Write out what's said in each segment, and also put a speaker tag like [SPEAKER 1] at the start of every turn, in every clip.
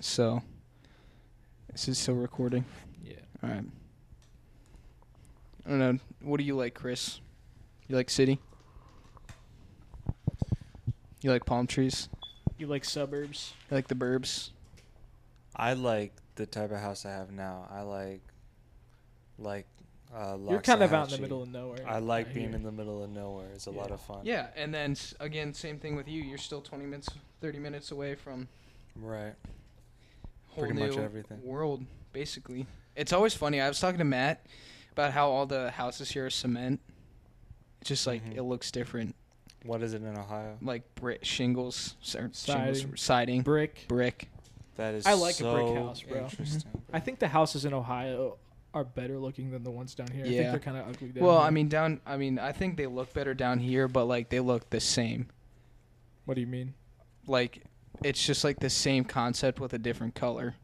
[SPEAKER 1] So, this is still recording.
[SPEAKER 2] Yeah.
[SPEAKER 1] All right. I don't know. What do you like, Chris? You like city? You like palm trees?
[SPEAKER 3] You like suburbs?
[SPEAKER 1] You like the burbs?
[SPEAKER 4] I like the type of house I have now. I like, like, uh,
[SPEAKER 3] You're kind of out in the
[SPEAKER 4] Loxahatchee.
[SPEAKER 3] middle of nowhere.
[SPEAKER 4] I like being
[SPEAKER 3] here.
[SPEAKER 4] in the middle of nowhere. It's a lot of fun.
[SPEAKER 1] Yeah, and then s- again, same thing with you. You're still 20 minutes, 30 minutes away from
[SPEAKER 4] Right.
[SPEAKER 1] whole
[SPEAKER 4] Pretty much
[SPEAKER 1] new
[SPEAKER 4] everything.
[SPEAKER 1] world, basically. It's always funny. I was talking to Matt about how all the houses here are cement. It's just like
[SPEAKER 4] Mhm.
[SPEAKER 1] it looks different,
[SPEAKER 4] What is it in Ohio?
[SPEAKER 1] like brick shingles, cer-
[SPEAKER 3] Siding.
[SPEAKER 1] shingles, siding,
[SPEAKER 3] brick.
[SPEAKER 1] brick.
[SPEAKER 4] That is.
[SPEAKER 3] I like a brick
[SPEAKER 4] so
[SPEAKER 3] house, bro.
[SPEAKER 4] Interesting.
[SPEAKER 3] I think the houses in Ohio are better looking than the ones down here. I
[SPEAKER 1] Yeah.
[SPEAKER 3] think they're kind of ugly. Down
[SPEAKER 1] Well,
[SPEAKER 3] here.
[SPEAKER 1] I mean down. I mean, I think they look better down here, but like they look the same.
[SPEAKER 3] what do you mean?
[SPEAKER 1] Like it's just like the same concept with a different color.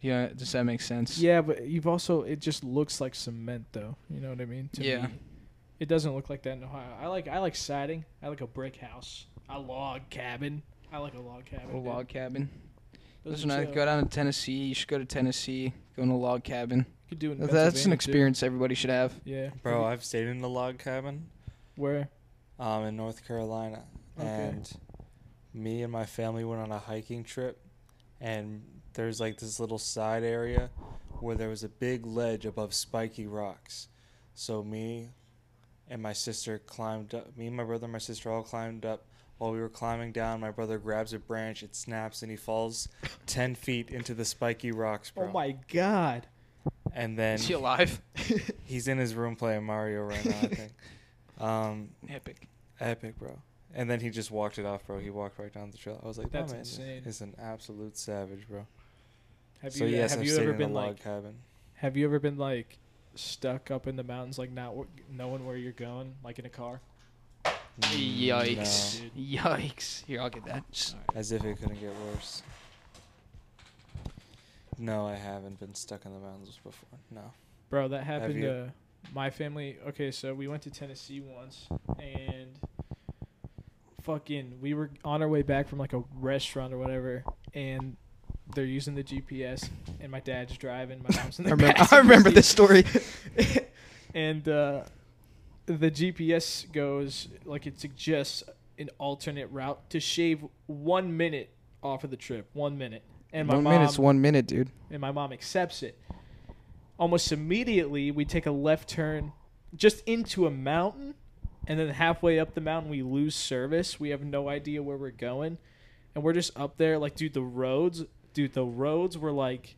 [SPEAKER 1] Yeah, does that make sense?
[SPEAKER 3] Yeah, but you've also it just looks like cement, though. You know what I mean? To
[SPEAKER 1] Yeah.
[SPEAKER 3] me. it doesn't look like that in Ohio. I like I like siding. I like a brick house. A log cabin. I like a log cabin.
[SPEAKER 1] A
[SPEAKER 3] dude.
[SPEAKER 1] log cabin.
[SPEAKER 3] Those
[SPEAKER 1] Listen, I
[SPEAKER 3] chill.
[SPEAKER 1] go down to Tennessee. You should go to Tennessee. Go in a log cabin.
[SPEAKER 3] You could do it in
[SPEAKER 1] That's an
[SPEAKER 3] Pennsylvania, too.
[SPEAKER 1] experience everybody should have.
[SPEAKER 3] Yeah,
[SPEAKER 4] Bro, I've stayed in a log cabin,
[SPEAKER 3] Where?
[SPEAKER 4] um, in North Carolina,
[SPEAKER 3] Okay.
[SPEAKER 4] and me and my family went on a hiking trip, and there's like this little side area where there was a big ledge above spiky rocks, so me and my sister climbed up. Me and my brother and my sister all climbed up. While we were climbing down, my brother grabs a branch, it snaps, and he falls ten feet into the spiky rocks, bro.
[SPEAKER 3] Oh my God!
[SPEAKER 4] And then
[SPEAKER 1] Is he alive?
[SPEAKER 4] He's in his room playing Mario right now, I think. um,
[SPEAKER 1] Epic.
[SPEAKER 4] epic, bro. And then he just walked it off, bro. He walked right down the trail. I was like,
[SPEAKER 3] That's
[SPEAKER 4] that man
[SPEAKER 3] insane.
[SPEAKER 4] is an absolute savage, bro.
[SPEAKER 3] Have
[SPEAKER 4] so
[SPEAKER 3] you
[SPEAKER 4] yes,
[SPEAKER 3] have
[SPEAKER 4] I've
[SPEAKER 3] you
[SPEAKER 4] stayed
[SPEAKER 3] ever
[SPEAKER 4] in a
[SPEAKER 3] been
[SPEAKER 4] log
[SPEAKER 3] like
[SPEAKER 4] cabin.
[SPEAKER 3] Have you ever been like stuck up in the mountains, like not w- knowing where you're going, like in a car?
[SPEAKER 1] Yikes.
[SPEAKER 3] No.
[SPEAKER 1] Yikes. Here, I'll get that. Just-
[SPEAKER 4] No, as if it couldn't get worse. No, I haven't been stuck in the mountains before. No.
[SPEAKER 3] Bro, that happened
[SPEAKER 4] you?
[SPEAKER 3] to my family. Okay, so we went to Tennessee once and fucking we were on our way back from like a restaurant or whatever and they're using the GPS and my dad's driving, my mom's in
[SPEAKER 1] I
[SPEAKER 3] the
[SPEAKER 1] remember, I
[SPEAKER 3] passenger
[SPEAKER 1] remember
[SPEAKER 3] seat.
[SPEAKER 1] this story.
[SPEAKER 3] and uh, the GPS goes like it suggests an alternate route to shave one minute off of the trip, one minute. And my
[SPEAKER 1] one
[SPEAKER 3] mom,
[SPEAKER 1] minute's one minute, dude.
[SPEAKER 3] and my mom accepts it. Almost immediately, we take a left turn just into a mountain, and then halfway up the mountain, we lose service. We have no idea where we're going, and we're just up there. Like, dude, the roads, dude, the roads were like,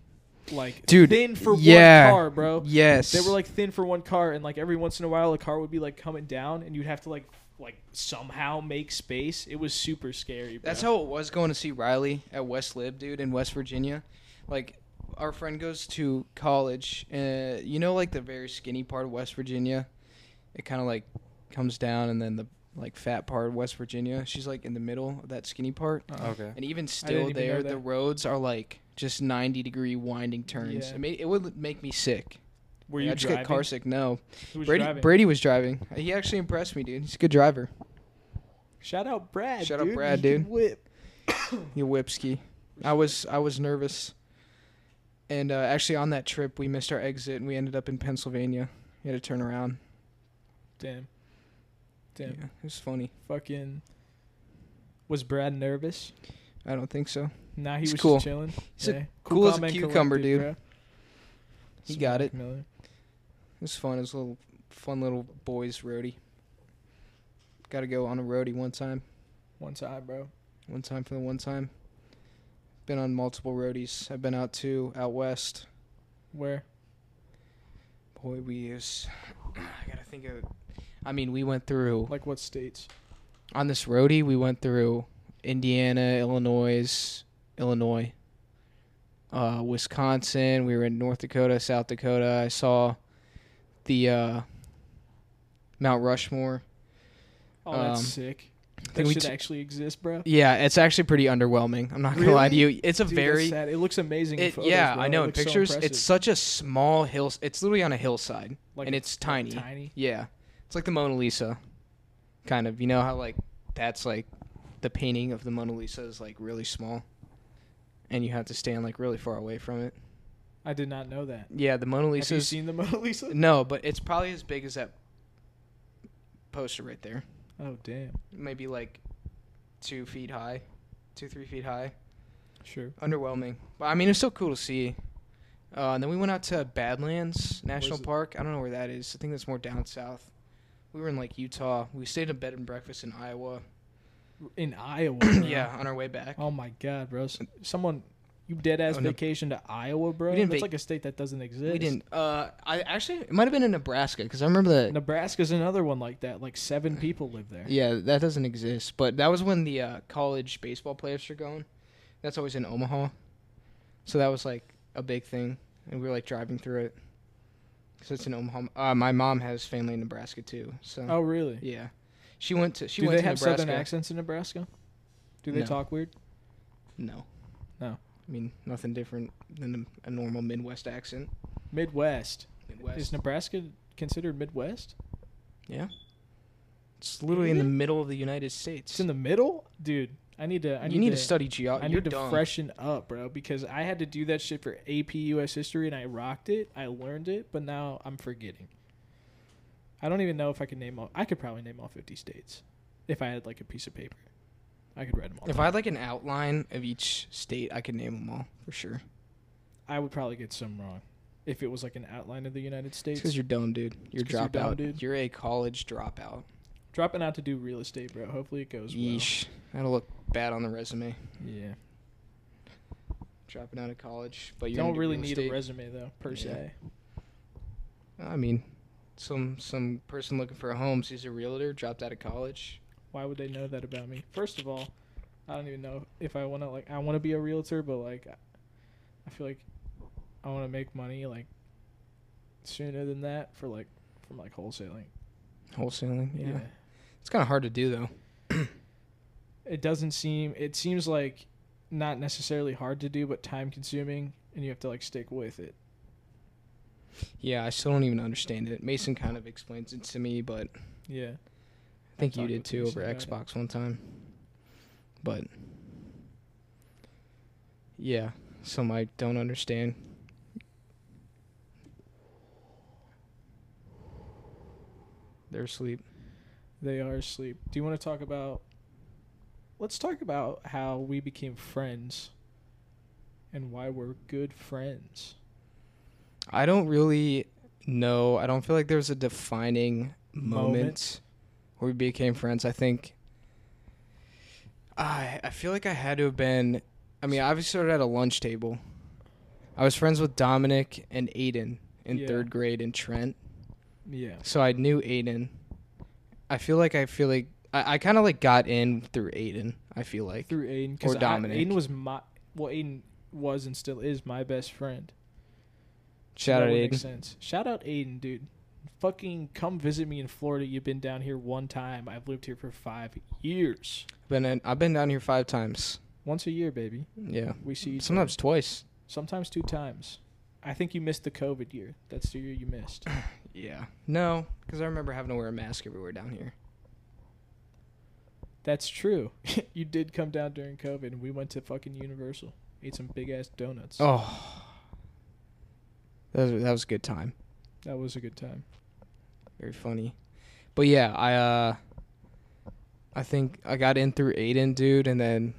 [SPEAKER 3] like
[SPEAKER 1] Dude,
[SPEAKER 3] thin for
[SPEAKER 1] yeah.
[SPEAKER 3] one car, bro.
[SPEAKER 1] Yes.
[SPEAKER 3] They were like thin for one car, and like every once in a while, a car would be like coming down, and you'd have to like like somehow make space. It was super scary. Bro.
[SPEAKER 1] That's how it was going to see Riley at West Lib, dude, in West Virginia. Like, our friend goes to college. Uh, you know, like the very skinny part of West Virginia, it kind of like comes down, and then the like fat part of West Virginia. She's like in the middle of that skinny part,
[SPEAKER 3] Uh-huh.
[SPEAKER 4] Okay.
[SPEAKER 1] and even
[SPEAKER 3] didn't
[SPEAKER 1] still
[SPEAKER 3] even know
[SPEAKER 1] there, the
[SPEAKER 3] that.
[SPEAKER 1] roads are like just ninety degree winding turns.
[SPEAKER 3] Yeah.
[SPEAKER 1] It, made, it would make me sick.
[SPEAKER 3] were
[SPEAKER 1] Like,
[SPEAKER 3] you
[SPEAKER 1] I just
[SPEAKER 3] driving?
[SPEAKER 1] get car sick. No,
[SPEAKER 3] Who was
[SPEAKER 1] Brady
[SPEAKER 3] driving?
[SPEAKER 1] Brady was driving. He actually impressed me, dude. He's a good driver.
[SPEAKER 3] Shout out Brad.
[SPEAKER 1] Shout out
[SPEAKER 3] dude.
[SPEAKER 1] Brad,
[SPEAKER 3] He can
[SPEAKER 1] dude.
[SPEAKER 3] Whip.
[SPEAKER 1] You whipski. I was I was nervous, and uh, actually on that trip we missed our exit and we ended up in Pennsylvania. We had to turn around.
[SPEAKER 3] Damn. Damn.
[SPEAKER 1] Yeah, it was funny.
[SPEAKER 3] Fucking. Was Brad nervous?
[SPEAKER 1] I don't think so.
[SPEAKER 3] Nah, he
[SPEAKER 1] He's
[SPEAKER 3] was
[SPEAKER 1] cool.
[SPEAKER 3] just chilling.
[SPEAKER 1] He's a
[SPEAKER 3] Yeah.
[SPEAKER 1] cool as a
[SPEAKER 3] calm and
[SPEAKER 1] cucumber,
[SPEAKER 3] collected,
[SPEAKER 1] dude.
[SPEAKER 3] bro.
[SPEAKER 1] He
[SPEAKER 3] Some
[SPEAKER 1] got
[SPEAKER 3] Mac
[SPEAKER 1] it.
[SPEAKER 3] Miller.
[SPEAKER 1] It was fun. It was a little fun little boys roadie. Got to go on a roadie one time.
[SPEAKER 3] One time, bro.
[SPEAKER 1] One time for the one time. Been on multiple roadies. I've been out too out west.
[SPEAKER 3] Where?
[SPEAKER 1] Boy, we use. I gotta think of. I mean, we went through
[SPEAKER 3] Like what states?
[SPEAKER 1] on this roadie we went through indiana illinois illinois uh, wisconsin we were in north dakota south dakota i saw the uh, mount rushmore
[SPEAKER 3] Oh, that's
[SPEAKER 1] Um,
[SPEAKER 3] sick. That
[SPEAKER 1] think we
[SPEAKER 3] should
[SPEAKER 1] t-
[SPEAKER 3] actually exist, bro.
[SPEAKER 1] yeah it's actually pretty underwhelming i'm not gonna lie to
[SPEAKER 3] Really?
[SPEAKER 1] you it's a
[SPEAKER 3] Dude, that's
[SPEAKER 1] very
[SPEAKER 3] sad. It looks amazing. in
[SPEAKER 1] it,
[SPEAKER 3] photos,
[SPEAKER 1] yeah
[SPEAKER 3] bro.
[SPEAKER 1] i
[SPEAKER 3] It
[SPEAKER 1] know in
[SPEAKER 3] looks so
[SPEAKER 1] pictures
[SPEAKER 3] impressive.
[SPEAKER 1] it's such a small hill it's literally on a hillside
[SPEAKER 3] Like
[SPEAKER 1] and
[SPEAKER 3] a-
[SPEAKER 1] it's tiny
[SPEAKER 3] tiny.
[SPEAKER 1] yeah it's like the mona lisa kind of you know how like that's like the painting of the mona lisa is like really small and you have to stand like really far away from it.
[SPEAKER 3] I did not know that.
[SPEAKER 1] Yeah, the Mona
[SPEAKER 3] Have you
[SPEAKER 1] Lisa's
[SPEAKER 3] seen the Mona Lisa?
[SPEAKER 1] no, but it's probably as big as that poster right there.
[SPEAKER 3] Oh damn.
[SPEAKER 1] Maybe like two feet high, two three feet high.
[SPEAKER 3] Sure.
[SPEAKER 1] Underwhelming, but I mean it's still cool to see. Uh, and then we went out to Badlands National
[SPEAKER 3] Where's it?
[SPEAKER 1] Park. I don't know where that is. I think that's more down south. We were in like Utah. We stayed in a bed and breakfast in Iowa.
[SPEAKER 3] In Iowa. bro.
[SPEAKER 1] yeah, on our way back.
[SPEAKER 3] Oh my god, bro. S- Someone you dead ass
[SPEAKER 1] Oh, no.
[SPEAKER 3] vacation to Iowa, bro?
[SPEAKER 1] We didn't
[SPEAKER 3] That's
[SPEAKER 1] vac-
[SPEAKER 3] like a state that doesn't exist.
[SPEAKER 1] We didn't. Uh, I actually it might have been in Nebraska because I remember that.
[SPEAKER 3] Nebraska's another one like that. Like seven people live there.
[SPEAKER 1] Yeah, that doesn't exist. But that was when the uh, college baseball playoffs are going. That's always in Omaha, so that was like a big thing, and we were like driving through it. So it's in Omaha. Uh, my mom has family in Nebraska too. So
[SPEAKER 3] Oh really?
[SPEAKER 1] yeah, she went to she
[SPEAKER 3] Do
[SPEAKER 1] went
[SPEAKER 3] they
[SPEAKER 1] to
[SPEAKER 3] have
[SPEAKER 1] Nebraska.
[SPEAKER 3] southern accents in Nebraska? Do they
[SPEAKER 1] No.
[SPEAKER 3] talk weird?
[SPEAKER 1] No,
[SPEAKER 3] No.
[SPEAKER 1] I mean nothing different than a, a normal Midwest accent.
[SPEAKER 3] Midwest. Is
[SPEAKER 1] Midwest.
[SPEAKER 3] Nebraska considered Midwest?
[SPEAKER 1] yeah. It's literally in the middle of Mm-hmm. the United States.
[SPEAKER 3] It's in the middle, dude. I need to. I
[SPEAKER 1] you need, to, study geography.
[SPEAKER 3] I
[SPEAKER 1] Oh, You're
[SPEAKER 3] need to
[SPEAKER 1] dumb.
[SPEAKER 3] freshen up, bro, because I had to do that shit for AP US history and I rocked it. I learned it, but now I'm forgetting. I don't even know if I could name all. I could probably name all 50 states if I had like a piece of paper. I could write them all.
[SPEAKER 1] If
[SPEAKER 3] down.
[SPEAKER 1] I had like an outline of each state, I could name them all for sure.
[SPEAKER 3] I would probably get some wrong if it was like an outline of the United States.
[SPEAKER 1] Because you're dumb, dude. You're
[SPEAKER 3] 'cause you're
[SPEAKER 1] dropout.
[SPEAKER 3] dumb,
[SPEAKER 1] You're,
[SPEAKER 3] dude.
[SPEAKER 1] a college dropout.
[SPEAKER 3] Dropping out to do real estate, bro. Hopefully it goes
[SPEAKER 1] Yeesh, that'll look bad on the resume.
[SPEAKER 3] well. Yeah.
[SPEAKER 1] Dropping out of college, but
[SPEAKER 3] You
[SPEAKER 1] you
[SPEAKER 3] don't really need a resume though, per se.
[SPEAKER 1] I mean, some some person looking for a home sees a realtor, dropped out of college.
[SPEAKER 3] Why would they know that about me? First of all, I don't even know if I want to like I want to be a realtor, but like I- I feel like I want to make money like sooner than that for like from like wholesaling.
[SPEAKER 1] Wholesaling, yeah. It's kind of hard to do though.
[SPEAKER 3] It doesn't seem it seems like not necessarily hard to do, but time consuming and you have to like stick with it.
[SPEAKER 1] Yeah, I still don't even understand it. Mason kind of explains it to me, but
[SPEAKER 3] Yeah.
[SPEAKER 1] I think you
[SPEAKER 3] talked
[SPEAKER 1] did
[SPEAKER 3] with
[SPEAKER 1] too
[SPEAKER 3] Mason
[SPEAKER 1] over
[SPEAKER 3] about
[SPEAKER 1] Xbox one time. But yeah, some I don't understand. They're asleep.
[SPEAKER 3] They are asleep. Do you want to talk about? Let's talk about how we became friends and why we're good friends.
[SPEAKER 1] I don't really know. I don't feel like there was a defining moment,
[SPEAKER 3] Moment.
[SPEAKER 1] where we became friends. I think I I feel like I had to have been. I mean, I obviously started at a lunch table. I was friends with Dominic and Aiden in
[SPEAKER 3] Yeah.
[SPEAKER 1] third grade in Trent,
[SPEAKER 3] Yeah.
[SPEAKER 1] so I knew Aiden. I feel like I feel like I, I kind of like got in through Aiden. I feel like
[SPEAKER 3] Through Aiden, because
[SPEAKER 1] Or Dominic.
[SPEAKER 3] Aiden was my well, Aiden was and still is my best friend. So
[SPEAKER 1] shout
[SPEAKER 3] that
[SPEAKER 1] out
[SPEAKER 3] would make
[SPEAKER 1] Aiden.
[SPEAKER 3] sense. Shout out Aiden, dude. Fucking come visit me in Florida. You've been down here one time. I've lived here for five years.
[SPEAKER 1] Been in, I've been down here five times.
[SPEAKER 3] Once a year, baby.
[SPEAKER 1] Yeah,
[SPEAKER 3] We see each
[SPEAKER 1] sometimes twice.
[SPEAKER 3] sometimes two times. I think you missed the COVID year. That's the year you missed.
[SPEAKER 1] Yeah. No, because I remember having to wear a mask everywhere down here.
[SPEAKER 3] That's true. you did come down during COVID, and we went to fucking Universal, ate some big ass donuts.
[SPEAKER 1] Oh. That was, that was a good time.
[SPEAKER 3] That was a good time.
[SPEAKER 1] Very funny. But yeah, I uh I think I got in through Aiden, dude, and then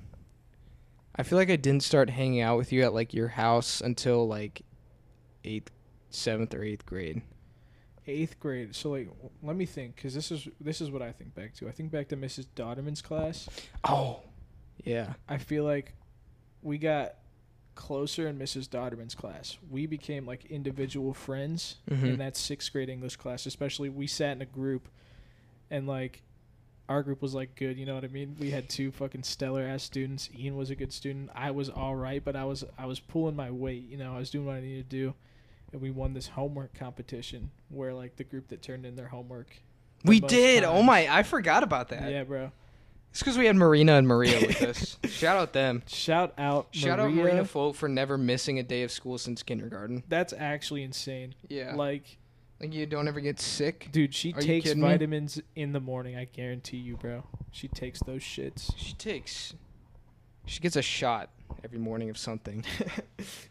[SPEAKER 1] I feel like I didn't start hanging out with you at like your house until like eighth, seventh or eighth grade.
[SPEAKER 3] Eighth grade. So like, w- let me think, because this is this is what I think back to. I think back to Mrs. Dodderman's class.
[SPEAKER 1] Oh, yeah,
[SPEAKER 3] I feel like we got closer in Mrs. Dodderman's class. We became like individual friends in
[SPEAKER 1] Mhm.
[SPEAKER 3] that sixth grade English class. Especially, we sat in a group, and like our group was like good. You know what I mean? We had two fucking stellar ass students. Ian was a good student. I was all right, but I was I was pulling my weight. You know, I was doing what I needed to do. And we won this homework competition where like the group that turned in their homework. the
[SPEAKER 1] we
[SPEAKER 3] most
[SPEAKER 1] did. Oh
[SPEAKER 3] times-
[SPEAKER 1] my, I forgot about that.
[SPEAKER 3] Yeah, bro.
[SPEAKER 1] It's because we had Marina and Maria with us. Shout out them.
[SPEAKER 3] Shout out
[SPEAKER 1] Shout out Marina Folk for never missing a day of school since kindergarten.
[SPEAKER 3] That's actually insane.
[SPEAKER 1] Yeah.
[SPEAKER 3] Like,
[SPEAKER 1] Like you don't ever get sick.
[SPEAKER 3] dude, she
[SPEAKER 1] Are you
[SPEAKER 3] takes
[SPEAKER 1] kidding me?
[SPEAKER 3] vitamins in the morning. I guarantee you, bro. She takes those shits.
[SPEAKER 1] She takes. She gets a shot every morning of something.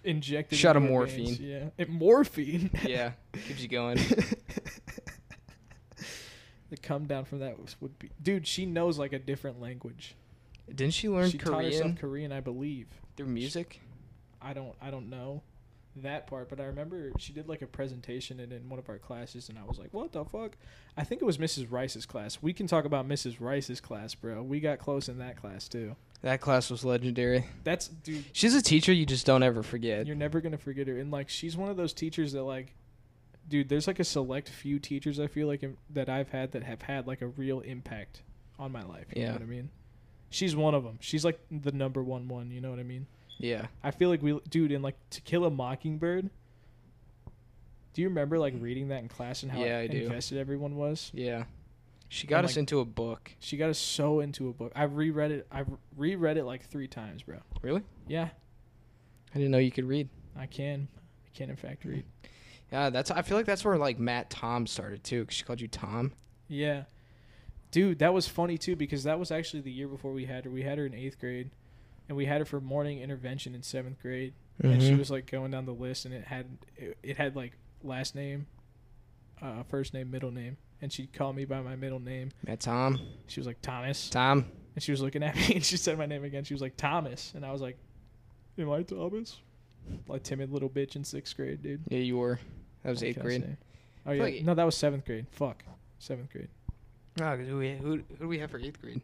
[SPEAKER 3] Injected.
[SPEAKER 1] Shot
[SPEAKER 3] into
[SPEAKER 1] of
[SPEAKER 3] our veins,
[SPEAKER 1] morphine.
[SPEAKER 3] Yeah, It- morphine.
[SPEAKER 1] yeah, keeps you going.
[SPEAKER 3] the come down from that was, would be, dude. She knows like a different language.
[SPEAKER 1] Didn't she learn
[SPEAKER 3] she taught
[SPEAKER 1] Korean
[SPEAKER 3] herself Korean, I believe.
[SPEAKER 1] through music?
[SPEAKER 3] I don't, I don't know that part, but I remember she did like a presentation in, in one of our classes, and I was like, what the fuck? I think it was Mrs. Rice's class. We can talk about Mrs. Rice's class, bro. We got close in that class too.
[SPEAKER 1] That class was legendary.
[SPEAKER 3] That's dude.
[SPEAKER 1] She's a teacher you just don't ever forget.
[SPEAKER 3] You're never gonna forget her, and like she's one of those teachers that like, dude. There's like a select few teachers I feel like im- that I've had that have had like a real impact on my life. You
[SPEAKER 1] Yeah.
[SPEAKER 3] know what I mean? She's one of them. She's like the number one one. You know what I mean?
[SPEAKER 1] Yeah.
[SPEAKER 3] I feel like we, dude, in like To Kill a Mockingbird. Do you remember like reading that in class and how
[SPEAKER 1] Yeah,
[SPEAKER 3] like,
[SPEAKER 1] I do.
[SPEAKER 3] invested everyone was?
[SPEAKER 1] Yeah. She got
[SPEAKER 3] And,
[SPEAKER 1] us
[SPEAKER 3] like-
[SPEAKER 1] into a book.
[SPEAKER 3] She got us so into a book. I've reread it. I've reread it like three times, bro.
[SPEAKER 1] Really?
[SPEAKER 3] Yeah,
[SPEAKER 1] I didn't know you could read.
[SPEAKER 3] I can. I can in fact read.
[SPEAKER 1] Yeah, that's. I feel like that's where like Matt Tom started too, 'cause she called you Tom.
[SPEAKER 3] Yeah. Dude, that was funny too because that was actually the year before we had her. We had her in eighth grade and we had her for morning intervention in seventh grade. And she
[SPEAKER 1] Mhm.
[SPEAKER 3] was like going down the list and it had it, it had like last name, uh, first name, middle name. And she'd call me by my middle name.
[SPEAKER 1] Matt Tom.
[SPEAKER 3] She was like Thomas.
[SPEAKER 1] Tom.
[SPEAKER 3] And she was looking at me and she said my name again. She was like Thomas. And I was like, Am I Thomas? Like timid little bitch in sixth grade, dude.
[SPEAKER 1] Yeah, you were. That was
[SPEAKER 3] What
[SPEAKER 1] eighth
[SPEAKER 3] can I
[SPEAKER 1] grade.
[SPEAKER 3] say? Oh
[SPEAKER 1] I
[SPEAKER 3] yeah.
[SPEAKER 1] feel like-
[SPEAKER 3] no, that was seventh grade. Fuck. Seventh grade.
[SPEAKER 1] No, 'cause who, we- who who do we have for eighth grade?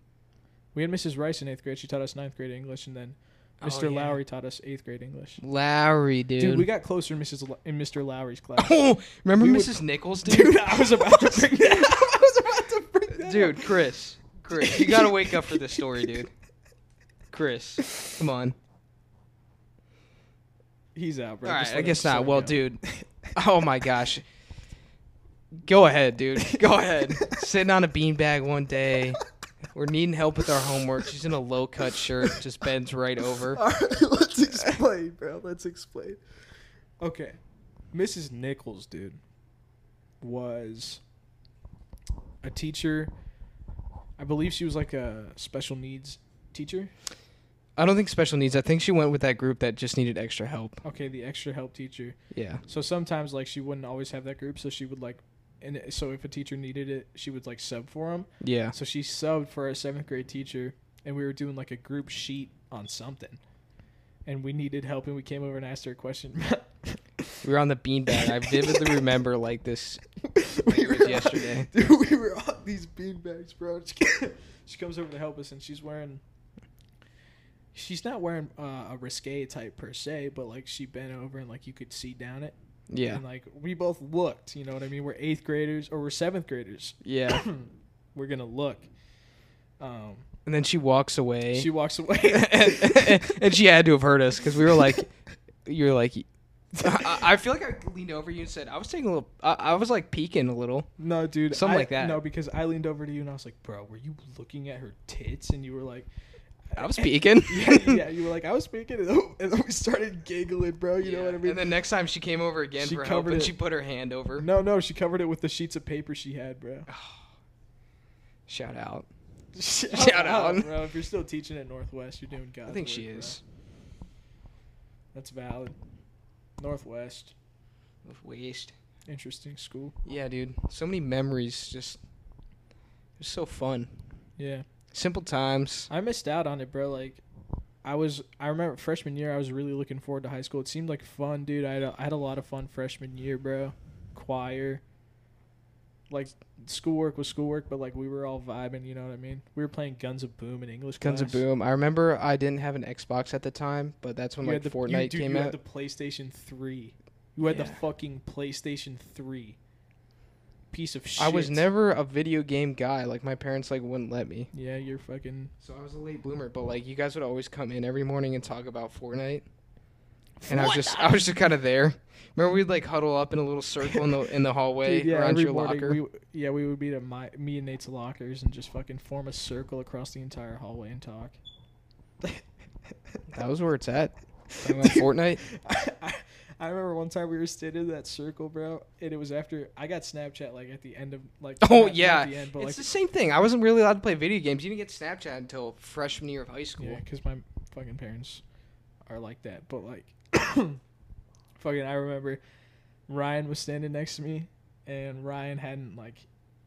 [SPEAKER 3] We had Mrs. Rice in eighth grade. She taught us ninth grade English, and then Mr.
[SPEAKER 1] Oh, yeah.
[SPEAKER 3] Lowry taught us eighth grade English.
[SPEAKER 1] Lowry, dude.
[SPEAKER 3] Dude, we got closer in Mrs. Lo- in Mr. Lowry's class.
[SPEAKER 1] Oh, remember
[SPEAKER 3] We would-
[SPEAKER 1] Mrs. Nichols, dude?
[SPEAKER 3] Dude, I was about to bring that. up. I was about to bring that.
[SPEAKER 1] Dude, Chris. Chris, you gotta wake up for this story, dude. Chris, come on.
[SPEAKER 3] he's out, bro.
[SPEAKER 1] All
[SPEAKER 3] Just
[SPEAKER 1] right,
[SPEAKER 3] let
[SPEAKER 1] I
[SPEAKER 3] him-
[SPEAKER 1] guess
[SPEAKER 3] just let
[SPEAKER 1] not.
[SPEAKER 3] him
[SPEAKER 1] Well,
[SPEAKER 3] go.
[SPEAKER 1] dude. Oh my gosh. Go ahead, dude. Go ahead. Sitting on a beanbag one day. We're needing help with our homework. She's in a low cut shirt, just bends right over.
[SPEAKER 3] All right, let's explain, bro. Let's explain. Okay, Mrs. Nichols, dude, was a teacher. I believe she was like a special needs teacher.
[SPEAKER 1] I don't think special needs. I think she went with that group that just needed extra help.
[SPEAKER 3] Okay, the extra help teacher.
[SPEAKER 1] Yeah.
[SPEAKER 3] So sometimes like she wouldn't always have that group, so she would like, and it- so if a teacher needed it, she would like sub for them.
[SPEAKER 1] Yeah.
[SPEAKER 3] So she subbed for our seventh grade teacher, and we were doing like a group sheet on something, and we needed help, and we came over and asked her a question.
[SPEAKER 1] We were on the beanbag. I vividly remember like this
[SPEAKER 3] we
[SPEAKER 1] was yesterday.
[SPEAKER 3] dude, we were on these beanbags, bro. she comes over to help us, and she's wearing. She's not wearing uh, a risque type per se, but like she bent over and like you could see down it.
[SPEAKER 1] Yeah.
[SPEAKER 3] And like we both looked, you know what I mean? We're eighth graders or we're seventh graders.
[SPEAKER 1] Yeah.
[SPEAKER 3] We're gonna look. Um
[SPEAKER 1] And then she walks away.
[SPEAKER 3] she walks away.
[SPEAKER 1] and, and she had to have heard us because we were like, you were like, I, I feel like I leaned over you and said, I was taking a little, I, I was like peeking a little.
[SPEAKER 3] no, dude.
[SPEAKER 1] Something
[SPEAKER 3] I-
[SPEAKER 1] like that.
[SPEAKER 3] No, because I leaned over to you and I was like, Bro, were you looking at her tits? And you were like
[SPEAKER 1] I was peeking.
[SPEAKER 3] yeah, yeah, you were like, I was speaking, and then, and then we started giggling, bro. You know what I mean?
[SPEAKER 1] And then next time she came over again
[SPEAKER 3] She
[SPEAKER 1] for help
[SPEAKER 3] covered
[SPEAKER 1] and
[SPEAKER 3] it.
[SPEAKER 1] she put her hand over.
[SPEAKER 3] no, no, she covered it with the sheets of paper she had, bro.
[SPEAKER 1] Shout out.
[SPEAKER 3] Shout,
[SPEAKER 1] Shout out.
[SPEAKER 3] bro. If you're still teaching at Northwest, you're doing God.
[SPEAKER 1] I think she is.
[SPEAKER 3] That's valid. Northwest,
[SPEAKER 1] With waste.
[SPEAKER 3] interesting school.
[SPEAKER 1] Yeah, dude. So many memories. Just, just so fun.
[SPEAKER 3] Yeah,
[SPEAKER 1] Simple times.
[SPEAKER 3] I missed out on it, bro. Like, I was. I remember freshman year. I was really looking forward to high school. It seemed like fun, dude. I had a, I had a lot of fun freshman year, bro. Choir. Like schoolwork was schoolwork, but like we were all vibing. You know what I mean? We were playing Guns of Boom in English.
[SPEAKER 1] Guns of
[SPEAKER 3] class.
[SPEAKER 1] Boom. I remember I didn't have an Xbox at the time, but that's when
[SPEAKER 3] You
[SPEAKER 1] like
[SPEAKER 3] had the
[SPEAKER 1] Fortnite
[SPEAKER 3] you, dude,
[SPEAKER 1] came
[SPEAKER 3] you
[SPEAKER 1] out.
[SPEAKER 3] had the PlayStation Three. You had the
[SPEAKER 1] Yeah.
[SPEAKER 3] fucking PlayStation Three. Piece of shit.
[SPEAKER 1] I was never a video game guy. Like my parents like wouldn't let me.
[SPEAKER 3] Yeah, you're fucking.
[SPEAKER 1] So I was a late bloomer, but like you guys would always come in every morning and talk about Fortnite, and I was just I was just kind of there. Remember we'd like huddle up in a little circle in the in the hallway
[SPEAKER 3] Dude, yeah,
[SPEAKER 1] around
[SPEAKER 3] every
[SPEAKER 1] your
[SPEAKER 3] morning
[SPEAKER 1] locker.
[SPEAKER 3] We, w- yeah, we would meet at my, me and Nate's lockers and just fucking form a circle across the entire hallway and talk.
[SPEAKER 1] That was where it's at. Talking about Fortnite.
[SPEAKER 3] I, I, I remember one time we were sitting in that circle, bro, and it was after I got Snapchat like at the end of like. not-
[SPEAKER 1] Oh
[SPEAKER 3] not
[SPEAKER 1] yeah,
[SPEAKER 3] the end, but
[SPEAKER 1] it's
[SPEAKER 3] like
[SPEAKER 1] the same thing. I wasn't really allowed to play video games. You didn't get Snapchat until freshman year of high school.
[SPEAKER 3] yeah, because my fucking parents are like that, but like fucking I remember Ryan was standing next to me and Ryan hadn't like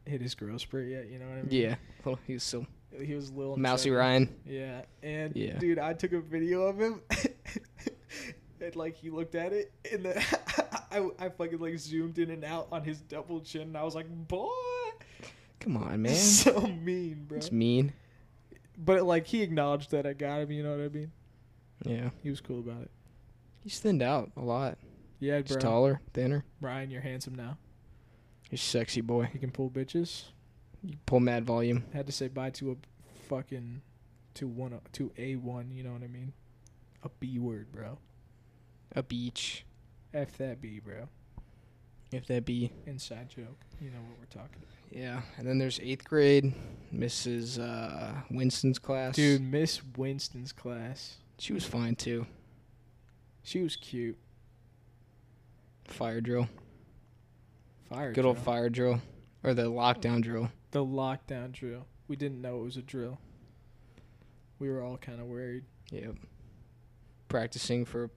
[SPEAKER 3] hit his growth spurt yet, you know what I mean?
[SPEAKER 1] Yeah. Well, he's so
[SPEAKER 3] He was little and
[SPEAKER 1] mousy
[SPEAKER 3] chubby.
[SPEAKER 1] Ryan.
[SPEAKER 3] Yeah. And
[SPEAKER 1] Yeah.
[SPEAKER 3] dude, I took a video of him. and like he looked at it and then I, I fucking like zoomed in and out on his double chin and I was like, "Boy,
[SPEAKER 1] Come on, man.
[SPEAKER 3] so mean, bro."
[SPEAKER 1] It's mean.
[SPEAKER 3] But like he acknowledged that I got him, you know what I mean?
[SPEAKER 1] Yeah.
[SPEAKER 3] He was cool about it.
[SPEAKER 1] He's thinned out a lot.
[SPEAKER 3] Yeah,
[SPEAKER 1] He's
[SPEAKER 3] bro.
[SPEAKER 1] taller, thinner.
[SPEAKER 3] Ryan, you're handsome now.
[SPEAKER 1] He's sexy boy.
[SPEAKER 3] You can pull bitches.
[SPEAKER 1] You pull mad volume.
[SPEAKER 3] Had to say bye to a fucking to one to a one. You know what I mean? A B word, bro.
[SPEAKER 1] A beach,
[SPEAKER 3] F that B, bro.
[SPEAKER 1] if that be.
[SPEAKER 3] Inside joke. You know what we're talking about,
[SPEAKER 1] Yeah. And then there's eighth grade, Mrs. Uh, Winston's class.
[SPEAKER 3] dude. Miss Winston's class.
[SPEAKER 1] She was fine too.
[SPEAKER 3] She was cute.
[SPEAKER 1] Fire drill.
[SPEAKER 3] Fire.
[SPEAKER 1] Good old
[SPEAKER 3] drill.
[SPEAKER 1] fire drill. Or the lockdown drill.
[SPEAKER 3] The lockdown drill. We didn't know it was a drill. We were all kind of worried.
[SPEAKER 1] Yep. Practicing for a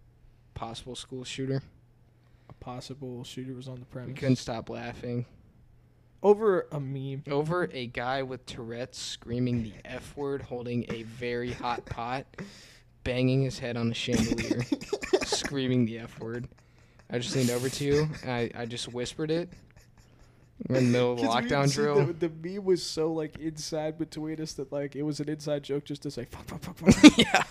[SPEAKER 1] possible school shooter.
[SPEAKER 3] A possible shooter was on the
[SPEAKER 1] We
[SPEAKER 3] premise.
[SPEAKER 1] couldn't stop laughing.
[SPEAKER 3] Over a meme.
[SPEAKER 1] Over a guy with Tourette's screaming the F word, holding a very hot pot, banging his head on a chandelier, screaming the F word. I just leaned over to you and I, I just whispered it. We're in the middle of the
[SPEAKER 3] 'Cause we
[SPEAKER 1] lockdown
[SPEAKER 3] see
[SPEAKER 1] drill.
[SPEAKER 3] The, the meme was so like inside between us that like it was an inside joke just to say fuck fuck fuck fuck.
[SPEAKER 1] yeah.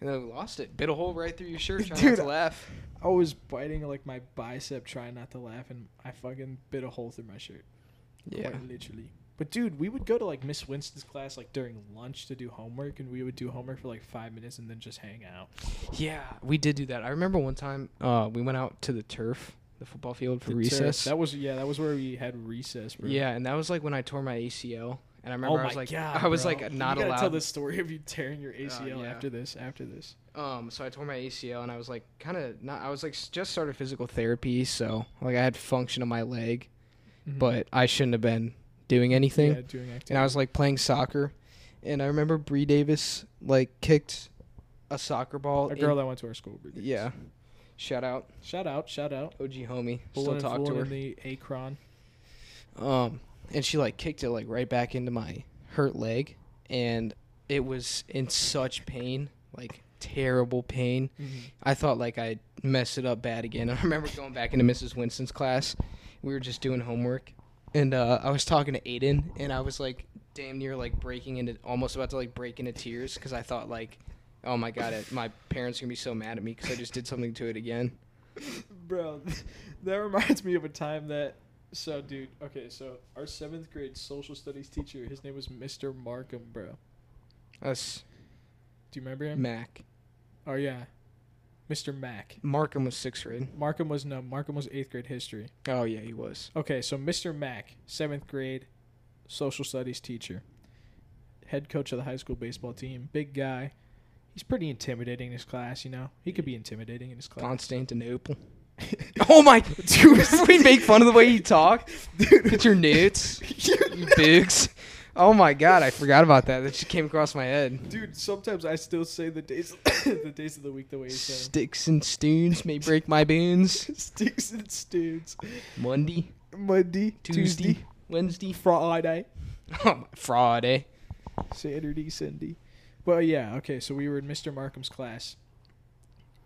[SPEAKER 1] And then we lost it. Bit a hole right through your shirt trying
[SPEAKER 3] Dude,
[SPEAKER 1] not to laugh.
[SPEAKER 3] I was biting like my bicep trying not to laugh and I fucking bit a hole through my shirt.
[SPEAKER 1] Yeah.
[SPEAKER 3] Quite literally. But dude, we would go to like Miss Winston's class like during lunch to do homework and we would do homework for like five minutes and then just hang out.
[SPEAKER 1] Yeah, we did do that. I remember one time uh, we went out to the turf, the football field for
[SPEAKER 3] The turf.
[SPEAKER 1] recess.
[SPEAKER 3] That was yeah, that was where we had recess, bro.
[SPEAKER 1] Yeah, and that was like when I tore my ACL, and I
[SPEAKER 3] Oh
[SPEAKER 1] remember
[SPEAKER 3] my
[SPEAKER 1] I was like,
[SPEAKER 3] god.
[SPEAKER 1] I was
[SPEAKER 3] bro.
[SPEAKER 1] like not
[SPEAKER 3] you gotta
[SPEAKER 1] allowed. Oh,
[SPEAKER 3] tell the story of you tearing your ACL
[SPEAKER 1] yeah.
[SPEAKER 3] after this after this.
[SPEAKER 1] Um, so I tore my ACL, and I was like kind of not. I was like s- just started physical therapy, so like I had function in my leg,
[SPEAKER 3] Mhm.
[SPEAKER 1] but I shouldn't have been doing anything.
[SPEAKER 3] yeah, doing activity.
[SPEAKER 1] And I was like playing soccer, and I remember Bree Davis like kicked a soccer ball.
[SPEAKER 3] a
[SPEAKER 1] in-
[SPEAKER 3] girl that went to our school. Bridget.
[SPEAKER 1] yeah. Shout out
[SPEAKER 3] Shout out, shout out.
[SPEAKER 1] OG homie.
[SPEAKER 3] Fooling
[SPEAKER 1] Still
[SPEAKER 3] and
[SPEAKER 1] talk to
[SPEAKER 3] fooling
[SPEAKER 1] her.
[SPEAKER 3] in the Akron.
[SPEAKER 1] Um, and she like kicked it like right back into my hurt leg, and it was in such pain, like terrible pain.
[SPEAKER 3] Mm-hmm.
[SPEAKER 1] I thought like I messed it up bad again. I remember going back into Mrs. Winston's class. We were just doing homework, and uh, I was talking to Aiden, and I was like damn near like breaking into almost about to like break into tears because I thought like. Oh my god! It, my parents are gonna be so mad at me because I just did something to it again.
[SPEAKER 3] Bro, that reminds me of a time that. So, dude, okay, so our seventh grade social studies teacher, his name was Mr. Markham, bro.
[SPEAKER 1] Us
[SPEAKER 3] Do you remember him?
[SPEAKER 1] Mac
[SPEAKER 3] oh, yeah. Mr. Mack.
[SPEAKER 1] Markham was sixth grade.
[SPEAKER 3] Markham was no, Markham was eighth grade history.
[SPEAKER 1] Oh yeah, he was.
[SPEAKER 3] Okay, so Mr. Mack, seventh grade social studies teacher, head coach of the high school baseball team, big guy. He's pretty intimidating in his class, you know? He could be intimidating in his class.
[SPEAKER 1] Constantinople. oh my dude, we make fun of the way you talk. Get your newts, you bigs. Oh my god, I forgot about that. That just came across my head.
[SPEAKER 3] Dude, sometimes I still say the days, the days of the week the way you say.
[SPEAKER 1] Sticks and stones may break my bones.
[SPEAKER 3] them. Sticks and stones.
[SPEAKER 1] Monday,
[SPEAKER 3] Monday,
[SPEAKER 1] Tuesday,
[SPEAKER 3] Tuesday,
[SPEAKER 1] Wednesday,
[SPEAKER 3] Friday,
[SPEAKER 1] oh my, Friday.
[SPEAKER 3] Saturday, Sunday. But yeah, okay. So we were in Mr. Markham's class,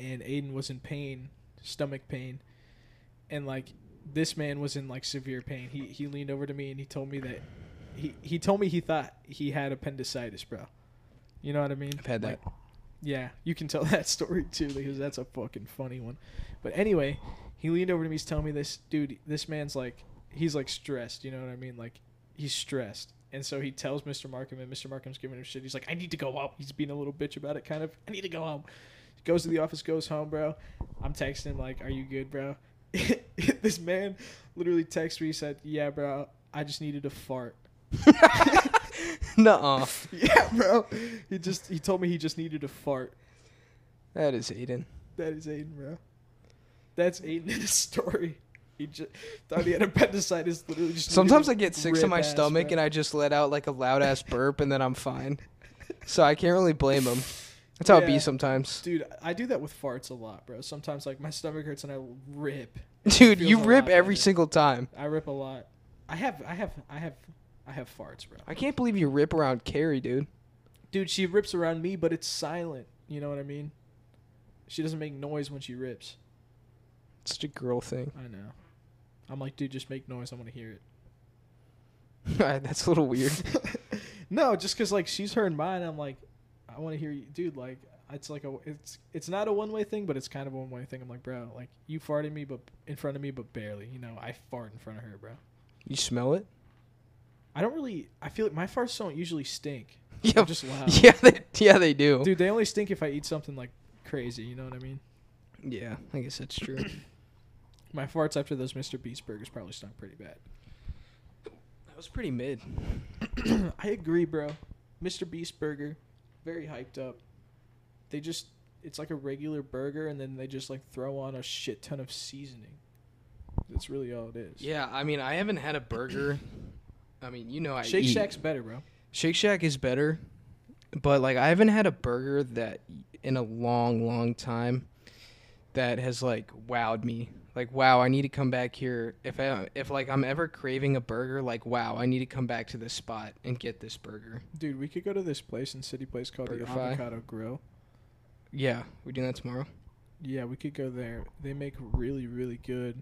[SPEAKER 3] and Aiden was in pain, stomach pain, and like this man was in like severe pain. He he leaned over to me and he told me that he he told me he thought he had appendicitis, bro. You know what I mean?
[SPEAKER 1] I've had that.
[SPEAKER 3] Yeah, you can tell that story too because that's a fucking funny one. But anyway, he leaned over to me. He's telling me this, dude. This man's like, he's like stressed. You know what I mean? Like, he's stressed, and so he tells Mr. Markham, and Mr. Markham's giving him shit. He's like, I need to go home. He's being a little bitch about it, kind of. I need to go home. Goes to the office, goes home, bro. I'm texting him like, Are you good, bro? this man literally texted me. He said, Yeah, bro. I just needed to fart.
[SPEAKER 1] Nuh-uh.
[SPEAKER 3] Yeah, bro. He just he told me he just needed to fart.
[SPEAKER 1] That is Aiden.
[SPEAKER 3] That is Aiden, bro. That's Aiden in his story. He just thought he had appendicitis. Literally, just
[SPEAKER 1] Sometimes I get sick to my stomach and
[SPEAKER 3] I
[SPEAKER 1] I just let out like a loud ass burp and then I'm fine. So I can't really blame him. That's how it
[SPEAKER 3] Yeah.
[SPEAKER 1] be sometimes.
[SPEAKER 3] Dude, I do that with farts a lot, bro. Sometimes like my stomach hurts and I rip.
[SPEAKER 1] Dude,
[SPEAKER 3] feels
[SPEAKER 1] you
[SPEAKER 3] a
[SPEAKER 1] rip
[SPEAKER 3] lot
[SPEAKER 1] every
[SPEAKER 3] better.
[SPEAKER 1] single time.
[SPEAKER 3] I rip a lot. I have I have I have I have farts, bro.
[SPEAKER 1] I can't believe you rip around Carrie, dude.
[SPEAKER 3] Dude, she rips around me, but it's silent. You know what I mean? She doesn't make noise when she rips.
[SPEAKER 1] Such a girl thing.
[SPEAKER 3] I know. I'm like, dude, just make noise. I want to hear it.
[SPEAKER 1] That's a little weird.
[SPEAKER 3] No, just because like she's heard mine. I'm like, I want to hear you, dude. Like it's like a it's it's not a one way thing, but it's kind of a one way thing. I'm like, bro, like you farted me, but in front of me, but barely. You know, I fart in front of her, bro.
[SPEAKER 1] You smell it?
[SPEAKER 3] I don't really. I feel like my farts don't usually stink.
[SPEAKER 1] Yeah,
[SPEAKER 3] They're just loud.
[SPEAKER 1] yeah, they, yeah, they do.
[SPEAKER 3] Dude, they only stink if I eat something like crazy. You know what I mean?
[SPEAKER 1] Yeah, I guess that's true. that
[SPEAKER 3] My farts after those Mr. Beast burgers probably stunk pretty bad.
[SPEAKER 1] was pretty mid.
[SPEAKER 3] I agree, bro. Mr. Beast burger, very hyped up. They just it's like a regular burger and then they just like throw on a shit ton of seasoning. That's really all it is.
[SPEAKER 1] Yeah, I mean, I haven't had a burger. I mean, you know, I
[SPEAKER 3] Shake
[SPEAKER 1] eat.
[SPEAKER 3] Shack's better, bro.
[SPEAKER 1] Shake Shack is better, but like I haven't had a burger that in a long, long time that has like wowed me. Like, wow, I need to come back here. If I if like I'm ever craving a burger, like wow, I need to come back to this spot and get this burger.
[SPEAKER 3] Dude, we could go to this place in City Place called the
[SPEAKER 1] BurgerFi.
[SPEAKER 3] Avocado Grill.
[SPEAKER 1] Yeah, we're doing that tomorrow.
[SPEAKER 3] Yeah, we could go there. They make really, really good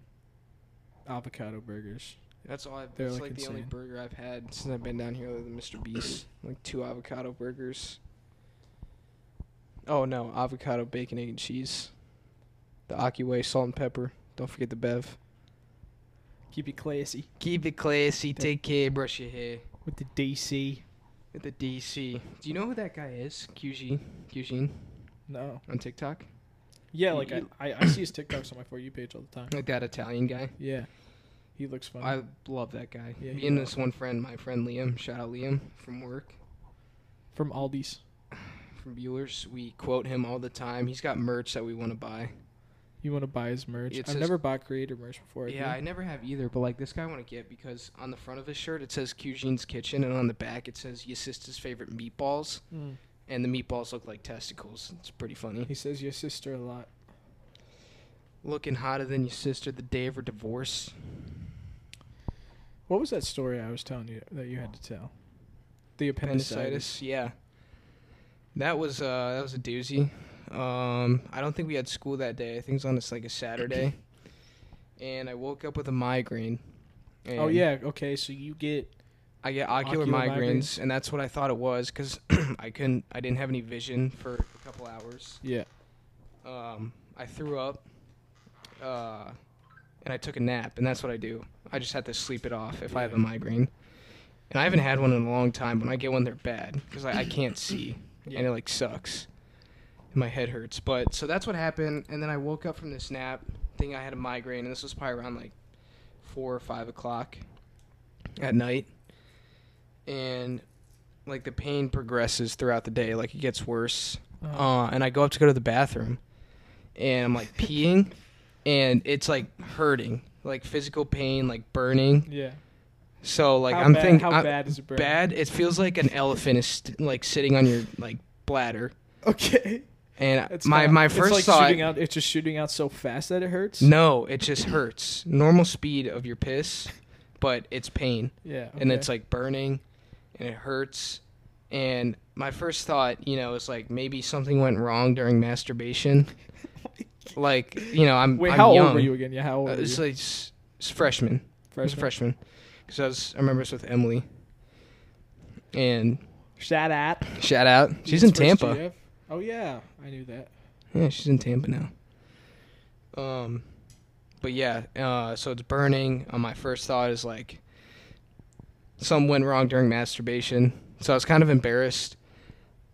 [SPEAKER 3] avocado burgers.
[SPEAKER 1] That's all I've.
[SPEAKER 3] They're,
[SPEAKER 1] that's
[SPEAKER 3] like,
[SPEAKER 1] like, the only
[SPEAKER 3] insane.
[SPEAKER 1] burger I've had since I've been down here, other than Mr. Beast. like two avocado burgers. Oh no, avocado, bacon, egg, and cheese. The Aki way, salt and pepper. Don't forget the bev.
[SPEAKER 3] Keep it classy
[SPEAKER 1] Keep it classy.
[SPEAKER 3] Take
[SPEAKER 1] care. Brush your hair.
[SPEAKER 3] with the DC.
[SPEAKER 1] At the DC. Do you know who that guy is? QG,
[SPEAKER 3] Hmm?
[SPEAKER 1] QG
[SPEAKER 3] No.
[SPEAKER 1] on TikTok.
[SPEAKER 3] Yeah,
[SPEAKER 1] You-
[SPEAKER 3] like I,
[SPEAKER 1] you-
[SPEAKER 3] I, I see his TikToks on my For You page all the time.
[SPEAKER 1] Like that Italian guy.
[SPEAKER 3] Yeah. He looks funny.
[SPEAKER 1] I love that guy.
[SPEAKER 3] Yeah,
[SPEAKER 1] Me
[SPEAKER 3] he's
[SPEAKER 1] and this one friend, my friend Liam. Shout out Liam from work.
[SPEAKER 3] From Aldi's.
[SPEAKER 1] From Bueller's, we quote him all the time. He's got merch that we want to buy.
[SPEAKER 3] You want to buy his merch?
[SPEAKER 1] It
[SPEAKER 3] I've
[SPEAKER 1] says-
[SPEAKER 3] never bought creator merch before. have
[SPEAKER 1] Yeah,
[SPEAKER 3] you?
[SPEAKER 1] I never have either, but like this guy I want to get because on the front of his shirt it says Cuisine's Kitchen and on the back it says your sister's favorite meatballs
[SPEAKER 3] Mm.
[SPEAKER 1] and the meatballs look like testicles. It's pretty funny.
[SPEAKER 3] He says your sister a lot.
[SPEAKER 1] Looking hotter than your sister the day of her divorce.
[SPEAKER 3] What was that story I was telling you that you had to tell? The appendicitis.
[SPEAKER 1] Appendicitis, yeah. That was uh that was a doozy. Um I don't think we had school that day. I think it was on this like a Saturday. and I woke up with a migraine. And
[SPEAKER 3] Oh yeah. Okay. So you get
[SPEAKER 1] I get ocular,
[SPEAKER 3] Ocular
[SPEAKER 1] migraines, and that's what I thought it was because I couldn't, I didn't have any vision for a couple hours.
[SPEAKER 3] yeah.
[SPEAKER 1] Um, I threw up, uh, and I took a nap, and that's what I do. I just have to sleep it off if I have a migraine. And I haven't had one in a long time. When I get one, they're bad because I, I can't see, and it like sucks. And my head hurts. But so that's what happened, and then I woke up from this nap, thinking I had a migraine, and this was probably around like four or five o'clock at night. And like the pain progresses throughout the day, like it gets worse
[SPEAKER 3] Uh,
[SPEAKER 1] uh, and I go up to go to the bathroom, and I'm like peeing, and it's like hurting, like physical pain, like burning.
[SPEAKER 3] yeah.
[SPEAKER 1] So like
[SPEAKER 3] how
[SPEAKER 1] I'm
[SPEAKER 3] bad,
[SPEAKER 1] thinking,
[SPEAKER 3] how
[SPEAKER 1] I'm-
[SPEAKER 3] bad is it? Brad?
[SPEAKER 1] bad. It feels like an elephant is st- like sitting on your like bladder,
[SPEAKER 3] Okay.
[SPEAKER 1] and
[SPEAKER 3] It's
[SPEAKER 1] my
[SPEAKER 3] not-
[SPEAKER 1] my
[SPEAKER 3] it's
[SPEAKER 1] first
[SPEAKER 3] like
[SPEAKER 1] thought.
[SPEAKER 3] shooting out. It's just shooting out so fast that it hurts.
[SPEAKER 1] No, it just hurts. Normal speed of your piss, but it's pain.
[SPEAKER 3] Yeah.
[SPEAKER 1] and
[SPEAKER 3] okay.
[SPEAKER 1] it's like burning and it hurts and my first thought you know is like maybe something went wrong during masturbation like you know i'm
[SPEAKER 3] Oh Wait,
[SPEAKER 1] I'm
[SPEAKER 3] how
[SPEAKER 1] young.
[SPEAKER 3] old were you again? Yeah, how old?
[SPEAKER 1] Uh,
[SPEAKER 3] were
[SPEAKER 1] it's
[SPEAKER 3] you?
[SPEAKER 1] like s- s- freshman I was a freshman because i was i remember this with emily and
[SPEAKER 3] Shout out.
[SPEAKER 1] shout out she's in
[SPEAKER 3] It's first
[SPEAKER 1] tampa
[SPEAKER 3] GF. Oh yeah, I knew that.
[SPEAKER 1] Yeah, she's in Tampa now. Um, but yeah, uh, so it's burning. Uh, my first thought is like, something went wrong during masturbation. So I was kind of embarrassed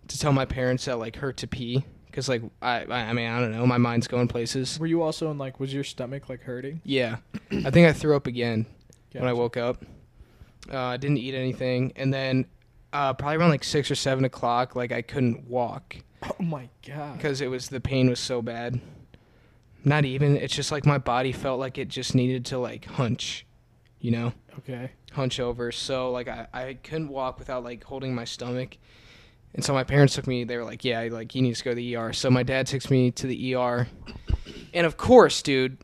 [SPEAKER 1] to tell my parents that like hurt to pee because like I, I I mean I don't know my mind's going places.
[SPEAKER 3] Were you also in like? Was your stomach like hurting?
[SPEAKER 1] Yeah, I think I threw up again when I
[SPEAKER 3] Gotcha.
[SPEAKER 1] woke up. Uh, I didn't eat anything, and then uh, probably around like six or seven o'clock, like I couldn't walk.
[SPEAKER 3] Oh my god.
[SPEAKER 1] because it was the pain was so bad. Not even. It's just like my body felt like it just needed to like hunch, you know,
[SPEAKER 3] Okay.
[SPEAKER 1] hunch over. So like I I couldn't walk without like holding my stomach, And so my parents took me. They were like, "Yeah, like you need to go to the ER." So my dad takes me to the ER, and of course, dude,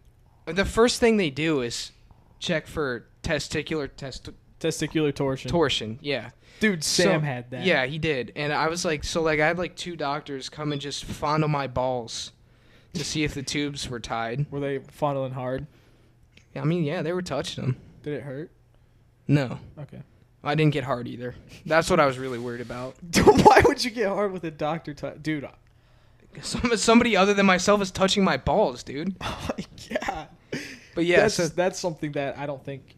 [SPEAKER 1] the first thing they do is check for testicular test
[SPEAKER 3] Testicular torsion.
[SPEAKER 1] torsion. Yeah.
[SPEAKER 3] Dude, Sam
[SPEAKER 1] So-
[SPEAKER 3] had that.
[SPEAKER 1] Yeah, he did. And I was like, so like I had like two doctors come and just fondle my balls to see if the tubes were tied.
[SPEAKER 3] Were they fondling hard?
[SPEAKER 1] I mean, yeah, they were touching them.
[SPEAKER 3] Did it hurt?
[SPEAKER 1] No,
[SPEAKER 3] Okay.
[SPEAKER 1] I didn't get hard either. That's what I was really worried about.
[SPEAKER 3] Why would you get hard with a doctor? T- Dude,
[SPEAKER 1] Some, somebody other than myself is touching my balls, dude.
[SPEAKER 3] oh my god.
[SPEAKER 1] But yeah,
[SPEAKER 3] that's,
[SPEAKER 1] so,
[SPEAKER 3] that's something that I don't think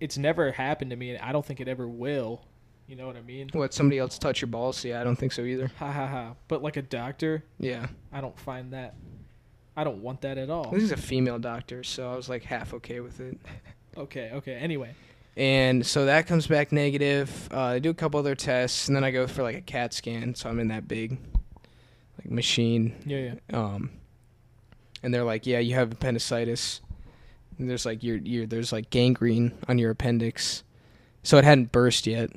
[SPEAKER 3] it's never happened to me, and I don't think it ever will. You know what I mean?
[SPEAKER 1] what somebody else touch your balls? Yeah, I don't think so either.
[SPEAKER 3] Ha ha ha. But like a doctor,
[SPEAKER 1] Yeah,
[SPEAKER 3] I don't find that. I don't want that at all.
[SPEAKER 1] this is a female doctor, so I was like half okay with it.
[SPEAKER 3] Okay, okay. Anyway,
[SPEAKER 1] And so that comes back negative. Uh, I do a couple other tests, and then I go for like a CAT scan. So I'm in that big like machine,
[SPEAKER 3] yeah, yeah.
[SPEAKER 1] um, and they're like, "Yeah, you have appendicitis." And there's like your your there's like gangrene on your appendix, so it hadn't burst yet,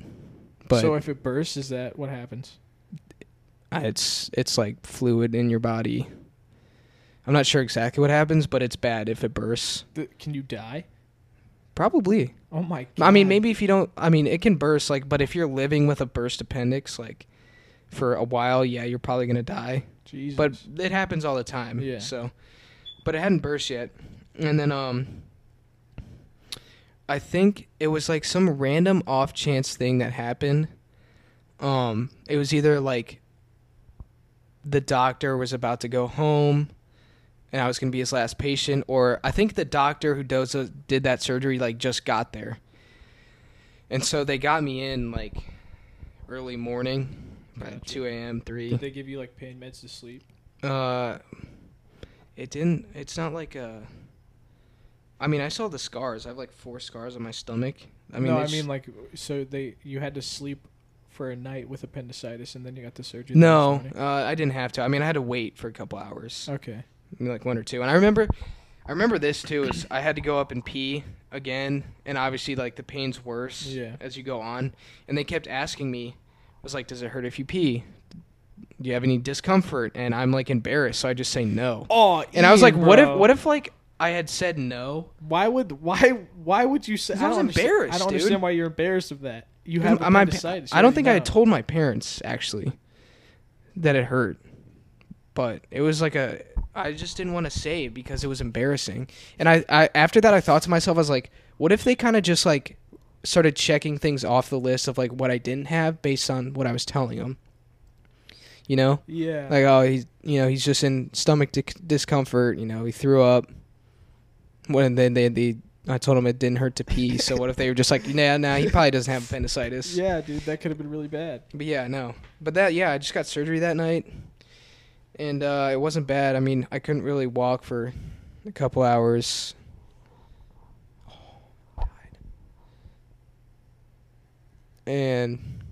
[SPEAKER 1] but
[SPEAKER 3] so if it bursts, is that what happens?
[SPEAKER 1] I- it's it's like fluid in your body. I'm not sure exactly what happens, but it's bad if it bursts.
[SPEAKER 3] Th- can you die?
[SPEAKER 1] Probably.
[SPEAKER 3] Oh my. god.
[SPEAKER 1] I mean, maybe if you don't. I mean, it can burst. Like, but if you're living with a burst appendix, like for a while, yeah, you're probably gonna die.
[SPEAKER 3] Jesus.
[SPEAKER 1] But it happens all the time.
[SPEAKER 3] Yeah.
[SPEAKER 1] So, but it hadn't burst yet, and then um, I think it was like some random off chance thing that happened. Um, it was either like the doctor was about to go home. And I was gonna be his last patient, or I think the doctor who does those- did that surgery like just got there, and so they got me in like early morning, about
[SPEAKER 3] Gotcha.
[SPEAKER 1] two a.m., three.
[SPEAKER 3] did they give you like pain meds to sleep?
[SPEAKER 1] Uh, it didn't. It's not like a. I mean, I saw the scars. I have like four scars on my stomach. I mean,
[SPEAKER 3] no,
[SPEAKER 1] they
[SPEAKER 3] I
[SPEAKER 1] s-
[SPEAKER 3] mean like so they you had to sleep for a night with appendicitis, and then you got the surgery. the next
[SPEAKER 1] no,
[SPEAKER 3] morning?
[SPEAKER 1] uh, I didn't have to. I mean, I had to wait for a couple hours,
[SPEAKER 3] Okay.
[SPEAKER 1] maybe like one or two. And I remember, I remember this too. Is I had to go up and pee again, and obviously, like the pain's worse
[SPEAKER 3] Yeah.
[SPEAKER 1] as you go on. And they kept asking me, was like, "Does it hurt if you pee? Do you have any discomfort?" And I'm like embarrassed, so I just say no.
[SPEAKER 3] Oh,
[SPEAKER 1] And I was like,
[SPEAKER 3] Ian,
[SPEAKER 1] "What if?
[SPEAKER 3] bro.
[SPEAKER 1] What if like I had said no?"
[SPEAKER 3] Why would why why would you say?
[SPEAKER 1] 'Cause I was
[SPEAKER 3] don't understand-
[SPEAKER 1] embarrassed,
[SPEAKER 3] I don't
[SPEAKER 1] dude.
[SPEAKER 3] understand why you're embarrassed of that. You
[SPEAKER 1] I
[SPEAKER 3] have
[SPEAKER 1] my pa-
[SPEAKER 3] appendicitis.
[SPEAKER 1] I don't think I had
[SPEAKER 3] know.
[SPEAKER 1] told my parents actually that it hurt, but it was like a. I just didn't want to say it because it was embarrassing. And I, I after that, I thought to myself, I was like, what if they kind of just like started checking things off the list of like what I didn't have based on what I was telling them. You know,
[SPEAKER 3] Yeah.
[SPEAKER 1] like oh he's you know he's just in stomach dic discomfort. You know he threw up. When then they, they I told him it didn't hurt to pee. so what if they were just like nah nah he probably doesn't have appendicitis.
[SPEAKER 3] yeah, dude, that could have been really bad.
[SPEAKER 1] But yeah, no. But that yeah, I just got surgery that night, and uh, it wasn't bad. I mean, I couldn't really walk for a couple hours. Oh, And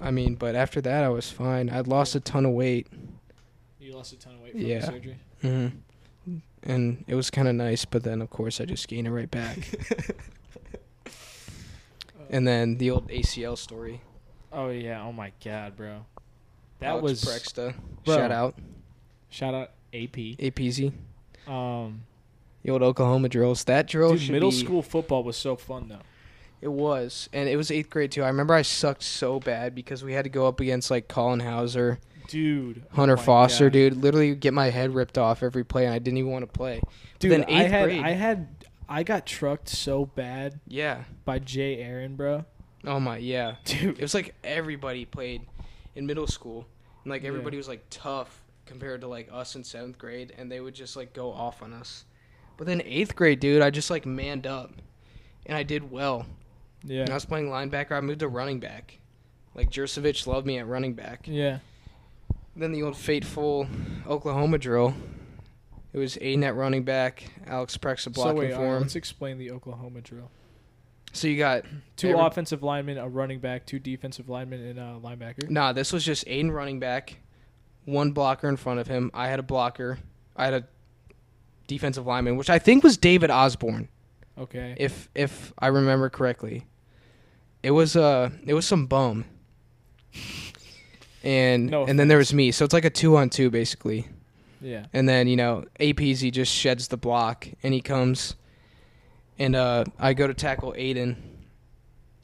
[SPEAKER 1] I mean, but after that, I was fine. I'd lost a ton of weight,
[SPEAKER 3] You lost a ton of weight
[SPEAKER 1] from the Yeah.
[SPEAKER 3] surgery.
[SPEAKER 1] hmm and it was kind of nice. But then, of course, I just gained it right back. and then the old ACL story.
[SPEAKER 3] Oh yeah. Oh my god, bro. That
[SPEAKER 1] Alex
[SPEAKER 3] was
[SPEAKER 1] Prexta.
[SPEAKER 3] Bro.
[SPEAKER 1] Shout out
[SPEAKER 3] shout out AP.
[SPEAKER 1] APZ.
[SPEAKER 3] Um,
[SPEAKER 1] The old Oklahoma drills. That drill
[SPEAKER 3] dude,
[SPEAKER 1] should
[SPEAKER 3] middle
[SPEAKER 1] be-
[SPEAKER 3] school football was so fun though.
[SPEAKER 1] It was, and it was eighth grade too. I remember I sucked so bad because we had to go up against like Colin Hauser,
[SPEAKER 3] Dude. oh
[SPEAKER 1] Hunter
[SPEAKER 3] my
[SPEAKER 1] Foster,
[SPEAKER 3] God.
[SPEAKER 1] dude. Literally get my head ripped off every play, and I didn't even want to play.
[SPEAKER 3] Dude,
[SPEAKER 1] then
[SPEAKER 3] I
[SPEAKER 1] eighth
[SPEAKER 3] had
[SPEAKER 1] grade.
[SPEAKER 3] I had I got trucked so bad
[SPEAKER 1] Yeah.
[SPEAKER 3] by Jay Aaron, bro.
[SPEAKER 1] Oh my. Yeah.
[SPEAKER 3] Dude,
[SPEAKER 1] It was like everybody played in middle school, and like
[SPEAKER 3] Yeah.
[SPEAKER 1] everybody was like tough compared to like us in seventh grade, and they would just like go off on us. But then eighth grade, dude, I just like manned up, and I did well.
[SPEAKER 3] yeah.
[SPEAKER 1] When I was playing linebacker, I moved to running back. Like Jurcevic loved me at running back.
[SPEAKER 3] Yeah.
[SPEAKER 1] Then the old fateful Oklahoma drill. It was A net running back, Alex Prexa
[SPEAKER 3] So
[SPEAKER 1] blocking
[SPEAKER 3] wait, all
[SPEAKER 1] for
[SPEAKER 3] right,
[SPEAKER 1] him.
[SPEAKER 3] let's explain the Oklahoma drill.
[SPEAKER 1] So you got
[SPEAKER 3] Two
[SPEAKER 1] Every-
[SPEAKER 3] offensive linemen, a running back, two defensive linemen, and a linebacker.
[SPEAKER 1] nah. This was just Aiden running back, one blocker in front of him. I had a blocker. I had a defensive lineman, which I think was David Osborne,
[SPEAKER 3] Okay.
[SPEAKER 1] if if I remember correctly. It was uh, it was some bum. and
[SPEAKER 3] No
[SPEAKER 1] and then there was me. So it's like a two on two basically.
[SPEAKER 3] Yeah.
[SPEAKER 1] And then you know APZ just sheds the block and he comes, and uh, I go to tackle Aiden,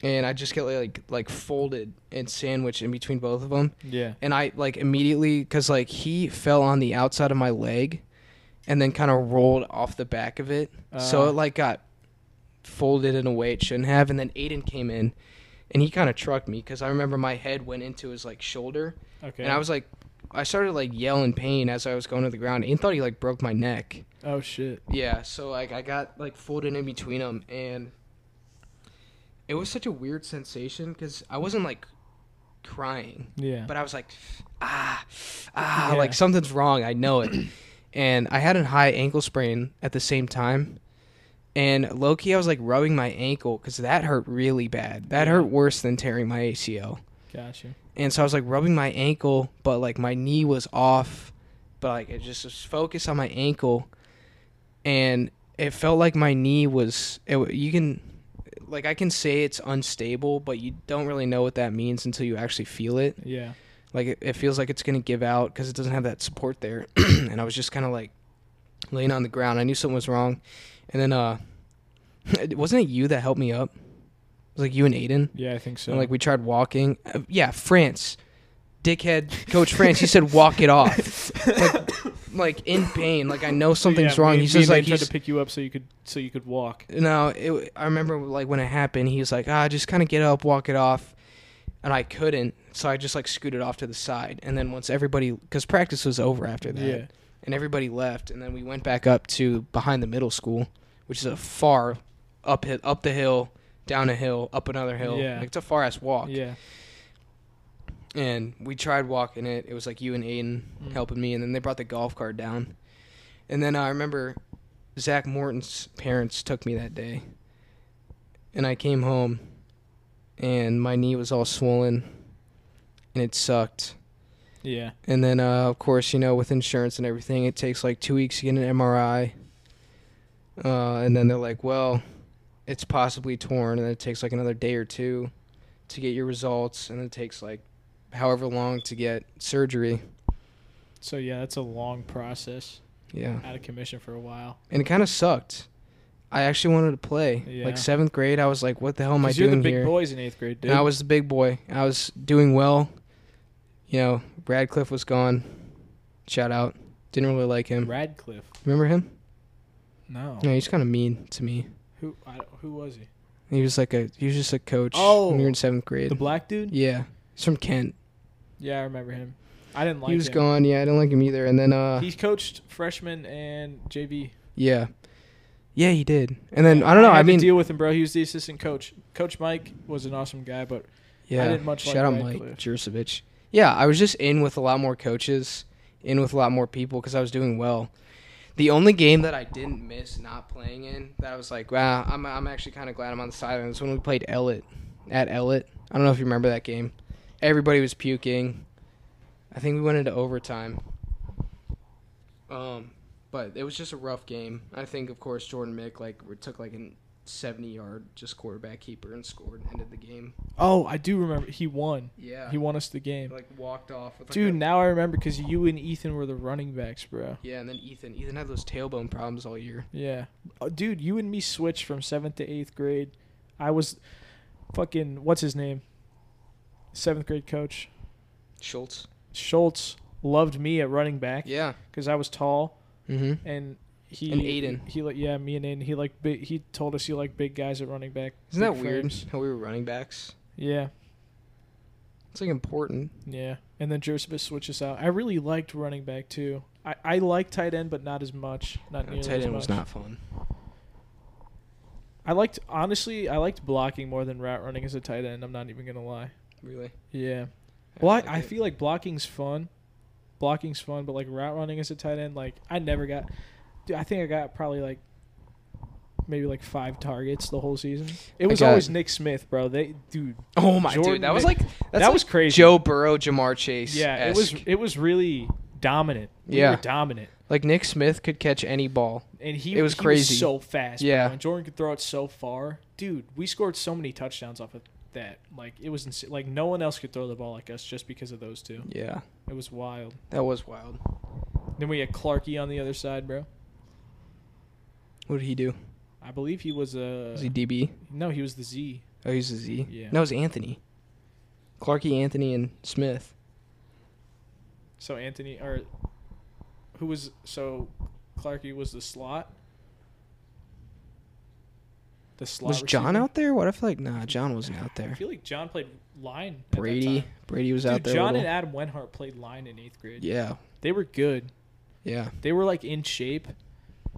[SPEAKER 1] and I just get like like folded and sandwiched in between both of them.
[SPEAKER 3] Yeah.
[SPEAKER 1] and I like immediately because like he fell on the outside of my leg, and then kind of rolled off the back of it, so
[SPEAKER 3] Uh.
[SPEAKER 1] it like got folded in a way it shouldn't have, and then Aiden came in, and he kind of trucked me because I remember my head went into his like shoulder,
[SPEAKER 3] Okay.
[SPEAKER 1] and I was like, I started like yelling pain as I was going to the ground. Aiden thought he like broke my neck.
[SPEAKER 3] oh shit.
[SPEAKER 1] Yeah, so like I got like folded in between them, and it was such a weird sensation because I wasn't like crying
[SPEAKER 3] Yeah.
[SPEAKER 1] but I was like, ah, ah,
[SPEAKER 3] Yeah.
[SPEAKER 1] like something's wrong. I know it. and I had a high ankle sprain at the same time. And low key, I was like rubbing my ankle because that hurt really bad. That hurt worse than tearing my ACL.
[SPEAKER 3] Gotcha.
[SPEAKER 1] And so I was like rubbing my ankle, but like my knee was off, but like it just was focused on my ankle. And it felt like my knee was, it, w- you can, like I can say it's unstable, but you don't really know what that means until you actually feel it
[SPEAKER 3] Yeah.
[SPEAKER 1] like it, it feels like it's gonna give out because it doesn't have that support there and i was just kind of like laying on the ground i knew something was wrong and then uh wasn't it you that helped me up it was like you and aiden
[SPEAKER 3] Yeah, I think so.
[SPEAKER 1] and like we tried walking uh, yeah france dickhead coach france he said walk it off like, like in pain like i know something's
[SPEAKER 3] Yeah,
[SPEAKER 1] wrong
[SPEAKER 3] me-
[SPEAKER 1] he's
[SPEAKER 3] me
[SPEAKER 1] just
[SPEAKER 3] and
[SPEAKER 1] like
[SPEAKER 3] Nate tried
[SPEAKER 1] he's
[SPEAKER 3] to pick you up so you could so you could walk.
[SPEAKER 1] no, it, I remember like when it happened, he was like, "Ah, just kind of get up, walk it off," and I couldn't, so I just like scooted off to the side. And then once everybody, because practice was over after that,
[SPEAKER 3] Yeah.
[SPEAKER 1] and everybody left, and then we went back up to behind the middle school, which is a far up hi- up the hill, down a hill, up another hill.
[SPEAKER 3] Yeah.
[SPEAKER 1] like, it's a far ass walk.
[SPEAKER 3] Yeah.
[SPEAKER 1] And we tried walking it. It was like you and Aiden
[SPEAKER 3] Mm.
[SPEAKER 1] helping me, and then they brought the golf cart down. And then I remember Zach Morton's parents took me that day, and I came home, and my knee was all swollen, and it sucked.
[SPEAKER 3] Yeah.
[SPEAKER 1] And then, uh, of course, you know, with insurance and everything, it takes like two weeks to get an MRI. Uh, and then they're like, well, it's possibly torn. And then it takes like another day or two to get your results. And it takes like however long to get surgery.
[SPEAKER 3] So yeah, that's a long process.
[SPEAKER 1] Yeah.
[SPEAKER 3] Out of commission for a while.
[SPEAKER 1] And it kind of sucked. I actually wanted to play.
[SPEAKER 3] Yeah.
[SPEAKER 1] Like seventh grade, I was like, what the hell am I
[SPEAKER 3] 'Cause you're the
[SPEAKER 1] doing
[SPEAKER 3] big
[SPEAKER 1] here?
[SPEAKER 3] boys in eighth grade, dude.
[SPEAKER 1] And I was the big boy. I was doing well. You know, Radcliffe was gone. Shout out. Didn't really like him.
[SPEAKER 3] Radcliffe.
[SPEAKER 1] Remember him?
[SPEAKER 3] No.
[SPEAKER 1] No, he's kind of mean to me.
[SPEAKER 3] Who I, who was he?
[SPEAKER 1] He was like a he was just a coach
[SPEAKER 3] Oh.
[SPEAKER 1] when we were in seventh grade.
[SPEAKER 3] The black dude?
[SPEAKER 1] yeah, he's from Kent.
[SPEAKER 3] Yeah, I remember him. I didn't like
[SPEAKER 1] he was
[SPEAKER 3] him.
[SPEAKER 1] gone. Yeah, I didn't like him either. And then uh,
[SPEAKER 3] He coached freshman and JV.
[SPEAKER 1] yeah, yeah, he did. And then I don't know. I,
[SPEAKER 3] had
[SPEAKER 1] mean,
[SPEAKER 3] to deal with him, bro. He was the assistant coach. Coach Mike was an awesome guy, but
[SPEAKER 1] yeah.
[SPEAKER 3] didn't much like
[SPEAKER 1] Shout out
[SPEAKER 3] Radcliffe.
[SPEAKER 1] Mike Jurcevic. Yeah, I was just in with a lot more coaches, in with a lot more people because I was doing well. The only game that I didn't miss not playing in that I was like, wow, I'm I'm actually kind of glad I'm on the sideline was when we played Ellet at Ellet. I don't know if you remember that game. Everybody was puking. I think we went into overtime. Um, but it was just a rough game. I think, of course, Jordan Mick like took like a 70 yard just quarterback keeper and scored and ended the game.
[SPEAKER 3] oh, I do remember he won.
[SPEAKER 1] Yeah,
[SPEAKER 3] He won us the game.
[SPEAKER 1] like walked off with like
[SPEAKER 3] Dude,
[SPEAKER 1] a-
[SPEAKER 3] now I remember because you and Ethan were the running backs, bro.
[SPEAKER 1] yeah, and then Ethan. Ethan had those tailbone problems all year.
[SPEAKER 3] Yeah. Oh, dude, you and me switched from seventh to eighth grade. I was fucking, what's his name? Seventh grade coach.
[SPEAKER 1] Schultz.
[SPEAKER 3] Schultz loved me at running back
[SPEAKER 1] Yeah.
[SPEAKER 3] because I was tall
[SPEAKER 1] Mm-hmm.
[SPEAKER 3] and he.
[SPEAKER 1] And Aiden.
[SPEAKER 3] He, like yeah, me and Aiden. He like big, he told us he liked big guys at running back.
[SPEAKER 1] Isn't that
[SPEAKER 3] big
[SPEAKER 1] weird?
[SPEAKER 3] frames.
[SPEAKER 1] How we were running backs.
[SPEAKER 3] Yeah.
[SPEAKER 1] It's like important.
[SPEAKER 3] Yeah, and then Joseph switches out. I really liked running back too. I, I like tight end, but not as much. Not
[SPEAKER 1] No,
[SPEAKER 3] nearly
[SPEAKER 1] Uh, tight
[SPEAKER 3] as
[SPEAKER 1] end
[SPEAKER 3] much.
[SPEAKER 1] was not fun.
[SPEAKER 3] I liked honestly. I liked blocking more than route running as a tight end. I'm not even gonna lie.
[SPEAKER 1] Really.
[SPEAKER 3] Yeah. Well, I,
[SPEAKER 1] like
[SPEAKER 3] I
[SPEAKER 1] it.
[SPEAKER 3] feel like blocking's fun. Blocking's fun, but like route running as a tight end, like I never got. Dude, I think I got probably like maybe like five targets the whole season. It
[SPEAKER 1] I
[SPEAKER 3] was
[SPEAKER 1] got-
[SPEAKER 3] always Nick Smith, bro. They dude,
[SPEAKER 1] Oh my
[SPEAKER 3] Jordan
[SPEAKER 1] dude, that was
[SPEAKER 3] Mick-
[SPEAKER 1] like
[SPEAKER 3] that
[SPEAKER 1] that's like
[SPEAKER 3] was crazy.
[SPEAKER 1] Joe Burrow, Jamar Chase.
[SPEAKER 3] yeah, it was it was really dominant. We
[SPEAKER 1] Yeah.
[SPEAKER 3] were dominant.
[SPEAKER 1] like Nick Smith could catch any ball.
[SPEAKER 3] and he
[SPEAKER 1] It was
[SPEAKER 3] he
[SPEAKER 1] crazy.
[SPEAKER 3] so fast.
[SPEAKER 1] Yeah.
[SPEAKER 3] bro. and Jordan could throw it so far, dude. We scored so many touchdowns off of that like it was ins- like no one else could throw the ball like us just because of those two.
[SPEAKER 1] Yeah,
[SPEAKER 3] It was wild.
[SPEAKER 1] that was wild.
[SPEAKER 3] Then we had Clarkey on the other side, bro.
[SPEAKER 1] What did he do?
[SPEAKER 3] I believe he was a
[SPEAKER 1] Was he DB?
[SPEAKER 3] no, he was the Z.
[SPEAKER 1] Oh, he's a Z.
[SPEAKER 3] Yeah.
[SPEAKER 1] No, it was Anthony. Clarky, Anthony, and Smith.
[SPEAKER 3] So Anthony or who was so Clarkey was the slot. The slot
[SPEAKER 1] was John
[SPEAKER 3] receiver?
[SPEAKER 1] out there? What I feel like nah, John wasn't out
[SPEAKER 3] I
[SPEAKER 1] there.
[SPEAKER 3] feel like John played line. at that
[SPEAKER 1] Brady,
[SPEAKER 3] time.
[SPEAKER 1] Brady was out
[SPEAKER 3] Dude,
[SPEAKER 1] there. a
[SPEAKER 3] John and
[SPEAKER 1] little.
[SPEAKER 3] Adam Wenhart played line in eighth grade.
[SPEAKER 1] yeah,
[SPEAKER 3] They were good.
[SPEAKER 1] yeah.
[SPEAKER 3] They were like in shape,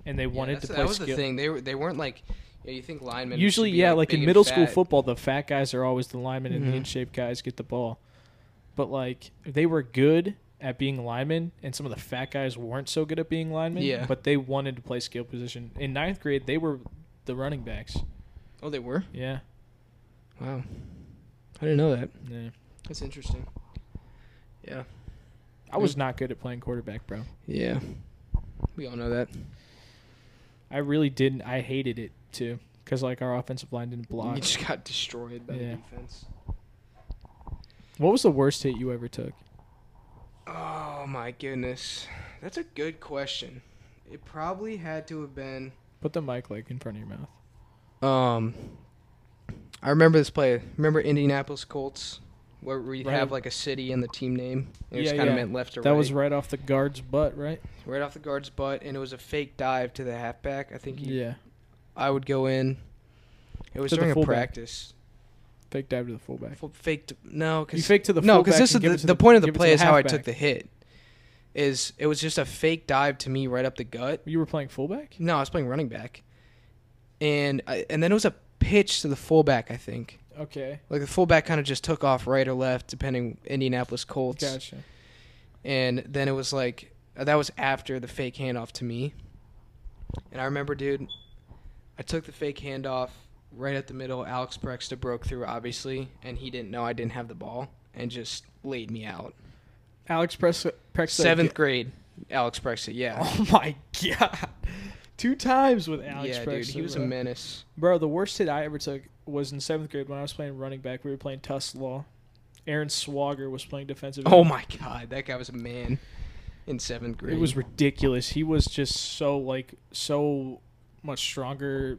[SPEAKER 3] and they wanted to play.
[SPEAKER 1] That was the
[SPEAKER 3] skill-
[SPEAKER 1] thing. They were they weren't like. Yeah, you think linemen
[SPEAKER 3] Usually, yeah, like, in middle school football, the fat guys are always the linemen and
[SPEAKER 1] Mhm.
[SPEAKER 3] the in shape guys get the ball. But like they were good at being linemen, and some of the fat guys weren't so good at being linemen.
[SPEAKER 1] Yeah.
[SPEAKER 3] But they wanted to play skill position. In ninth grade, they were the running backs.
[SPEAKER 1] Oh, they were.
[SPEAKER 3] Yeah.
[SPEAKER 1] Wow, I didn't know that.
[SPEAKER 3] yeah.
[SPEAKER 1] That's interesting. Yeah,
[SPEAKER 3] I was not good at playing quarterback, bro.
[SPEAKER 1] yeah. We all know that.
[SPEAKER 3] I really didn't. I hated it too, because like our offensive line didn't block.
[SPEAKER 1] You just got destroyed by
[SPEAKER 3] Yeah.
[SPEAKER 1] the defense.
[SPEAKER 3] What was the worst hit you ever took?
[SPEAKER 1] Oh my goodness, that's a good question. It probably had to have been.
[SPEAKER 3] Put the mic like in front of your mouth.
[SPEAKER 1] Um, I remember this play. Remember Indianapolis Colts, where we
[SPEAKER 3] Right.
[SPEAKER 1] have like a city and the team name. And it was
[SPEAKER 3] Yeah,
[SPEAKER 1] kind of
[SPEAKER 3] yeah.
[SPEAKER 1] meant left or
[SPEAKER 3] That
[SPEAKER 1] right.
[SPEAKER 3] was right off the guard's butt, right?
[SPEAKER 1] right off the guard's butt, and it was a fake dive to the halfback. I think he,
[SPEAKER 3] Yeah.
[SPEAKER 1] I would go in. It was
[SPEAKER 3] To the
[SPEAKER 1] during a
[SPEAKER 3] fullback.
[SPEAKER 1] practice.
[SPEAKER 3] Fake dive to the fullback.
[SPEAKER 1] F- faked no,
[SPEAKER 3] You
[SPEAKER 1] because
[SPEAKER 3] fake to the
[SPEAKER 1] no,
[SPEAKER 3] fullback
[SPEAKER 1] because this is
[SPEAKER 3] and
[SPEAKER 1] the,
[SPEAKER 3] give it
[SPEAKER 1] the,
[SPEAKER 3] to
[SPEAKER 1] point of the
[SPEAKER 3] give it to
[SPEAKER 1] play is how I took
[SPEAKER 3] halfback.
[SPEAKER 1] the hit. Is it was just a fake dive to me right up the gut.
[SPEAKER 3] You were playing fullback.
[SPEAKER 1] No, I was playing running back, and I, and then it was a pitch to the fullback. I think
[SPEAKER 3] Okay,
[SPEAKER 1] like the fullback kind of just took off right or left depending Indianapolis Colts.
[SPEAKER 3] gotcha.
[SPEAKER 1] and then it was like uh, that was after the fake handoff to me and i remember dude i took the fake handoff right at the middle alex prexta broke through obviously and he didn't know i didn't have the ball and just laid me out
[SPEAKER 3] Alex Prex. Prex
[SPEAKER 1] seventh grade alex prexta yeah
[SPEAKER 3] Oh my god! Two times with Alex.
[SPEAKER 1] yeah
[SPEAKER 3] Prex,
[SPEAKER 1] dude he was a
[SPEAKER 3] bro.
[SPEAKER 1] menace
[SPEAKER 3] Bro, the worst hit I ever took was in seventh grade when I was playing running back. We were playing Tuss Law. Aaron Swager was playing defensive.
[SPEAKER 1] oh
[SPEAKER 3] end.
[SPEAKER 1] my god that guy was a man in seventh grade
[SPEAKER 3] It was ridiculous. He was just so like so much stronger.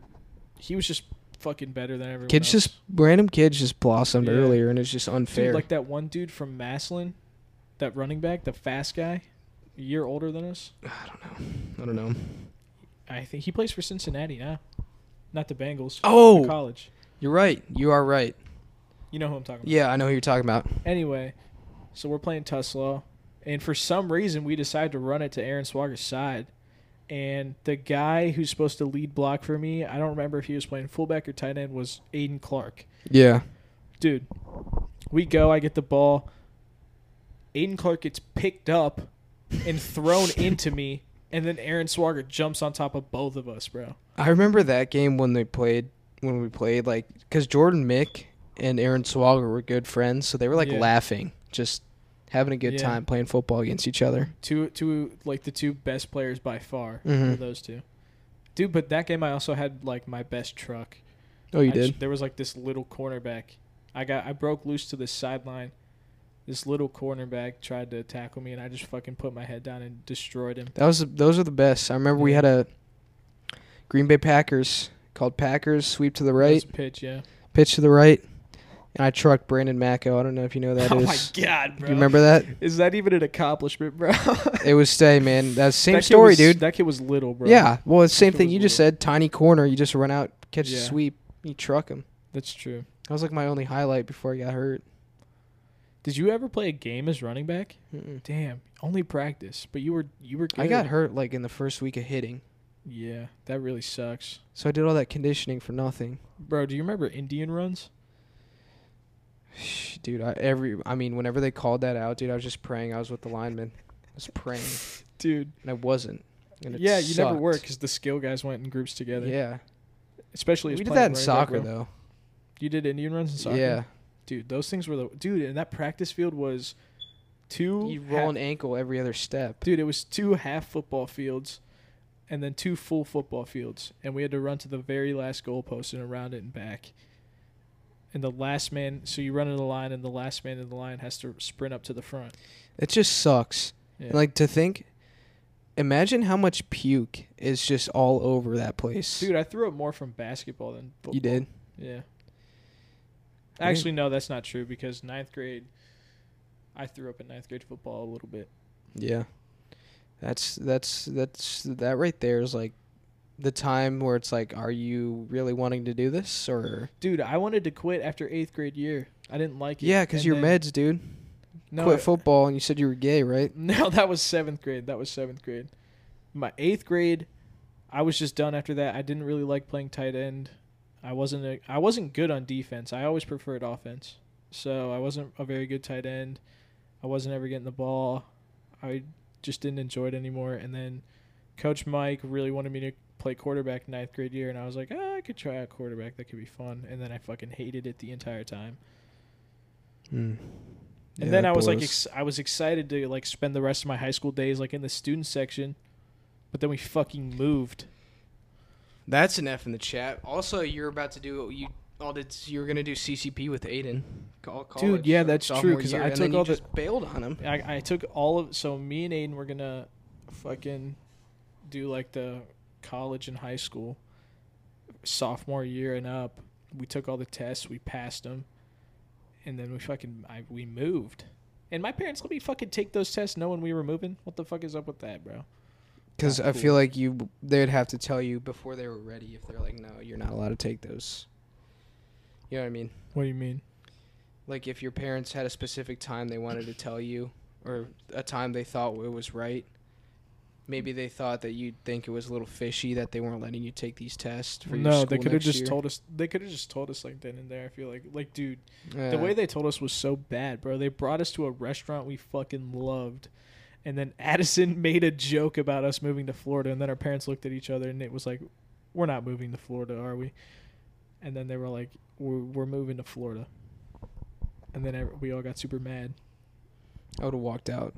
[SPEAKER 3] He was just fucking better than everyone.
[SPEAKER 1] kids
[SPEAKER 3] else.
[SPEAKER 1] just random kids just blossomed
[SPEAKER 3] Yeah.
[SPEAKER 1] earlier and it's just
[SPEAKER 3] Dude,
[SPEAKER 1] unfair
[SPEAKER 3] like that one dude from Maslin, that running back, the fast guy, a year older than us.
[SPEAKER 1] i don't know i don't know
[SPEAKER 3] I think he plays for Cincinnati now, not the Bengals.
[SPEAKER 1] Oh!
[SPEAKER 3] for college.
[SPEAKER 1] you're right you are right
[SPEAKER 3] You know who I'm talking about.
[SPEAKER 1] yeah i know who you're talking about
[SPEAKER 3] Anyway, so we're playing Tuslow, and for some reason we decide to run it to Aaron Swager's side, and the guy who's supposed to lead block for me, I don't remember if he was playing fullback or tight end, was Aiden Clark.
[SPEAKER 1] yeah
[SPEAKER 3] Dude, we go. I get the ball. Aiden Clark gets picked up and thrown into me, and then Aaron Swager jumps on top of both of us, bro.
[SPEAKER 1] I remember that game when they played when we played like because Jordan Mick and Aaron Swager were good friends, so they were like
[SPEAKER 3] Yeah.
[SPEAKER 1] laughing, just having a good
[SPEAKER 3] Yeah.
[SPEAKER 1] time playing football against each other.
[SPEAKER 3] two two like the two best players by far
[SPEAKER 1] Mhm.
[SPEAKER 3] were those two. Dude, but that game I also had like my best truck.
[SPEAKER 1] Oh, you
[SPEAKER 3] I
[SPEAKER 1] did?
[SPEAKER 3] j- there was like this little cornerback. I got I broke loose to the sideline. This little cornerback tried to tackle me, and I just fucking put my head down and destroyed him.
[SPEAKER 1] that was those are the best. I remember we had a Green Bay Packers called Packers sweep to the
[SPEAKER 3] That was
[SPEAKER 1] right,
[SPEAKER 3] a pitch, yeah.
[SPEAKER 1] pitch to the right, and I trucked Brandon Macko. I don't know if you know who that is.
[SPEAKER 3] oh my god,
[SPEAKER 1] Do
[SPEAKER 3] bro!
[SPEAKER 1] you remember that?
[SPEAKER 3] Is that even an accomplishment, bro?
[SPEAKER 1] It was stay, man. That's same
[SPEAKER 3] That kid
[SPEAKER 1] story,
[SPEAKER 3] was-
[SPEAKER 1] dude.
[SPEAKER 3] That kid was little, bro.
[SPEAKER 1] Yeah, well, it's same
[SPEAKER 3] Kid
[SPEAKER 1] thing
[SPEAKER 3] was
[SPEAKER 1] you just
[SPEAKER 3] little.
[SPEAKER 1] said. Tiny corner, you just run out, catch a
[SPEAKER 3] Yeah.
[SPEAKER 1] sweep, you truck him.
[SPEAKER 3] that's true.
[SPEAKER 1] That was like my only highlight before I got hurt.
[SPEAKER 3] Did you ever play a game as running back?
[SPEAKER 1] Mm-mm.
[SPEAKER 3] Damn, only practice, but you were you were. Good.
[SPEAKER 1] I got hurt like in the first week of hitting,
[SPEAKER 3] Yeah, that really sucks.
[SPEAKER 1] so I did all that conditioning for nothing.
[SPEAKER 3] Bro, do you remember Indian runs?
[SPEAKER 1] Dude, I every I mean, whenever they called that out, dude, I was just praying. I was with the lineman, I was praying,
[SPEAKER 3] Dude.
[SPEAKER 1] and I wasn't. And it
[SPEAKER 3] Yeah, you never
[SPEAKER 1] sucked.
[SPEAKER 3] were because the skill guys went in groups together.
[SPEAKER 1] Yeah,
[SPEAKER 3] Especially
[SPEAKER 1] we
[SPEAKER 3] as
[SPEAKER 1] did
[SPEAKER 3] playing
[SPEAKER 1] that in
[SPEAKER 3] running back,
[SPEAKER 1] soccer
[SPEAKER 3] bro.
[SPEAKER 1] though.
[SPEAKER 3] You did Indian runs in soccer?
[SPEAKER 1] Yeah,
[SPEAKER 3] Dude, those things were the. Dude, and that practice field was two.
[SPEAKER 1] you
[SPEAKER 3] ha-
[SPEAKER 1] roll an ankle every other step.
[SPEAKER 3] Dude, it was two half football fields and then two full football fields. And we had to run to the very last goalpost and around it and back. and the last man. So you run in the line, and the last man in the line has to sprint up to the front.
[SPEAKER 1] It just sucks.
[SPEAKER 3] Yeah.
[SPEAKER 1] Like to think, imagine how much puke is just all over that place.
[SPEAKER 3] dude, I threw up more from basketball than football.
[SPEAKER 1] you did.
[SPEAKER 3] Yeah.
[SPEAKER 1] I mean-
[SPEAKER 3] Actually, no, that's not true because ninth grade, I threw up in ninth grade football a little bit.
[SPEAKER 1] Yeah. That's that's that's that right there is like the time where it's like, are you really wanting to do this or
[SPEAKER 3] Dude, I wanted to quit after eighth grade year. I didn't like it.
[SPEAKER 1] yeah, because
[SPEAKER 3] And
[SPEAKER 1] you're
[SPEAKER 3] then-
[SPEAKER 1] meds, dude.
[SPEAKER 3] No,
[SPEAKER 1] Quit
[SPEAKER 3] I-
[SPEAKER 1] football, and you said you were gay, right?
[SPEAKER 3] No, that was seventh grade. That was seventh grade. My eighth grade, I was just done after that. I didn't really like playing tight end. I wasn't a, I wasn't good on defense. I always preferred offense. So I wasn't a very good tight end. I wasn't ever getting the ball. I just didn't enjoy it anymore. And then Coach Mike really wanted me to play quarterback ninth grade year, and I was like, ah, I could try out quarterback. That could be fun. And then I fucking hated it the entire time.
[SPEAKER 1] Mm.
[SPEAKER 3] And then I was like, ex- I was excited to like spend the rest of my high school days like in the student section, but then we fucking moved.
[SPEAKER 1] that's an F in the chat. Also, you're about to do you all did. You were gonna do CCP with Aiden. Call,
[SPEAKER 3] college, yeah, that's
[SPEAKER 1] uh,
[SPEAKER 3] true, sophomore 'cause year, I and took then you all the-
[SPEAKER 1] just bailed on him.
[SPEAKER 3] I, I took all of so me and Aiden were gonna fucking do like the college and high school sophomore year and up. We took all the tests, we passed them, and then we fucking I, we moved. And my parents let me fucking take those tests knowing we were moving. What the fuck is up with that, bro?
[SPEAKER 1] Because
[SPEAKER 3] Ah,
[SPEAKER 1] I
[SPEAKER 3] cool.
[SPEAKER 1] feel like you, they'd have to tell you before they were ready if they're like, no, you're not allowed to take those. You know what I mean?
[SPEAKER 3] What do you mean?
[SPEAKER 1] Like if your parents had a specific time they wanted to tell you, or a time they thought it was right. Maybe they thought that you'd think it was a little fishy that they weren't letting you take these tests for your
[SPEAKER 3] No, they
[SPEAKER 1] school
[SPEAKER 3] could have
[SPEAKER 1] next
[SPEAKER 3] just
[SPEAKER 1] year.
[SPEAKER 3] told us. They could have just told us like then and there. I feel like, like, dude,
[SPEAKER 1] Yeah.
[SPEAKER 3] the way they told us was so bad, bro. They brought us to a restaurant we fucking loved, and then Addison made a joke about us moving to Florida, and then our parents looked at each other and it was like, "We're not moving to Florida, are we?" And then they were like, "We're, we're moving to Florida," and then ev- we all got super mad.
[SPEAKER 1] I would have walked out.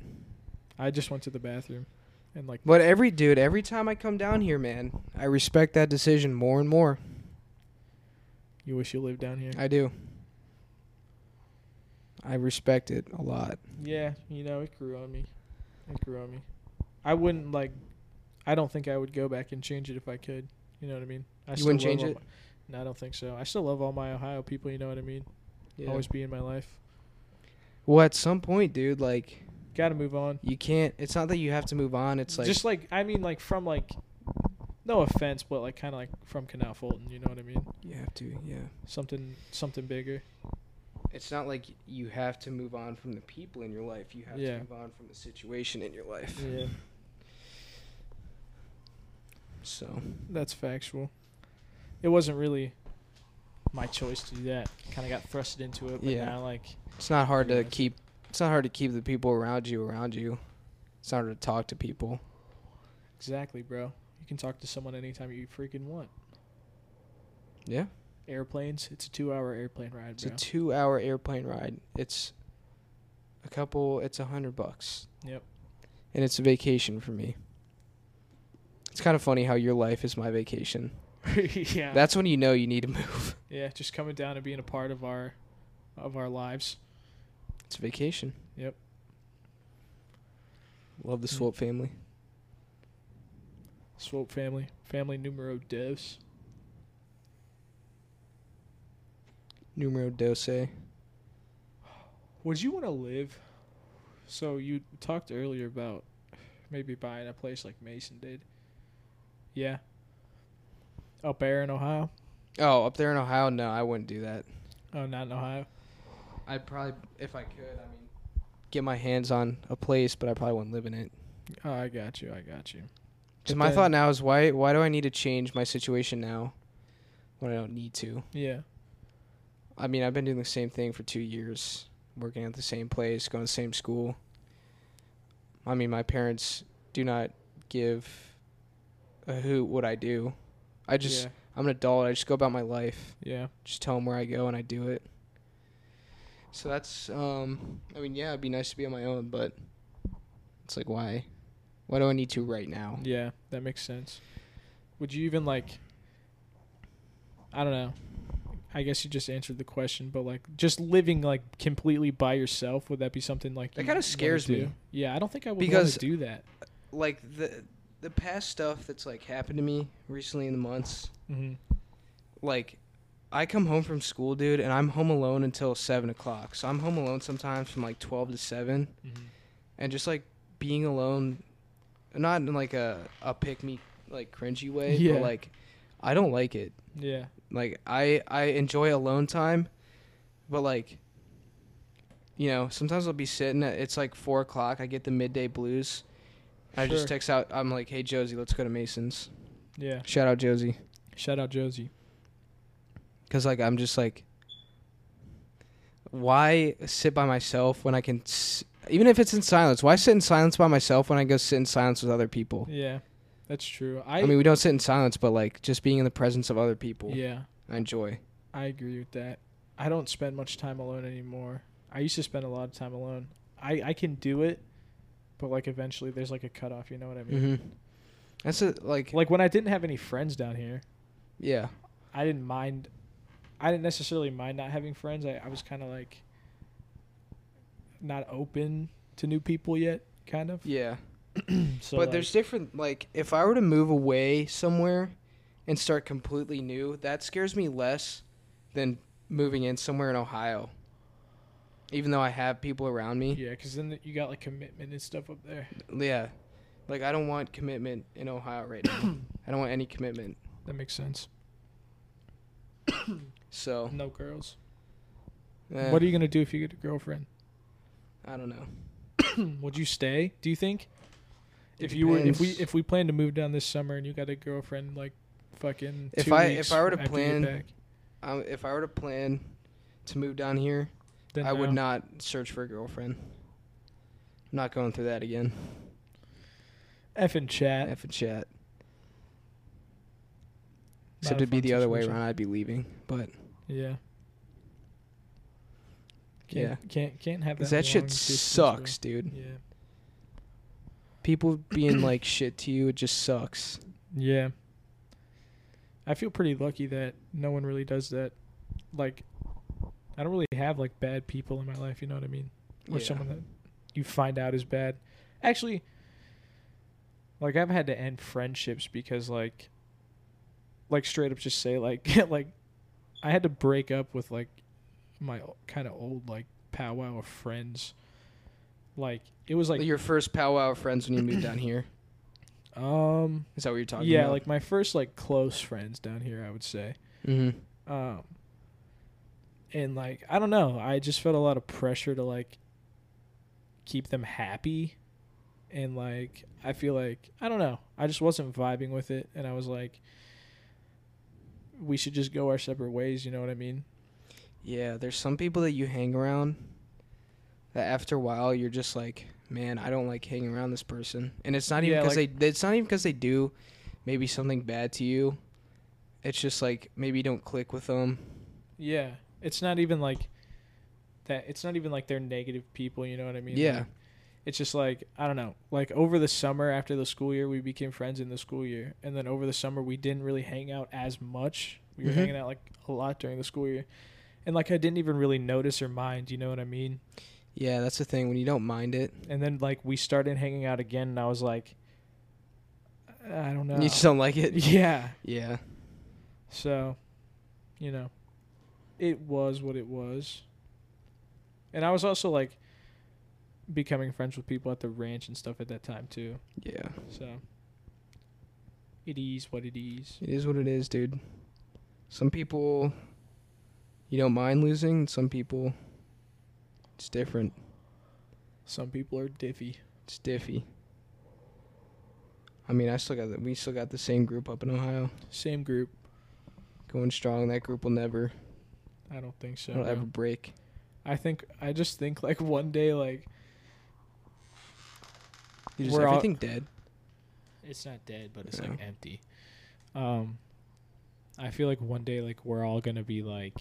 [SPEAKER 3] I just went to the bathroom, and like,
[SPEAKER 1] But every dude, every time I come down here, man, I respect that decision more and more.
[SPEAKER 3] you wish you lived down here.
[SPEAKER 1] I do. I respect it a lot.
[SPEAKER 3] Yeah, you know, it grew on me. It grew on me. I wouldn't like. I don't think I would go back and change it if I could. You know what I mean? I
[SPEAKER 1] You wouldn't
[SPEAKER 3] still love
[SPEAKER 1] change
[SPEAKER 3] all
[SPEAKER 1] it?
[SPEAKER 3] my- no, I don't think so. I still love all my Ohio people. You know what I mean?
[SPEAKER 1] Yeah.
[SPEAKER 3] Always be in my life.
[SPEAKER 1] Well, at some point, dude, like
[SPEAKER 3] Got to move on.
[SPEAKER 1] you can't. It's not that you have to move on. It's like
[SPEAKER 3] just like I mean, like from like. No offense, but like kind of like from Canal Fulton. You know what I mean?
[SPEAKER 1] you have to. Yeah.
[SPEAKER 3] Something something bigger.
[SPEAKER 1] It's not like you have to move on from the people in your life. You have
[SPEAKER 3] Yeah.
[SPEAKER 1] to move on from the situation in your life.
[SPEAKER 3] Yeah,
[SPEAKER 1] So
[SPEAKER 3] that's factual. It wasn't really my choice to do that. Kind of got thrusted into it, but
[SPEAKER 1] Yeah.
[SPEAKER 3] now like
[SPEAKER 1] it's not hard
[SPEAKER 3] Yeah.
[SPEAKER 1] to keep. It's not hard to keep the people around you around you. It's not hard to talk to people.
[SPEAKER 3] Exactly, bro. You can talk to someone anytime you freaking want.
[SPEAKER 1] Yeah.
[SPEAKER 3] Airplanes, it's a two hour airplane ride,
[SPEAKER 1] It's
[SPEAKER 3] bro.
[SPEAKER 1] a two-hour airplane ride. It's a couple. It's a hundred bucks.
[SPEAKER 3] Yep.
[SPEAKER 1] And it's a vacation for me. It's kind of funny how your life is my vacation.
[SPEAKER 3] yeah.
[SPEAKER 1] That's when you know you need to move.
[SPEAKER 3] yeah, just coming down and being a part of our of our lives.
[SPEAKER 1] It's a vacation.
[SPEAKER 3] Yep.
[SPEAKER 1] Love the
[SPEAKER 3] Mm.
[SPEAKER 1] Swope family.
[SPEAKER 3] Swope family. Family numero dos.
[SPEAKER 1] Numero doce.
[SPEAKER 3] Would you want to live? So you talked earlier about maybe buying a place like Mason did. Yeah. Up there in Ohio?
[SPEAKER 1] Oh, up there in Ohio? No, I wouldn't do that.
[SPEAKER 3] Oh, not in Ohio.
[SPEAKER 1] I'd probably, if I could, I mean, get my hands on a place, but I probably wouldn't live in it.
[SPEAKER 3] Oh, I got you. I got you.
[SPEAKER 1] So
[SPEAKER 3] But
[SPEAKER 1] my
[SPEAKER 3] then-
[SPEAKER 1] thought now is why why do I need to change my situation now when I don't need to?
[SPEAKER 3] Yeah.
[SPEAKER 1] I mean, I've been doing the same thing for two years, working at the same place, going to the same school. I mean, my parents do not give a hoot what I do. I just,
[SPEAKER 3] yeah.
[SPEAKER 1] I'm an adult. I just go about my life.
[SPEAKER 3] Yeah.
[SPEAKER 1] just tell them where I go and I do it. So that's um I mean yeah, it'd be nice to be on my own, but it's like why why do I need to right now?
[SPEAKER 3] Yeah, that makes sense. Would you even like? I don't know. I guess you just answered the question, but like just living like completely by yourself, would that be something like
[SPEAKER 1] That
[SPEAKER 3] you
[SPEAKER 1] kinda
[SPEAKER 3] wanna
[SPEAKER 1] scares
[SPEAKER 3] do?
[SPEAKER 1] me.
[SPEAKER 3] Yeah, I don't think I would
[SPEAKER 1] Because-
[SPEAKER 3] want to do that.
[SPEAKER 1] Like the the past stuff that's like happened to me recently in the months.
[SPEAKER 3] Mm-hmm.
[SPEAKER 1] Like, I come home from school, dude, and I'm home alone until seven o'clock. So I'm home alone sometimes from like twelve to seven,
[SPEAKER 3] Mm-hmm.
[SPEAKER 1] and just like being alone, not in like a a pick me like cringy way,
[SPEAKER 3] Yeah.
[SPEAKER 1] but like I don't like it.
[SPEAKER 3] Yeah,
[SPEAKER 1] Like I I enjoy alone time, but like you know sometimes I'll be sitting. At, it's like four o'clock. I get the midday blues. I
[SPEAKER 3] Sure.
[SPEAKER 1] just text out. I'm like, hey Josie, let's go to Mason's.
[SPEAKER 3] yeah.
[SPEAKER 1] Shout out Josie,
[SPEAKER 3] Shout out Josie.
[SPEAKER 1] because like I'm just like, why sit by myself when I can. S- even if it's in silence, why sit in silence by myself when I go sit in silence with other people?
[SPEAKER 3] Yeah, that's true. I,
[SPEAKER 1] I, mean, we don't sit in silence, but like just being in the presence of other people,
[SPEAKER 3] yeah,
[SPEAKER 1] I enjoy.
[SPEAKER 3] I agree with that. I don't spend much time alone anymore. I used to spend a lot of time alone. I I can do it, but like eventually there's like a cutoff. You know what I mean?
[SPEAKER 1] hmm That's a, like,
[SPEAKER 3] Like when I didn't have any friends down here,
[SPEAKER 1] yeah,
[SPEAKER 3] I didn't mind. I didn't necessarily mind not having friends. I, I was kind of like not open to new people yet, kind of.
[SPEAKER 1] yeah.
[SPEAKER 3] So
[SPEAKER 1] but
[SPEAKER 3] like,
[SPEAKER 1] there's different like if I were to move away somewhere and start completely new, that scares me less than moving in somewhere in Ohio. Even though I have people around me.
[SPEAKER 3] yeah, because then you got like commitment and stuff up there.
[SPEAKER 1] Yeah. Like I don't want commitment in Ohio right now. I don't want any commitment.
[SPEAKER 3] That makes sense.
[SPEAKER 1] So
[SPEAKER 3] No girls.
[SPEAKER 1] eh,
[SPEAKER 3] What are you gonna do if you get a girlfriend?
[SPEAKER 1] I don't know.
[SPEAKER 3] Would you stay? Do you think?
[SPEAKER 1] It
[SPEAKER 3] if you were, if we,
[SPEAKER 1] depends.
[SPEAKER 3] if we plan to move down this summer and you got a girlfriend, like fucking.
[SPEAKER 1] If
[SPEAKER 3] two
[SPEAKER 1] I-
[SPEAKER 3] weeks
[SPEAKER 1] if I were to
[SPEAKER 3] after you get
[SPEAKER 1] plan-
[SPEAKER 3] back,
[SPEAKER 1] I, if I were to plan to move down here,
[SPEAKER 3] then
[SPEAKER 1] I would
[SPEAKER 3] no.
[SPEAKER 1] not search for a girlfriend. I'm not going through that again.
[SPEAKER 3] F in chat.
[SPEAKER 1] F a chat.
[SPEAKER 3] Not a
[SPEAKER 1] Except it'd be
[SPEAKER 3] fun
[SPEAKER 1] the other way
[SPEAKER 3] situation.
[SPEAKER 1] around. I'd be leaving. But
[SPEAKER 3] Yeah. Can't,
[SPEAKER 1] Yeah.
[SPEAKER 3] Can't can't have that.
[SPEAKER 1] Cause that
[SPEAKER 3] long
[SPEAKER 1] shit
[SPEAKER 3] distance,
[SPEAKER 1] sucks,
[SPEAKER 3] bro.
[SPEAKER 1] dude.
[SPEAKER 3] Yeah.
[SPEAKER 1] People being like shit to you, it just sucks.
[SPEAKER 3] Yeah. I feel pretty lucky that no one really does that. Like, I don't really have like bad people in my life. You know what I mean? Or
[SPEAKER 1] Yeah.
[SPEAKER 3] someone that you find out is bad. Actually, like I've had to end friendships because like, like straight up just say like like, I had to break up with like my kind of old like powwow of friends. Like it was like
[SPEAKER 1] your first powwow of friends when you moved down here.
[SPEAKER 3] um
[SPEAKER 1] Is that what you're talking
[SPEAKER 3] yeah,
[SPEAKER 1] about?
[SPEAKER 3] like my first like close friends down here, I would say.
[SPEAKER 1] Mm-hmm.
[SPEAKER 3] Um and like I don't know, I just felt a lot of pressure to like keep them happy and like I feel like I don't know, I just wasn't vibing with it and I was like we should just go our separate ways, you know what I mean?
[SPEAKER 1] Yeah, there's some people that you hang around that after a while you're just like, man, I don't like hanging around this person, and it's not even
[SPEAKER 3] Yeah,
[SPEAKER 1] because they it's not even because they do maybe something bad to you. It's just like maybe you don't click with them.
[SPEAKER 3] Yeah. It's not even like that it's not even like they're negative people, you know what I mean?
[SPEAKER 1] Yeah.
[SPEAKER 3] Like, it's just like I don't know. Like over the summer after the school year we became friends in the school year. And then over the summer we didn't really hang out as much. We were
[SPEAKER 1] Mhm.
[SPEAKER 3] hanging out like a lot during the school year. And like I didn't even really notice or mind, you know what I mean?
[SPEAKER 1] Yeah, that's the thing. When you don't mind it,
[SPEAKER 3] And then like we started hanging out again and I was like I don't know.
[SPEAKER 1] you just don't like it.
[SPEAKER 3] yeah.
[SPEAKER 1] Yeah.
[SPEAKER 3] So, you know, it was what it was. And I was also like becoming friends with people at the ranch and stuff at that time too.
[SPEAKER 1] Yeah.
[SPEAKER 3] So it is what it is.
[SPEAKER 1] It is what it is, dude. Some people you don't mind losing, and some people it's different.
[SPEAKER 3] Some people are diffy.
[SPEAKER 1] It's diffy. I mean, I still got the, we still got the same group up in Ohio
[SPEAKER 3] Same group.
[SPEAKER 1] going strong. That group will never
[SPEAKER 3] I don't think so.
[SPEAKER 1] it'll
[SPEAKER 3] bro.
[SPEAKER 1] ever break.
[SPEAKER 3] I think I just think like one day like
[SPEAKER 1] Dude, is
[SPEAKER 3] We're all-
[SPEAKER 1] everything dead?
[SPEAKER 3] it's not dead, but
[SPEAKER 1] it's, like,
[SPEAKER 3] empty. Um I feel like one day like we're all going to be like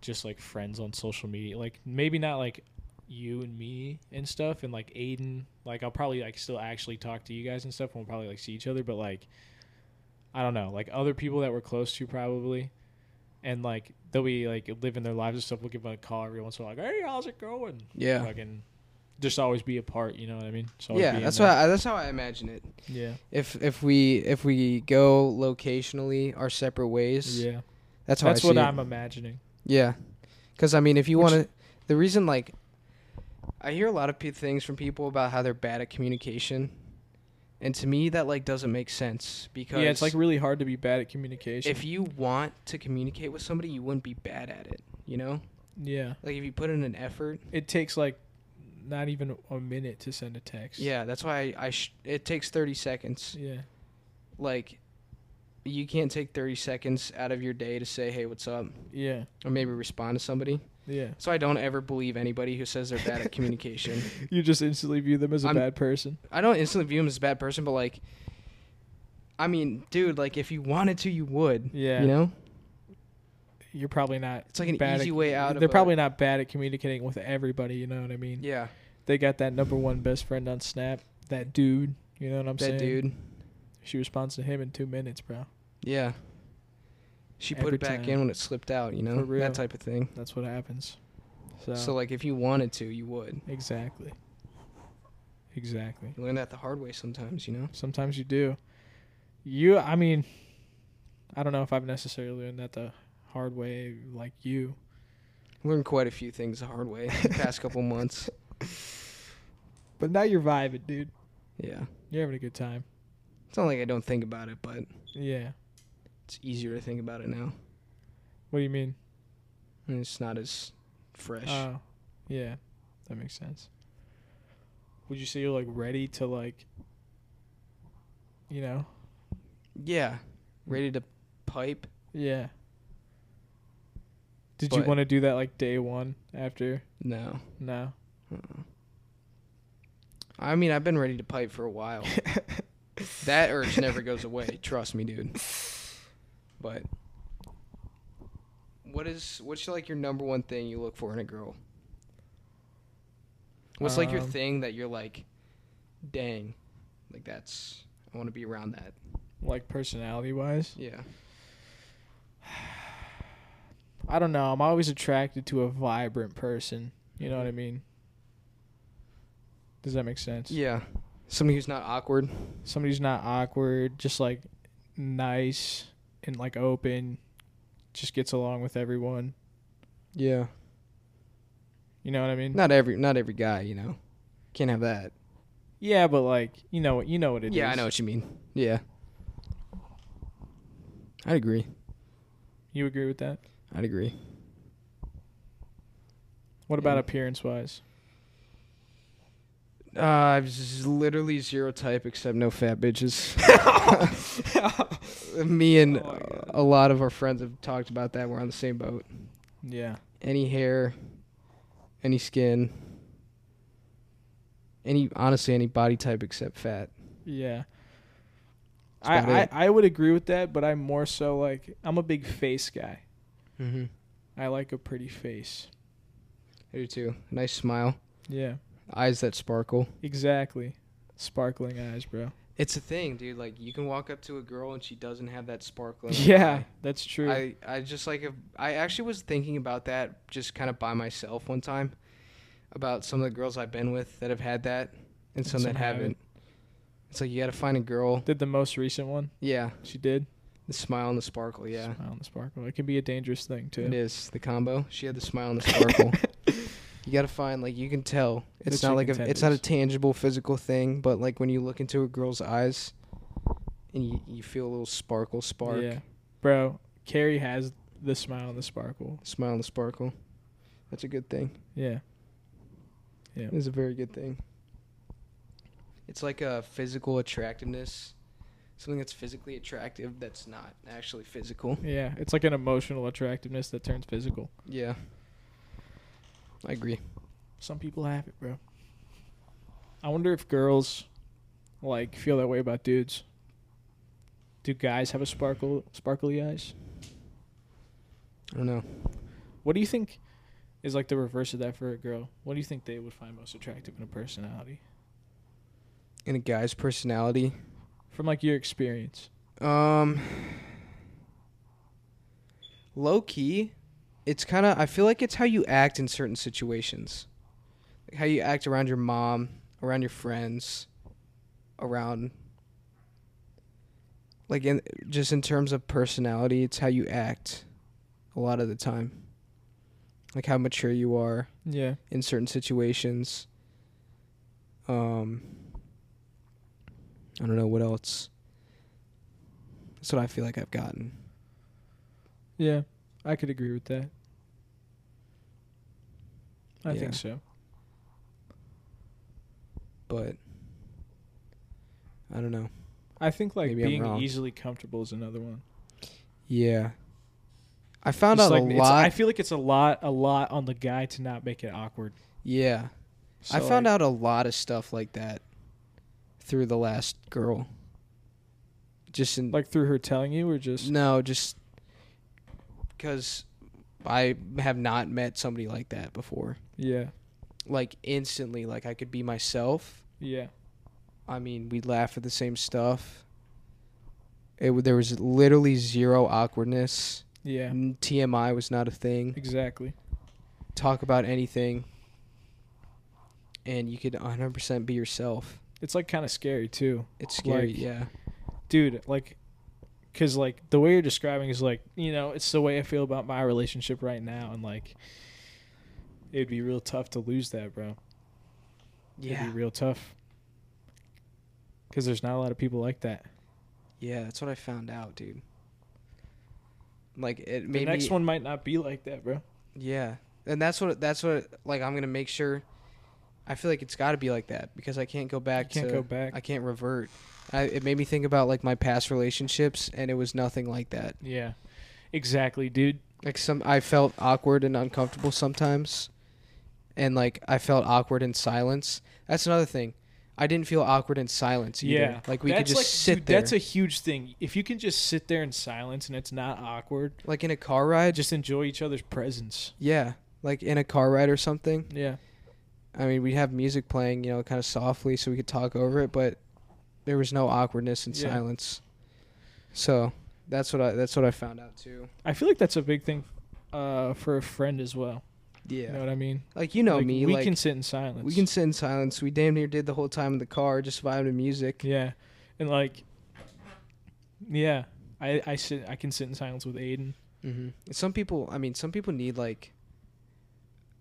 [SPEAKER 3] just like friends on social media. Like maybe not like you and me and stuff and like Aiden. Like I'll probably like still actually talk to you guys and stuff and we'll probably like see each other, but like I don't know, like other people that we're close to probably and like they'll be like living their lives and stuff. We'll give them a call every once in a while, like, hey, how's it going?
[SPEAKER 1] Yeah.
[SPEAKER 3] Fucking just always be apart. You know what I mean? Just always be
[SPEAKER 1] yeah,
[SPEAKER 3] in
[SPEAKER 1] that's
[SPEAKER 3] that.
[SPEAKER 1] what I, that's how I imagine it.
[SPEAKER 3] yeah,
[SPEAKER 1] If if we if we go locationally our separate ways,
[SPEAKER 3] yeah.
[SPEAKER 1] that's how
[SPEAKER 3] That's
[SPEAKER 1] I
[SPEAKER 3] what
[SPEAKER 1] see it.
[SPEAKER 3] I'm imagining.
[SPEAKER 1] Yeah, because I mean, if you
[SPEAKER 3] Which-
[SPEAKER 1] want to, the reason like I hear a lot of pe- things from people about how they're bad at communication, and to me that like doesn't make sense because
[SPEAKER 3] Yeah, it's like really hard to be bad at communication.
[SPEAKER 1] if you want to communicate with somebody, you wouldn't be bad at it. You know,
[SPEAKER 3] yeah,
[SPEAKER 1] like if you put in an effort.
[SPEAKER 3] it takes like not even a minute to send a text.
[SPEAKER 1] Yeah, that's why I, I sh- it takes thirty seconds.
[SPEAKER 3] yeah,
[SPEAKER 1] Like, you can't take thirty seconds out of your day to say, "Hey, what's up?"
[SPEAKER 3] yeah,
[SPEAKER 1] or maybe respond to somebody.
[SPEAKER 3] yeah.
[SPEAKER 1] So I don't ever believe anybody who says they're bad at communication.
[SPEAKER 3] You just instantly view them as a
[SPEAKER 1] I'm-
[SPEAKER 3] bad person.
[SPEAKER 1] I don't instantly view him as a bad person, but like, I mean, dude, like if you wanted to, you would.
[SPEAKER 3] Yeah.
[SPEAKER 1] You know,
[SPEAKER 3] You're probably not.
[SPEAKER 1] it's like an
[SPEAKER 3] bad
[SPEAKER 1] easy
[SPEAKER 3] at,
[SPEAKER 1] way out.
[SPEAKER 3] They're
[SPEAKER 1] of
[SPEAKER 3] probably not bad at communicating with everybody. You know what I
[SPEAKER 1] A,
[SPEAKER 3] mean?
[SPEAKER 1] yeah,
[SPEAKER 3] They got that number one best friend on Snap. That dude. You know what I'm
[SPEAKER 1] that
[SPEAKER 3] saying?
[SPEAKER 1] dude.
[SPEAKER 3] She responds to him in two minutes, bro.
[SPEAKER 1] Yeah. She put
[SPEAKER 3] Every
[SPEAKER 1] it back
[SPEAKER 3] time.
[SPEAKER 1] in when it slipped out. You know,
[SPEAKER 3] For real.
[SPEAKER 1] that type of thing.
[SPEAKER 3] That's what happens. So,
[SPEAKER 1] So like, if you wanted to, you would.
[SPEAKER 3] exactly. Exactly.
[SPEAKER 1] You learn that the hard way sometimes. You know.
[SPEAKER 3] Sometimes you do. You, I mean, I don't know if I've necessarily learned that the hard way like you.
[SPEAKER 1] Learned quite a few things the hard way the past couple months.
[SPEAKER 3] But now you're vibing, dude.
[SPEAKER 1] Yeah.
[SPEAKER 3] You're having a good time.
[SPEAKER 1] It's not like I don't think about it, but
[SPEAKER 3] Yeah.
[SPEAKER 1] it's easier to think about it now.
[SPEAKER 3] What do you mean?
[SPEAKER 1] And it's not as fresh.
[SPEAKER 3] Oh, yeah, that makes sense. Would you say you're like ready to like, you know,
[SPEAKER 1] yeah. Ready to pipe.
[SPEAKER 3] yeah? Did you
[SPEAKER 1] But-
[SPEAKER 3] want to do that like day one after?
[SPEAKER 1] No.
[SPEAKER 3] No.
[SPEAKER 1] I mean, I've been ready to pipe for a while. that urge never goes away. Trust me, dude. But what is what's like your number one thing you look for in a girl? What's like your
[SPEAKER 3] Um,
[SPEAKER 1] thing that you're like, dang, like that's I want to be around that.
[SPEAKER 3] Like personality wise,
[SPEAKER 1] Yeah.
[SPEAKER 3] I don't know. I'm always attracted to a vibrant person. You know what I mean? Does that make sense?
[SPEAKER 1] Yeah. Somebody who's not awkward.
[SPEAKER 3] Somebody who's not awkward, just like nice and like open, just gets along with everyone.
[SPEAKER 1] Yeah.
[SPEAKER 3] You know what I mean?
[SPEAKER 1] Not every not every guy, you know. Can't have that.
[SPEAKER 3] Yeah, but like you know what you know what it is.
[SPEAKER 1] yeah, I know what you mean. Yeah. I'd agree.
[SPEAKER 3] You agree with that?
[SPEAKER 1] I'd agree.
[SPEAKER 3] What about
[SPEAKER 1] Yeah.
[SPEAKER 3] appearance wise?
[SPEAKER 1] Uh, I've z- literally zero type except no fat bitches. Me and
[SPEAKER 3] Oh my
[SPEAKER 1] uh, a lot of our friends have talked about that. We're on the same boat.
[SPEAKER 3] Yeah.
[SPEAKER 1] Any hair, any skin, any honestly any body type except fat.
[SPEAKER 3] Yeah.
[SPEAKER 1] That's
[SPEAKER 3] I,
[SPEAKER 1] about
[SPEAKER 3] I,
[SPEAKER 1] it.
[SPEAKER 3] I would agree with that, but I'm more so like I'm a big face guy.
[SPEAKER 1] Mm-hmm.
[SPEAKER 3] I like a pretty face.
[SPEAKER 1] I do too. Nice smile,
[SPEAKER 3] Yeah.
[SPEAKER 1] eyes that sparkle.
[SPEAKER 3] Exactly. Sparkling eyes, bro.
[SPEAKER 1] It's a thing, dude. Like you can walk up to a girl and she doesn't have that sparkle. in her
[SPEAKER 3] Yeah,
[SPEAKER 1] eye.
[SPEAKER 3] that's true.
[SPEAKER 1] I, I just like if- I actually was thinking about that just kind of by myself one time about some of the girls I've been with that have had that and some, that
[SPEAKER 3] some
[SPEAKER 1] haven't.
[SPEAKER 3] haven't.
[SPEAKER 1] It's like you got to find a girl.
[SPEAKER 3] did the most recent one
[SPEAKER 1] Yeah,
[SPEAKER 3] she did?
[SPEAKER 1] the smile and the sparkle. Yeah,
[SPEAKER 3] Smile and the sparkle. It can be a dangerous thing too.
[SPEAKER 1] it is the combo. She had the smile and the sparkle. you got to find like you can tell it's
[SPEAKER 3] The
[SPEAKER 1] not like
[SPEAKER 3] chicken
[SPEAKER 1] a, it's not a
[SPEAKER 3] tenders.
[SPEAKER 1] tangible physical thing, but like when you look into a girl's eyes and you, you feel a little sparkle spark.
[SPEAKER 3] Yeah. Bro, Carrie has the smile and the sparkle.
[SPEAKER 1] Smile and the sparkle. That's a good thing.
[SPEAKER 3] Yeah.
[SPEAKER 1] It is a very good thing. It's like a physical attractiveness, something that's physically attractive that's not actually physical.
[SPEAKER 3] Yeah. It's like an emotional attractiveness that turns physical.
[SPEAKER 1] Yeah, I agree.
[SPEAKER 3] Some people have it, bro. I wonder if girls like feel that way about dudes. Do guys have a sparkle sparkly eyes?
[SPEAKER 1] I don't know.
[SPEAKER 3] What do you think is like the reverse of that for a girl? What do you think they would find most attractive in a personality?
[SPEAKER 1] In a guy's personality,
[SPEAKER 3] From like your experience.
[SPEAKER 1] um, low key, it's kind of I feel like it's how you act in certain situations, like how you act around your mom, around your friends, around like in just in terms of personality, it's how you act a lot of the time, like how mature you are
[SPEAKER 3] Yeah.
[SPEAKER 1] in certain situations. Um, I don't know what else. That's what I feel like I've gotten.
[SPEAKER 3] Yeah. I could agree with that. I
[SPEAKER 1] Yeah.
[SPEAKER 3] think so.
[SPEAKER 1] but I don't know.
[SPEAKER 3] I think like
[SPEAKER 1] Maybe I'm
[SPEAKER 3] being
[SPEAKER 1] wrong.
[SPEAKER 3] easily comfortable is another one.
[SPEAKER 1] Yeah, I found
[SPEAKER 3] It's
[SPEAKER 1] out
[SPEAKER 3] like-
[SPEAKER 1] a
[SPEAKER 3] it's-
[SPEAKER 1] lot.
[SPEAKER 3] I feel like it's a lot, a lot on the guy to not make it awkward.
[SPEAKER 1] yeah, I found out a lot of stuff like that through the last girl. Just in
[SPEAKER 3] like through her telling you, or just
[SPEAKER 1] no, just because I have not met somebody like that before.
[SPEAKER 3] yeah,
[SPEAKER 1] Like instantly, like I could be myself.
[SPEAKER 3] yeah,
[SPEAKER 1] I mean, we laugh at the same stuff. It w- there was literally zero awkwardness.
[SPEAKER 3] yeah,
[SPEAKER 1] N- TMI was not a thing.
[SPEAKER 3] exactly.
[SPEAKER 1] talk about anything and you could 100% be yourself.
[SPEAKER 3] It's like kind of scary too,
[SPEAKER 1] It's scary,
[SPEAKER 3] Like-
[SPEAKER 1] yeah.
[SPEAKER 3] dude. Like, cause like the way you're describing is like you know it's the way I feel about my relationship right now, and like it'd be real tough to lose that, bro. it'd be real tough. Cause there's not a lot of people like that.
[SPEAKER 1] Yeah, that's what I found out, dude. Like it
[SPEAKER 3] The
[SPEAKER 1] made
[SPEAKER 3] next
[SPEAKER 1] me
[SPEAKER 3] one might not be like that, bro.
[SPEAKER 1] yeah. And that's what that's what like I'm going to make sure I feel like it's got to be like that because I can't go
[SPEAKER 3] I
[SPEAKER 1] back
[SPEAKER 3] can't
[SPEAKER 1] to
[SPEAKER 3] go back.
[SPEAKER 1] I can't revert. I, it made me think about like my past relationships and it was nothing like that.
[SPEAKER 3] yeah, exactly, dude.
[SPEAKER 1] like some I felt awkward and uncomfortable sometimes and like I felt awkward in silence. That's another thing. I didn't feel awkward in silence either.
[SPEAKER 3] Yeah,
[SPEAKER 1] Like we could
[SPEAKER 3] That's
[SPEAKER 1] just
[SPEAKER 3] like-
[SPEAKER 1] sit
[SPEAKER 3] dude,
[SPEAKER 1] there.
[SPEAKER 3] That's a huge thing. If you can just sit there in silence and it's not awkward,
[SPEAKER 1] like in a car ride.
[SPEAKER 3] just enjoy each other's presence.
[SPEAKER 1] yeah. Like in a car ride or something.
[SPEAKER 3] Yeah,
[SPEAKER 1] I mean, we'd have music playing, you know, kind of softly so we could talk over it, but there was no awkwardness in
[SPEAKER 3] Yeah.
[SPEAKER 1] silence. So, that's what I that's what I found out too.
[SPEAKER 3] I feel like that's a big thing uh, for a friend as well.
[SPEAKER 1] Yeah.
[SPEAKER 3] You know what I mean?
[SPEAKER 1] Like you know
[SPEAKER 3] Like,
[SPEAKER 1] me,
[SPEAKER 3] We
[SPEAKER 1] like
[SPEAKER 3] can sit in silence.
[SPEAKER 1] we can sit in silence. We damn near did the whole time in the car just vibing to music.
[SPEAKER 3] Yeah, and like, yeah, I I sit I can sit in silence with Aiden.
[SPEAKER 1] Mm-hmm. Some people, I mean, some people need like.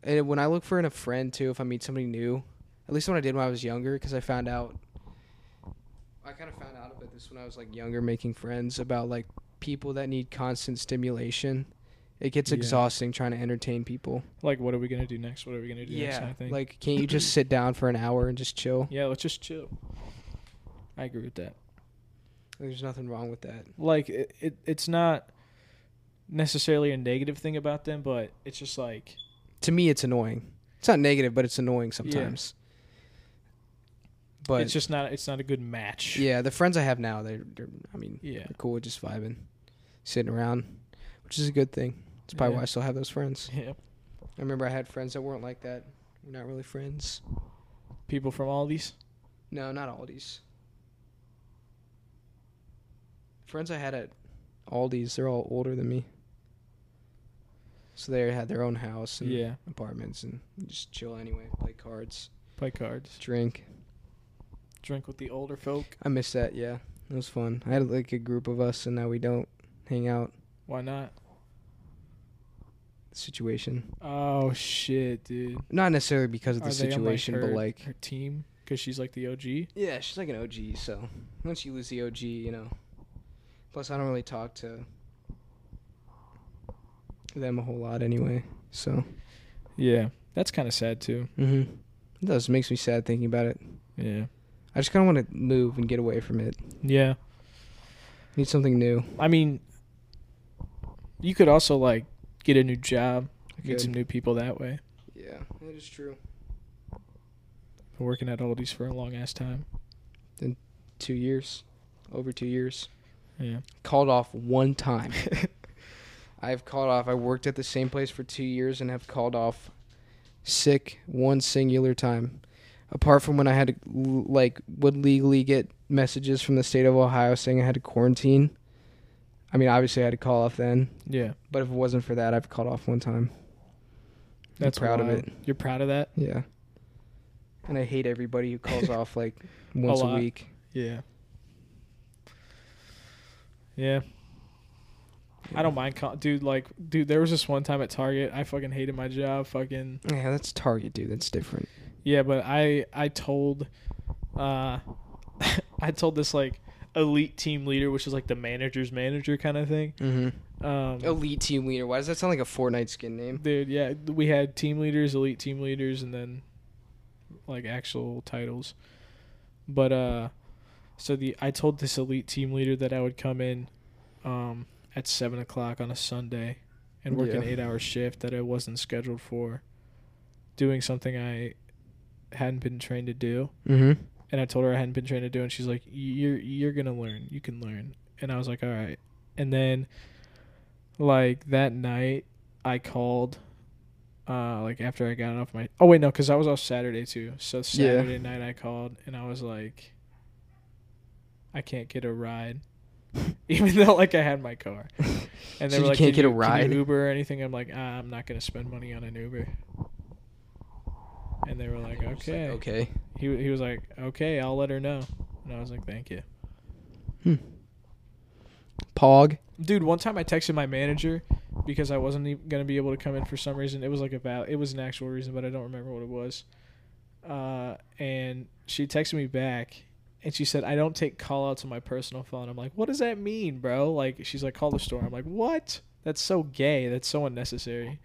[SPEAKER 1] And when I look for in a friend too, if I meet somebody new, at least when I did when I was younger, because I found out. I kind of found out about this when I was like younger, making friends about like people that need constant stimulation. It gets
[SPEAKER 3] Yeah.
[SPEAKER 1] exhausting trying to entertain people.
[SPEAKER 3] Like, what are we gonna do next? What are we gonna do next? kind of thing.
[SPEAKER 1] like can't you just sit down for an hour and just chill?
[SPEAKER 3] yeah, let's just chill. I agree with that.
[SPEAKER 1] There's nothing wrong with that.
[SPEAKER 3] like it, it it's not necessarily a negative thing about them but it's just like
[SPEAKER 1] To me, it's annoying. It's not negative, but it's annoying sometimes. But
[SPEAKER 3] it's just not it's not a good match
[SPEAKER 1] yeah, the friends I have now, they're, they're I mean,
[SPEAKER 3] yeah
[SPEAKER 1] They're cool with just vibing, sitting around, which is a good thing. That's probably
[SPEAKER 3] Yeah.
[SPEAKER 1] why I still have those friends.
[SPEAKER 3] yeah
[SPEAKER 1] I remember I had friends that weren't like that. We're not really friends.
[SPEAKER 3] people from all these
[SPEAKER 1] No, not Aldi's. Friends I had at Aldi's, they're all older than me. So they had their own house and
[SPEAKER 3] yeah
[SPEAKER 1] apartments and just chill anyway, play cards,
[SPEAKER 3] play cards
[SPEAKER 1] drink.
[SPEAKER 3] drink with the older folk
[SPEAKER 1] I miss that, yeah. It was fun. I had like a group of us and now we don't hang out.
[SPEAKER 3] why not
[SPEAKER 1] Situation.
[SPEAKER 3] oh shit dude
[SPEAKER 1] Not necessarily because of the
[SPEAKER 3] Are they on,
[SPEAKER 1] situation,
[SPEAKER 3] her,
[SPEAKER 1] but like
[SPEAKER 3] her team because she's like the og
[SPEAKER 1] Yeah, she's like an OG, so once you lose the OG, you know. Plus, I don't really talk to them a whole lot anyway, so.
[SPEAKER 3] yeah that's kind of sad too
[SPEAKER 1] hmm It does. makes me sad thinking about it.
[SPEAKER 3] yeah
[SPEAKER 1] I just kind of want to move and get away from it.
[SPEAKER 3] yeah
[SPEAKER 1] Need something new.
[SPEAKER 3] i mean you could also like get a new job
[SPEAKER 1] I
[SPEAKER 3] get
[SPEAKER 1] could.
[SPEAKER 3] some new people that way
[SPEAKER 1] Yeah, that is true.
[SPEAKER 3] Been working at oldies for a long ass time
[SPEAKER 1] Two years. Over two years.
[SPEAKER 3] yeah
[SPEAKER 1] Called off one time. I've called off. I worked at the same place for two years and have called off sick one singular time. Apart from when I had to, l- like, would legally get messages from the state of Ohio saying I had to quarantine, I mean, obviously I had to call off then,
[SPEAKER 3] Yeah,
[SPEAKER 1] but if it wasn't for that, I've called off one time.
[SPEAKER 3] that's
[SPEAKER 1] I'm proud
[SPEAKER 3] wild.
[SPEAKER 1] of it.
[SPEAKER 3] You're proud of that.
[SPEAKER 1] Yeah. And I hate everybody who calls off like once a,
[SPEAKER 3] lot.
[SPEAKER 1] week.
[SPEAKER 3] Yeah. Yeah. I don't mind, call- dude. Like, dude, there was this one time at Target. I fucking hated my job. Fucking
[SPEAKER 1] Yeah, that's Target, dude. That's different.
[SPEAKER 3] Yeah, but I I told uh I told this like elite team leader, which is like the manager's manager kind of thing.
[SPEAKER 1] Mm-hmm.
[SPEAKER 3] Um
[SPEAKER 1] Elite team leader. Why does that sound like a Fortnite skin name?
[SPEAKER 3] dude, yeah, we had team leaders, elite team leaders and then like actual titles. But uh so the I told this elite team leader that I would come in um at seven o'clock on a Sunday and work an
[SPEAKER 1] Yeah.
[SPEAKER 3] eight hour shift that I wasn't scheduled for doing something I hadn't been trained to do.
[SPEAKER 1] Mm-hmm.
[SPEAKER 3] and I told her I hadn't been trained to do, it, and she's like, "You're you're gonna learn. You can learn." And I was like, "All right." And then, like that night, I called, uh, like after I got off my. Oh wait, no, because I was off Saturday too. So Saturday night, I called and I was like, "I can't get a ride," even though like I had my car. And they
[SPEAKER 1] So
[SPEAKER 3] were
[SPEAKER 1] you
[SPEAKER 3] like,
[SPEAKER 1] can't
[SPEAKER 3] "Can
[SPEAKER 1] get a
[SPEAKER 3] you- can you
[SPEAKER 1] ride?"
[SPEAKER 3] Uber or anything?" I'm like, ah, "I'm not gonna spend money on an Uber." And they were like, "Okay."
[SPEAKER 1] okay.
[SPEAKER 3] He he was like, "Okay, I'll let her know," and I was like, "Thank you,
[SPEAKER 1] Hmm. Pog.
[SPEAKER 3] dude." One time I texted my manager because I wasn't even gonna be able to come in for some reason. It was like about it was an actual reason, but I don't remember what it was. Uh, and she texted me back, and she said, "I don't take call outs on my personal phone." I'm like, "What does that mean, bro?" Like, she's like, "Call the store." I'm like, "What? That's so gay. That's so unnecessary.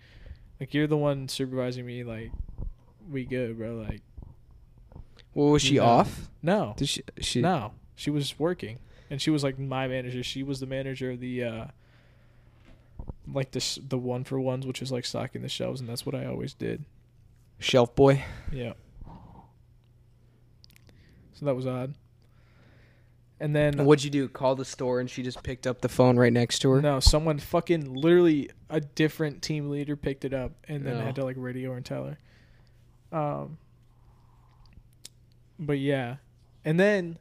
[SPEAKER 3] Like, you're the one supervising me. Like, we good, bro? Like,
[SPEAKER 1] Well, was she
[SPEAKER 3] No.
[SPEAKER 1] off?
[SPEAKER 3] no."
[SPEAKER 1] Did she? she
[SPEAKER 3] No, she was working, and she was like my manager. She was the manager of the, uh, like the s- the one for ones, which is like stocking the shelves, and that's what I always did.
[SPEAKER 1] Shelf boy.
[SPEAKER 3] Yeah. So that was odd. And then
[SPEAKER 1] And what'd you do? Call the store, and she just picked up the phone right next to her.
[SPEAKER 3] no, someone fucking literally a different team leader picked it up and then
[SPEAKER 1] No.
[SPEAKER 3] had to like radio her and tell her. Um but yeah. And then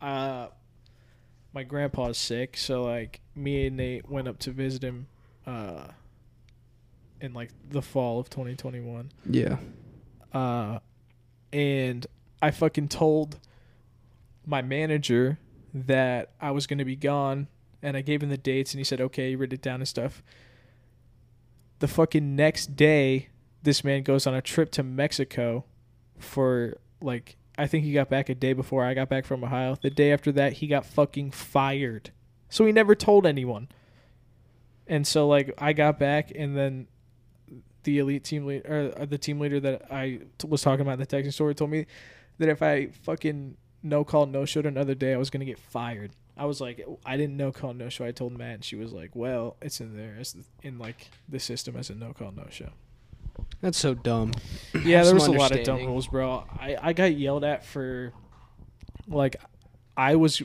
[SPEAKER 3] uh my grandpa's sick, so like me and Nate went up to visit him uh in like the fall of 2021
[SPEAKER 1] Yeah.
[SPEAKER 3] uh, and I fucking told my manager that I was going to be gone, and I gave him the dates, and he said, "Okay, you wrote it down and stuff." The fucking next day, this man goes on a trip to Mexico for like I think he got back a day before I got back from Ohio. The day after that, he got fucking fired. So he never told anyone. And so like I got back and then the elite team leader or uh, the team leader that I t- was talking about in the texting story told me that if I fucking no call no show another day, I was gonna get fired. I was like, I didn't no call no show. I told Matt, and she was like, "Well, it's in there, it's in like the system as a no call no show."
[SPEAKER 1] That's so dumb.
[SPEAKER 3] yeah,
[SPEAKER 1] Have
[SPEAKER 3] there was a
[SPEAKER 1] some
[SPEAKER 3] lot of dumb
[SPEAKER 1] understanding.
[SPEAKER 3] rules, bro. I, I got yelled at for like I was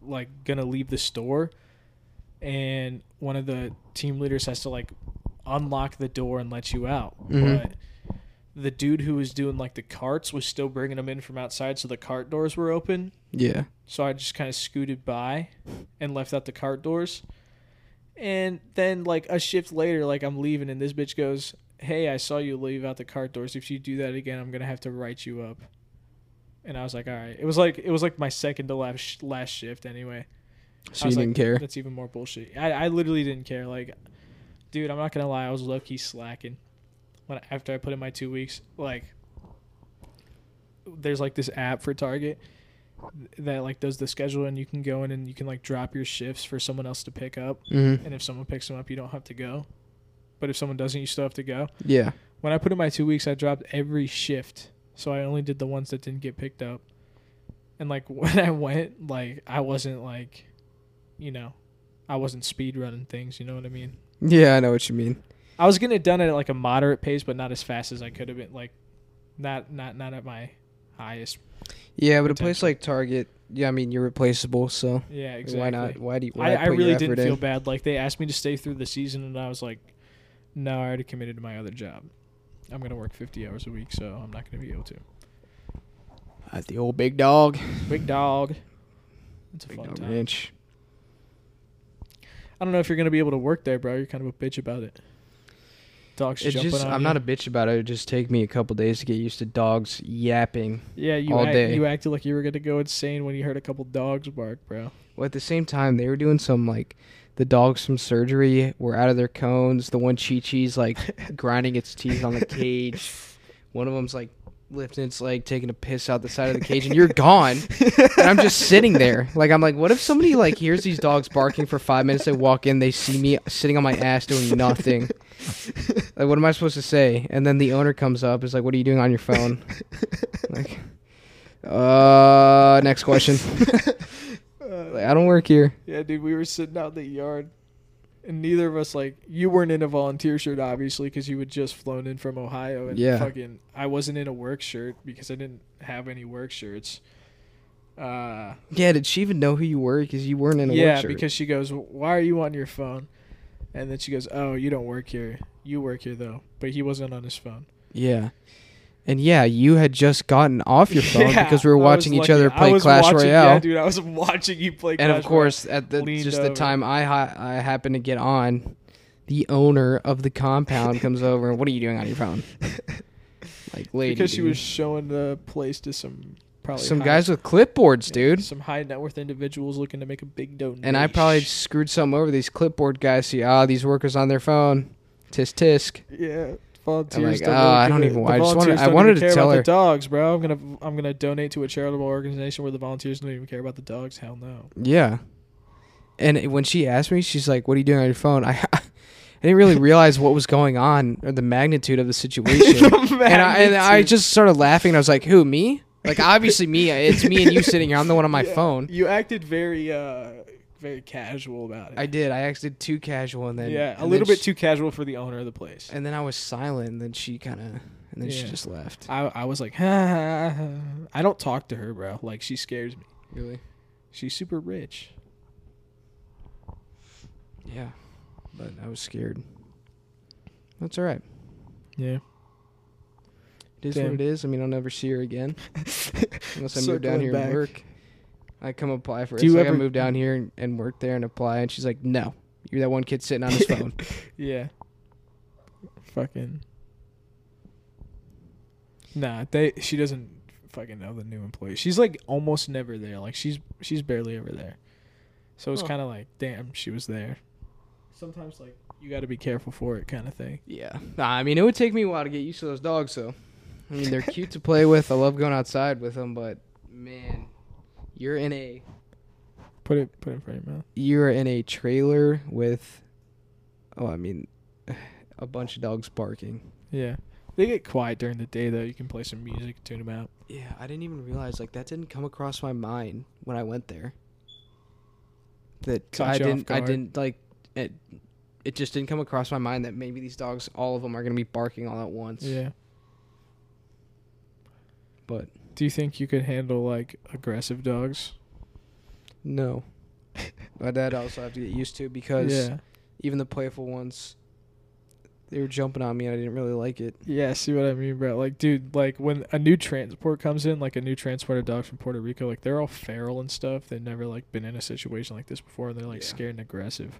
[SPEAKER 3] like gonna leave the store and one of the team leaders has to like unlock the door and let you out.
[SPEAKER 1] Mhm.
[SPEAKER 3] But the dude who was doing like the carts was still bringing them in from outside so the cart doors were open
[SPEAKER 1] Yeah.
[SPEAKER 3] so I just kind of scooted by and left out the cart doors. And then, like, a shift later, like, I'm leaving, and this bitch goes, Hey, I saw you leave out the cart doors. If you do that again, I'm going to have to write you up. And I was like, All right. It was like, it was like my second to last, sh- last shift, anyway.
[SPEAKER 1] So
[SPEAKER 3] I
[SPEAKER 1] you
[SPEAKER 3] was
[SPEAKER 1] didn't
[SPEAKER 3] like,
[SPEAKER 1] care.
[SPEAKER 3] That's even more bullshit. I, I literally didn't care. Like, dude, I'm not gonna lie, I was low key slacking when after I put in my two weeks. Like, there's like this app for Target that like does the schedule, and you can go in and you can like drop your shifts for someone else to pick up.
[SPEAKER 1] Mm-hmm.
[SPEAKER 3] And if someone picks them up, you don't have to go. But if someone doesn't, you still have to go.
[SPEAKER 1] Yeah.
[SPEAKER 3] When I put in my two weeks, I dropped every shift, so I only did the ones that didn't get picked up. And like when I went, like I wasn't like, you know, I wasn't speed running things. You know what I mean?
[SPEAKER 1] Yeah, I know what you mean.
[SPEAKER 3] I was getting it done at like a moderate pace, but not as fast as I could have been. Like, not not not at my highest.
[SPEAKER 1] Yeah, but a place
[SPEAKER 3] Potential.
[SPEAKER 1] like Target, yeah, I mean, you're replaceable, so
[SPEAKER 3] Yeah, exactly.
[SPEAKER 1] why not? Why do you? Why
[SPEAKER 3] I, I
[SPEAKER 1] put your
[SPEAKER 3] really
[SPEAKER 1] effort
[SPEAKER 3] didn't
[SPEAKER 1] in?
[SPEAKER 3] feel bad. Like they asked me to stay through the season, and I was like, "No, I already committed to my other job. I'm gonna work 50 hours a week, so I'm not gonna be able to."
[SPEAKER 1] At the old big dog,
[SPEAKER 3] Big dog. It's a
[SPEAKER 1] big
[SPEAKER 3] fun
[SPEAKER 1] dog
[SPEAKER 3] time.
[SPEAKER 1] ranch.
[SPEAKER 3] I don't know if you're gonna be able to work there, bro. You're kind of a bitch about it. Dogs
[SPEAKER 1] It's
[SPEAKER 3] jumping
[SPEAKER 1] just
[SPEAKER 3] on
[SPEAKER 1] I'm
[SPEAKER 3] you.
[SPEAKER 1] not a bitch about it. It just take me a couple days to get used to dogs yapping.
[SPEAKER 3] yeah. You
[SPEAKER 1] all
[SPEAKER 3] act,
[SPEAKER 1] day.
[SPEAKER 3] you acted like you were gonna go insane when you heard a couple dogs bark, bro.
[SPEAKER 1] Well, at the same time, they were doing some like the dogs from surgery were out of their cones. The one Chi Chi's like grinding its teeth on the cage. One of them's like lifting its leg, taking a piss out the side of the cage, and you're gone. and I'm just sitting there. Like I'm like, what if somebody like hears these dogs barking for five minutes? They walk in, they see me sitting on my ass doing nothing. Like, what am I supposed to say? And then the owner comes up, is like, "What are you doing on your phone?" like, uh, next question.
[SPEAKER 3] Uh,
[SPEAKER 1] Like, I don't work here.
[SPEAKER 3] Yeah, dude, we were sitting out in the yard, and neither of us like you weren't in a volunteer shirt, obviously, because you had just flown in from Ohio, and
[SPEAKER 1] Yeah.
[SPEAKER 3] fucking, I wasn't in a work shirt because I didn't have any work shirts. Uh,
[SPEAKER 1] Yeah, did she even know who you were? Because you weren't in a
[SPEAKER 3] yeah,
[SPEAKER 1] work shirt.
[SPEAKER 3] because she goes, "Why are you on your phone?" And then she goes, "Oh, you don't work here. You work here though." But he wasn't on his phone.
[SPEAKER 1] yeah, and yeah, you had just gotten off your phone
[SPEAKER 3] Yeah,
[SPEAKER 1] because we were
[SPEAKER 3] I was
[SPEAKER 1] watching each
[SPEAKER 3] lucky.
[SPEAKER 1] other
[SPEAKER 3] I
[SPEAKER 1] play
[SPEAKER 3] was
[SPEAKER 1] Clash
[SPEAKER 3] watching-
[SPEAKER 1] Royale.
[SPEAKER 3] Yeah, dude, I was watching you play.
[SPEAKER 1] and of
[SPEAKER 3] Clash Royale.
[SPEAKER 1] course, at the
[SPEAKER 3] leaned
[SPEAKER 1] just the
[SPEAKER 3] over.
[SPEAKER 1] time I ha- I happened to get on, the owner of the compound comes over and what are you doing on your phone? Like, lady,
[SPEAKER 3] because she
[SPEAKER 1] dude.
[SPEAKER 3] was showing the place to some probably
[SPEAKER 1] some
[SPEAKER 3] high-
[SPEAKER 1] guys with clipboards, dude.
[SPEAKER 3] Some high net worth individuals looking to make a big donation.
[SPEAKER 1] And I probably screwed something over. These clipboard guys see ah these workers on their phone. Tisk tisk.
[SPEAKER 3] yeah,
[SPEAKER 1] I'm
[SPEAKER 3] volunteers.
[SPEAKER 1] like,
[SPEAKER 3] don't
[SPEAKER 1] "Oh,
[SPEAKER 3] really
[SPEAKER 1] I
[SPEAKER 3] give
[SPEAKER 1] don't
[SPEAKER 3] a-
[SPEAKER 1] even
[SPEAKER 3] the
[SPEAKER 1] want- I just wanted-
[SPEAKER 3] volunteers
[SPEAKER 1] I
[SPEAKER 3] don't
[SPEAKER 1] wanted
[SPEAKER 3] even
[SPEAKER 1] to
[SPEAKER 3] care
[SPEAKER 1] tell
[SPEAKER 3] about
[SPEAKER 1] her."
[SPEAKER 3] the dogs, bro. I'm gonna I'm gonna donate to a charitable organization where the volunteers don't even care about the dogs. Hell no.
[SPEAKER 1] Yeah. And it- when she asked me, she's like, "What are you doing on your phone?" I, I didn't really realize what was going on or the magnitude of the situation. and I and I
[SPEAKER 3] magnitude.
[SPEAKER 1] just started laughing. and I was like, "Who me?" Like obviously me. It's me and you sitting here. I'm the one on my
[SPEAKER 3] Yeah,
[SPEAKER 1] phone.
[SPEAKER 3] You acted very uh very casual about it.
[SPEAKER 1] I did. I acted too casual, and then
[SPEAKER 3] yeah,
[SPEAKER 1] and
[SPEAKER 3] a
[SPEAKER 1] then
[SPEAKER 3] little bit
[SPEAKER 1] she-
[SPEAKER 3] too casual for the owner of the place.
[SPEAKER 1] And then I was silent. And then she kind of, and then she
[SPEAKER 3] Yeah.
[SPEAKER 1] just left.
[SPEAKER 3] I I was like, I don't talk to her, bro. Like she scares me.
[SPEAKER 1] Really?
[SPEAKER 3] She's super rich.
[SPEAKER 1] Yeah. But I was scared. That's all right.
[SPEAKER 3] Yeah.
[SPEAKER 1] It is
[SPEAKER 3] Damn.
[SPEAKER 1] what it is. I mean, I'll never see her again unless I move
[SPEAKER 3] Circling
[SPEAKER 1] down here
[SPEAKER 3] back.
[SPEAKER 1] and work. I come apply for it.
[SPEAKER 3] Do
[SPEAKER 1] It's
[SPEAKER 3] you
[SPEAKER 1] like I
[SPEAKER 3] ever-
[SPEAKER 1] moved down here and, and worked there and apply, and she's like, "No, you're that one kid sitting on his phone."
[SPEAKER 3] Yeah. Fucking. Nah, they. She doesn't fucking know the new employee. She's like almost never there. Like she's she's barely ever there. So it's
[SPEAKER 1] Huh.
[SPEAKER 3] kind of like, damn, she was there. Sometimes like you got to be careful for it, kind of thing.
[SPEAKER 1] Yeah, Nah, I mean, it would take me a while to get used to those dogs, though. I mean, they're cute to play with. I love going outside with them, but man, you're in a
[SPEAKER 3] Put it put it in front of your mouth.
[SPEAKER 1] you're in a trailer with, oh, I mean, a bunch of dogs barking.
[SPEAKER 3] Yeah, they get quiet during the day though. You can play some music, tune them out.
[SPEAKER 1] Yeah, I didn't even realize like that didn't come across my mind when I went there. That
[SPEAKER 3] Caught
[SPEAKER 1] I
[SPEAKER 3] you off
[SPEAKER 1] didn't I
[SPEAKER 3] guard.
[SPEAKER 1] didn't like it it just didn't come across my mind that maybe these dogs all of them are going to be barking all at once.
[SPEAKER 3] Yeah.
[SPEAKER 1] But-
[SPEAKER 3] do you think you could handle like aggressive dogs?
[SPEAKER 1] No. but that I also have to get used to because even the playful ones they were jumping on me and I didn't really like it.
[SPEAKER 3] Yeah, see what I mean, bro. Like, dude, like when a new transport comes in, like a new transport of dogs from Puerto Rico, like they're all feral and stuff. They've never like been in a situation like this before, and they're like
[SPEAKER 1] Yeah.
[SPEAKER 3] scared and aggressive.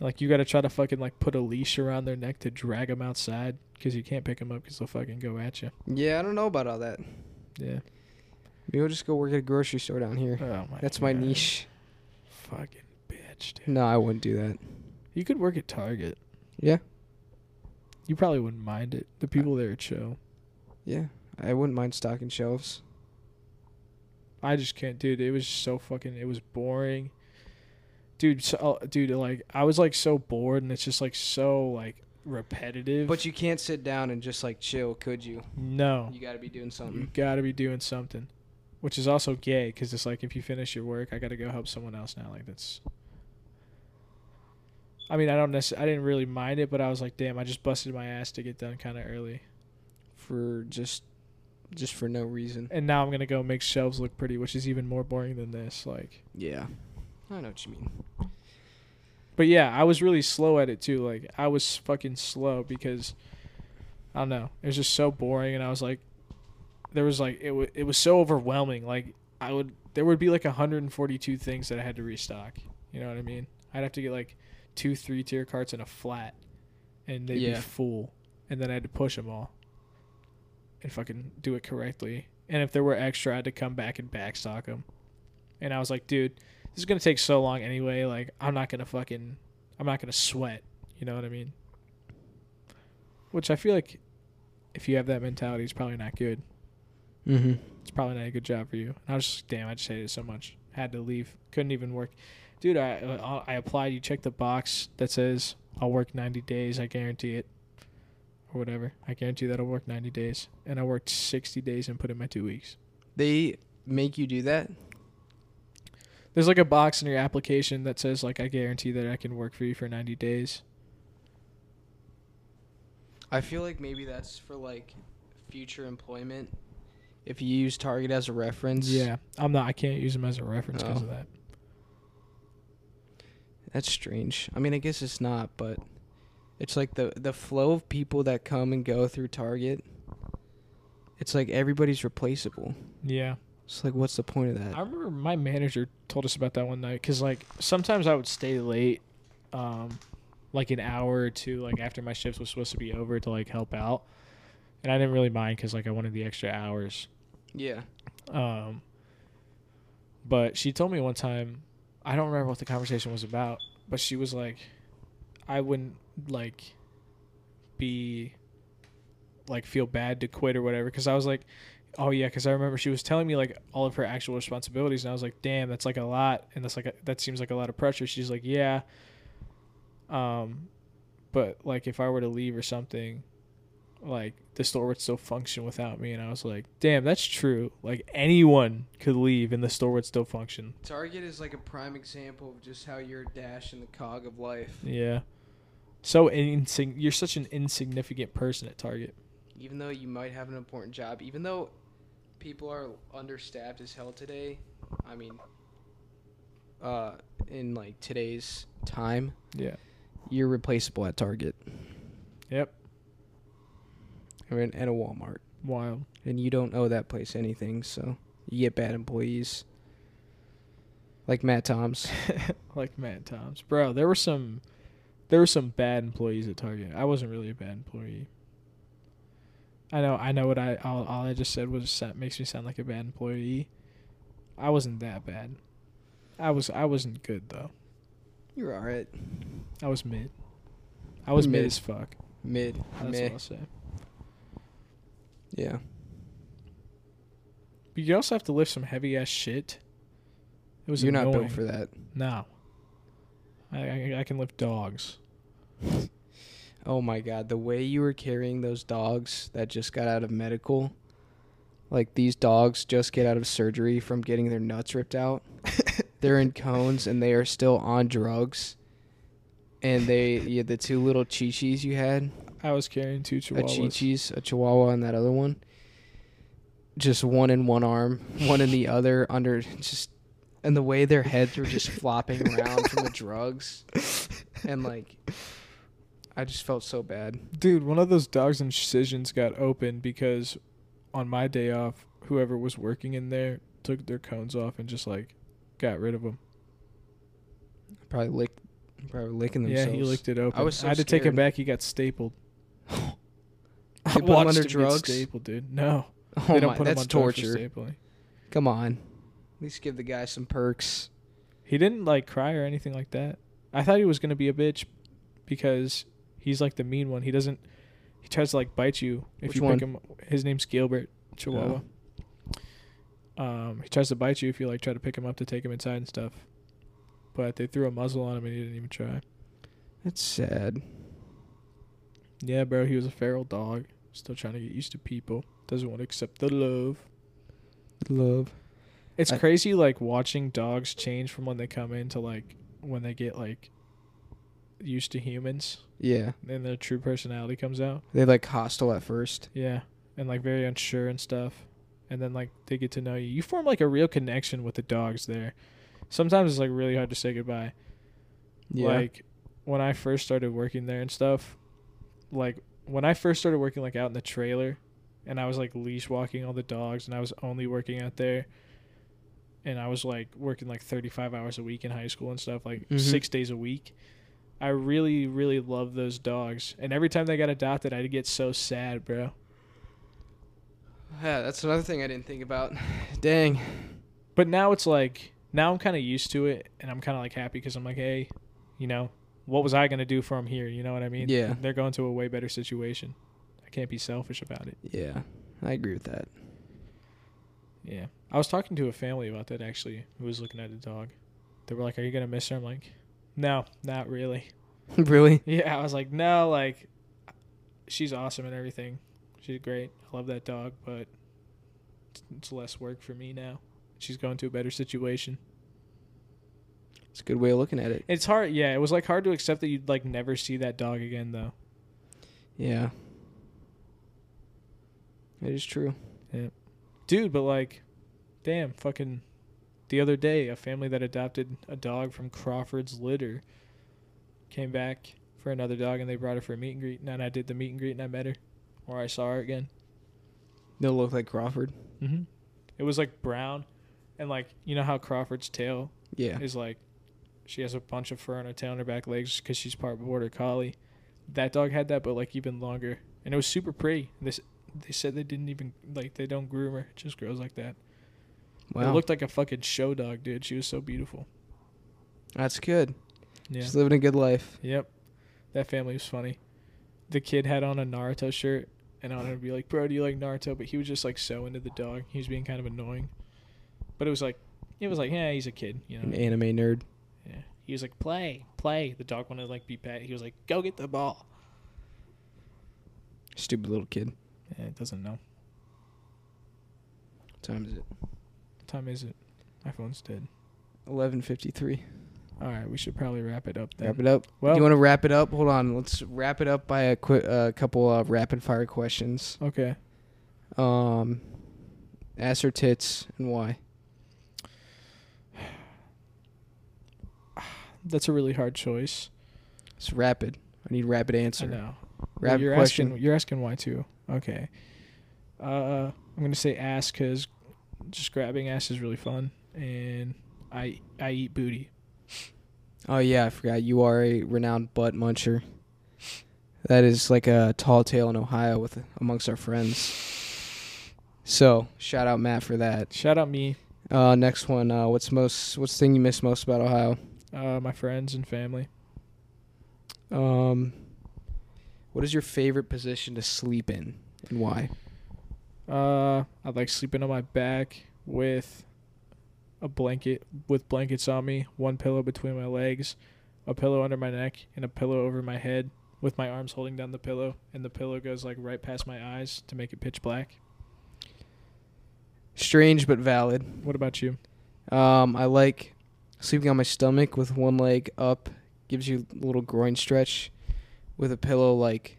[SPEAKER 3] Like you got to try to fucking like put a leash around their neck to drag them outside because you can't pick them up because they'll fucking go at you.
[SPEAKER 1] Yeah, I don't know about all that.
[SPEAKER 3] Yeah.
[SPEAKER 1] Maybe I'll just go work at a grocery store down here.
[SPEAKER 3] Oh my.
[SPEAKER 1] That's my
[SPEAKER 3] God.
[SPEAKER 1] niche.
[SPEAKER 3] Fucking bitch, dude.
[SPEAKER 1] No, I wouldn't do that.
[SPEAKER 3] You could work at Target.
[SPEAKER 1] Yeah.
[SPEAKER 3] You probably wouldn't mind it. The people there are chill.
[SPEAKER 1] Yeah. I wouldn't mind stocking shelves.
[SPEAKER 3] I just can't, dude. It was so fucking. It was boring, dude. So, uh, dude, like I was like so bored, and it's just like so like repetitive.
[SPEAKER 1] But you can't sit down and just like chill, could you?
[SPEAKER 3] no,
[SPEAKER 1] You got to be doing
[SPEAKER 3] you
[SPEAKER 1] something.
[SPEAKER 3] got to be doing something, which is also gay because it's like if you finish your work, I got to go help someone else now. Like that's. I mean, I don't necessarily. I didn't really mind it, but I was like, damn, I just busted my ass to get done kind of early,
[SPEAKER 1] for just just for no reason.
[SPEAKER 3] and now I'm gonna go make shelves look pretty, which is even more boring than this. Like.
[SPEAKER 1] Yeah. I know what you mean.
[SPEAKER 3] But yeah, I was really slow at it too. Like I was fucking slow because I don't know. It was just so boring, and I was like, there was like it. W- it was so overwhelming. Like I would, there would be like 142 things that I had to restock. You know what I mean? I'd have to get like two three tier carts and a flat, and they'd
[SPEAKER 1] Yeah.
[SPEAKER 3] be full, and then I had to push them all, and fucking do it correctly. And if there were extra, I had to come back and backstock them. And I was like, dude, this is gonna take so long anyway. Like, I'm not gonna fucking, I'm not gonna sweat. You know what I mean? Which I feel like, if you have that mentality, it's probably not good.
[SPEAKER 1] Mm-hmm.
[SPEAKER 3] It's probably not a good job for you. And I was just, damn, I just hated it so much. Had to leave. Couldn't even work. Dude, I I applied. You check the box that says I'll work 90 days. I guarantee it, or whatever. I guarantee that I'll work 90 days, and I worked 60 days and put in my two weeks.
[SPEAKER 1] They make you do that.
[SPEAKER 3] There's like a box in your application that says like I guarantee that I can work for you for 90 days.
[SPEAKER 1] I feel like maybe that's for like future employment. If you use Target as a reference,
[SPEAKER 3] Yeah, I'm not. I can't use them as a reference because
[SPEAKER 1] Oh.
[SPEAKER 3] of that.
[SPEAKER 1] that's strange. I mean, I guess it's not, but it's like the the flow of people that come and go through Target. It's like everybody's replaceable.
[SPEAKER 3] Yeah.
[SPEAKER 1] It's like, what's the point of that?
[SPEAKER 3] I remember my manager told us about that one night because like sometimes I would stay late, um, like an hour or two, like after my shift was supposed to be over to like help out, and I didn't really mind because like I wanted the extra hours.
[SPEAKER 1] yeah.
[SPEAKER 3] Um, but she told me one time, I don't remember what the conversation was about, but she was like, I wouldn't like be like feel bad to quit or whatever because I was like, oh yeah, because I remember she was telling me like all of her actual responsibilities and I was like, damn, that's like a lot and that's like a, that seems like a lot of pressure. She's like, yeah. Um, but like if I were to leave or something, like the store would still function without me and i was like damn that's true like anyone could leave and the store would still function
[SPEAKER 1] Target is like a prime example of just how you're a dash in the cog of life.
[SPEAKER 3] yeah so insig- you're such an insignificant person at target
[SPEAKER 1] Even though you might have an important job, even though people are understaffed as hell today, I mean, uh, in like today's time,
[SPEAKER 3] yeah
[SPEAKER 1] you're replaceable at Target
[SPEAKER 3] yep
[SPEAKER 1] or in, at a Walmart,
[SPEAKER 3] wild
[SPEAKER 1] and you don't owe that place anything. So you get bad employees, like Matt Toms.
[SPEAKER 3] like matt toms bro there were some there were some bad employees at target i wasn't really a bad employee i know i know what i all, all i just said was sa- makes me sound like a bad employee i wasn't that bad i was i wasn't good though
[SPEAKER 1] You're all right.
[SPEAKER 3] I was mid. I was mid,
[SPEAKER 1] Mid.
[SPEAKER 3] as fuck.
[SPEAKER 1] Mid,
[SPEAKER 3] That's
[SPEAKER 1] meh.
[SPEAKER 3] what I'll say.
[SPEAKER 1] yeah.
[SPEAKER 3] But you also have to lift some heavy ass shit. It was
[SPEAKER 1] You're
[SPEAKER 3] annoying.
[SPEAKER 1] not built for that.
[SPEAKER 3] No. I, I I can lift dogs.
[SPEAKER 1] Oh my god, the way you were carrying those dogs that just got out of medical. Like these dogs just get out of surgery from getting their nuts ripped out. They're in cones and they are still on drugs. And they yeah, the two little chichis you had,
[SPEAKER 3] I was carrying two
[SPEAKER 1] a
[SPEAKER 3] chihuahuas.
[SPEAKER 1] chichis, a chihuahua and that other one. Just one in one arm, one in the other under just and the way their heads were just flopping around from the drugs and like I just felt so bad.
[SPEAKER 3] Dude, one of those dogs' incisions got open because on my day off, whoever was working in there took their cones off and just like got rid of them.
[SPEAKER 1] Probably licked, probably licking
[SPEAKER 3] Yeah,
[SPEAKER 1] themselves.
[SPEAKER 3] he licked it open.
[SPEAKER 1] I was so
[SPEAKER 3] had to take it
[SPEAKER 1] scared.
[SPEAKER 3] back. He got stapled. I
[SPEAKER 1] They put him
[SPEAKER 3] watched
[SPEAKER 1] under
[SPEAKER 3] get
[SPEAKER 1] drugs?
[SPEAKER 3] stapled, dude. No,
[SPEAKER 1] Oh
[SPEAKER 3] they don't
[SPEAKER 1] my,
[SPEAKER 3] put
[SPEAKER 1] that's
[SPEAKER 3] him on drugs for
[SPEAKER 1] torture.
[SPEAKER 3] stapling.
[SPEAKER 1] Come on, at least give the guy some perks.
[SPEAKER 3] He didn't like cry or anything like that. I thought he was gonna be a bitch because he's like the mean one. He doesn't. He tries to like bite you if
[SPEAKER 1] Which
[SPEAKER 3] you
[SPEAKER 1] one?
[SPEAKER 3] pick him. His name's Gilbert Chihuahua. Um, he tries to bite you if you like try to pick him up to take him inside and stuff. But they threw a muzzle on him and he didn't even try.
[SPEAKER 1] That's sad.
[SPEAKER 3] Yeah, bro, he was a feral dog. Still trying to get used to people. Doesn't want to accept the love.
[SPEAKER 1] Love.
[SPEAKER 3] It's
[SPEAKER 1] I-
[SPEAKER 3] crazy, like watching dogs change from when they come in to like when they get like used to humans.
[SPEAKER 1] Yeah,
[SPEAKER 3] and their true personality comes out.
[SPEAKER 1] they like hostile at first.
[SPEAKER 3] Yeah, and like very unsure and stuff. And then like they get to know you. You form like a real connection with the dogs there. Sometimes it's like really hard to say goodbye. Like when I first started working there and stuff, like when I first started working like out in the trailer and I was like leash walking all the dogs and I was only working out there and I was like working like 35 hours a week in high school and stuff, like
[SPEAKER 1] Mhm.
[SPEAKER 3] six days a week. I really, really love those dogs. And every time they got adopted, I'd get so sad, bro.
[SPEAKER 1] Yeah, that's another thing I didn't think about. Dang.
[SPEAKER 3] But now it's like, now I'm kind of used to it and I'm kind of like happy because I'm like, hey, you know, what was I going to do for 'em here? You know what I mean?
[SPEAKER 1] Yeah.
[SPEAKER 3] They're going to a way better situation. I can't be selfish about it.
[SPEAKER 1] Yeah, I agree with that.
[SPEAKER 3] Yeah. I was talking to a family about that actually, who was looking at a dog. They were like, Are you gonna miss her? I'm like, No, not really.
[SPEAKER 1] really?
[SPEAKER 3] Yeah, I was like, No, like she's awesome and everything. She's great. I love that dog, but it's- it's less work for me now. She's going to a better situation.
[SPEAKER 1] It's a good way of looking at it.
[SPEAKER 3] It's hard yeah, it was like hard to accept that you'd like never see that dog again though.
[SPEAKER 1] Yeah. It is true.
[SPEAKER 3] Dude, but like damn, fucking the other day a family that adopted a dog from Crawford's litter came back for another dog and they brought her for a meet and greet and I did the meet and greet and I met her or I saw her again.
[SPEAKER 1] They'll look like Crawford.
[SPEAKER 3] Mm-hmm. It was like brown and like you know how Crawford's tail
[SPEAKER 1] Yeah.
[SPEAKER 3] is like she has a bunch of fur on her tail and her back legs because she's part border collie. That dog had that but like even longer and it was super pretty. This they said they didn't even like they don't groom her; it just grows like that. It
[SPEAKER 1] Wow.
[SPEAKER 3] looked like a fucking show dog, dude. She was so beautiful.
[SPEAKER 1] That's good.
[SPEAKER 3] Yeah.
[SPEAKER 1] She's living a good life.
[SPEAKER 3] Yep. That family was funny. The kid had on a Naruto shirt, and I wanted to be like, "Bro, do you like Naruto?" But he was just like so into the dog. He was being kind of annoying. But it was like, it was like, yeah, he's a kid, you
[SPEAKER 1] An
[SPEAKER 3] know.
[SPEAKER 1] anime nerd.
[SPEAKER 3] Yeah. He was like, "Play, play." The dog wanted to like be pet. He was like, "Go get the ball."
[SPEAKER 1] Stupid little kid.
[SPEAKER 3] Yeah, it doesn't know.
[SPEAKER 1] What time is it?
[SPEAKER 3] What time is it? My phone's dead.
[SPEAKER 1] Eleven fifty three.
[SPEAKER 3] All right, we should probably wrap it up. Then.
[SPEAKER 1] Wrap it up.
[SPEAKER 3] Well-
[SPEAKER 1] Do you want to wrap it up? Hold on. Let's wrap it up by a quick, uh, couple of rapid fire questions.
[SPEAKER 3] Okay.
[SPEAKER 1] Um, ass or tits, and why?
[SPEAKER 3] That's a really hard choice.
[SPEAKER 1] It's rapid. I need rapid answer.
[SPEAKER 3] I know. Well,
[SPEAKER 1] Rapid
[SPEAKER 3] you're
[SPEAKER 1] question.
[SPEAKER 3] asking. You're asking why too. Okay. Uh, I'm gonna say ass because just grabbing ass is really fun, and I I eat booty.
[SPEAKER 1] Oh yeah, I forgot. You are a renowned butt muncher. That is like a tall tale in Ohio with amongst our friends. So shout out Matt for that.
[SPEAKER 3] Shout out me,
[SPEAKER 1] Uh, next one. Uh, what's most? What's the thing you miss most about Ohio?
[SPEAKER 3] uh, my friends and family.
[SPEAKER 1] Um, what is your favorite position to sleep in, and why?
[SPEAKER 3] Uh, I like sleeping on my back with a blanket with blankets on me, one pillow between my legs, a pillow under my neck, and a pillow over my head with my arms holding down the pillow, and the pillow goes like right past my eyes to make it pitch black.
[SPEAKER 1] Strange but valid.
[SPEAKER 3] What about you?
[SPEAKER 1] Um, I like sleeping on my stomach with one leg up. Gives you a little groin stretch, with a pillow like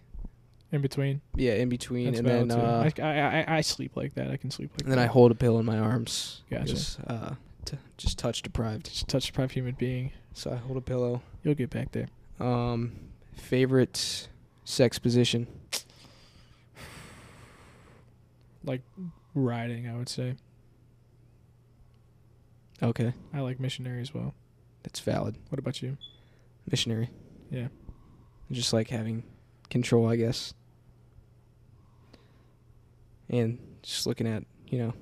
[SPEAKER 3] In between.
[SPEAKER 1] yeah in between,
[SPEAKER 3] That's
[SPEAKER 1] and
[SPEAKER 3] valid,
[SPEAKER 1] then
[SPEAKER 3] too.
[SPEAKER 1] uh,
[SPEAKER 3] I, I- I I sleep like that. I can sleep like
[SPEAKER 1] And then
[SPEAKER 3] that.
[SPEAKER 1] I hold a pill in my arms.
[SPEAKER 3] Gotcha.
[SPEAKER 1] Just, uh, t- just touch deprived.
[SPEAKER 3] just touch deprived human being.
[SPEAKER 1] So I hold a pillow.
[SPEAKER 3] You'll get back there.
[SPEAKER 1] Um, favorite sex position.
[SPEAKER 3] Riding, I would say.
[SPEAKER 1] Okay,
[SPEAKER 3] I like missionary as well.
[SPEAKER 1] that's valid.
[SPEAKER 3] What about you?
[SPEAKER 1] Missionary.
[SPEAKER 3] Yeah.
[SPEAKER 1] I just like having control, I guess. And just looking at you know,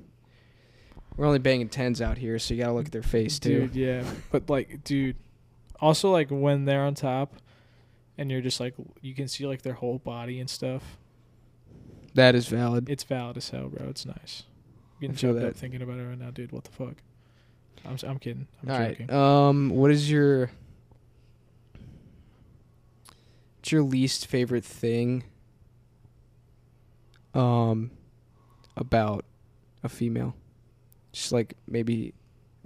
[SPEAKER 1] we're only banging tens out here, so you gotta look at their face too.
[SPEAKER 3] dude, yeah. But like, dude, also like when they're on top, and you're just like, you can see like their whole body and stuff.
[SPEAKER 1] That is valid.
[SPEAKER 3] It's valid as hell, bro. It's nice. I'm getting
[SPEAKER 1] I feel
[SPEAKER 3] choked up
[SPEAKER 1] that.
[SPEAKER 3] thinking about it right now, dude. What the fuck? I'm s- I'm kidding. I'm
[SPEAKER 1] All
[SPEAKER 3] joking.
[SPEAKER 1] right. Um, what is your what's your least favorite thing um about a female? Just like maybe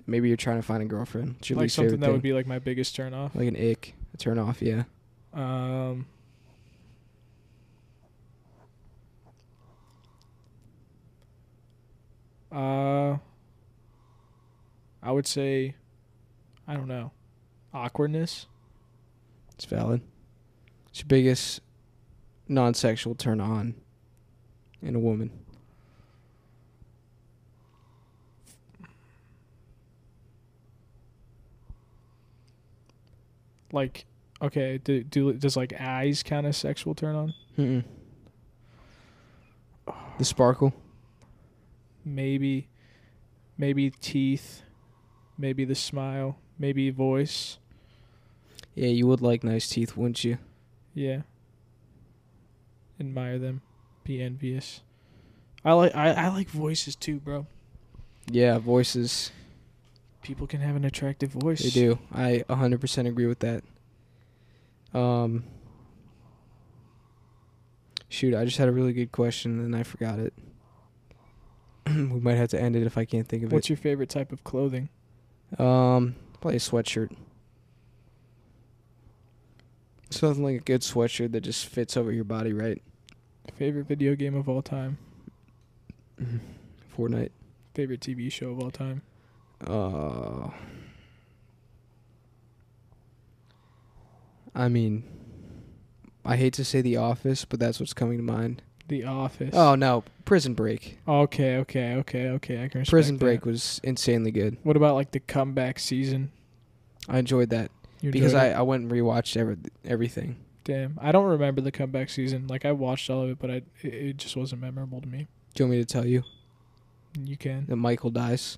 [SPEAKER 1] maybe you're trying to find a girlfriend. What's your
[SPEAKER 3] like
[SPEAKER 1] least
[SPEAKER 3] something
[SPEAKER 1] favorite
[SPEAKER 3] that would
[SPEAKER 1] thing?
[SPEAKER 3] be like my biggest turn off.
[SPEAKER 1] like an ick, a turn off, yeah.
[SPEAKER 3] Um, uh, I would say, I don't know, awkwardness.
[SPEAKER 1] It's valid. It's your biggest non sexual turn on in a woman.
[SPEAKER 3] like okay, do, do does like eyes count as sexual turn on?
[SPEAKER 1] Mm-mm. The sparkle.
[SPEAKER 3] Maybe, maybe teeth, maybe the smile, maybe voice.
[SPEAKER 1] Yeah, you would like nice teeth, wouldn't you?
[SPEAKER 3] Yeah. Admire them, be envious. I like I, I like voices too, bro.
[SPEAKER 1] Yeah, voices.
[SPEAKER 3] People can have an attractive voice.
[SPEAKER 1] They do. I 100% agree with that. Um Shoot, I just had a really good question and I forgot it. we might have to end it if I can't think of
[SPEAKER 3] What's your favorite type of clothing?
[SPEAKER 1] it. Um probably a sweatshirt. Something like a good sweatshirt that just fits over your body, right?
[SPEAKER 3] Favorite video game of all time?
[SPEAKER 1] Fortnite.
[SPEAKER 3] Favorite TV show of all time?
[SPEAKER 1] Uh, I mean, I hate to say The Office, but that's what's coming to mind.
[SPEAKER 3] The Office.
[SPEAKER 1] Oh no, Prison Break.
[SPEAKER 3] Okay, okay, okay, okay. I can respect
[SPEAKER 1] Prison
[SPEAKER 3] that.
[SPEAKER 1] Break was insanely good.
[SPEAKER 3] What about like the comeback season?
[SPEAKER 1] I enjoyed that
[SPEAKER 3] You
[SPEAKER 1] because
[SPEAKER 3] enjoyed
[SPEAKER 1] I,
[SPEAKER 3] it?
[SPEAKER 1] I went and rewatched every, everything.
[SPEAKER 3] damn I don't remember the comeback season. Like I watched all of it, but I it, it just wasn't memorable to me.
[SPEAKER 1] Do you want me to tell you
[SPEAKER 3] You can.
[SPEAKER 1] that Michael dies?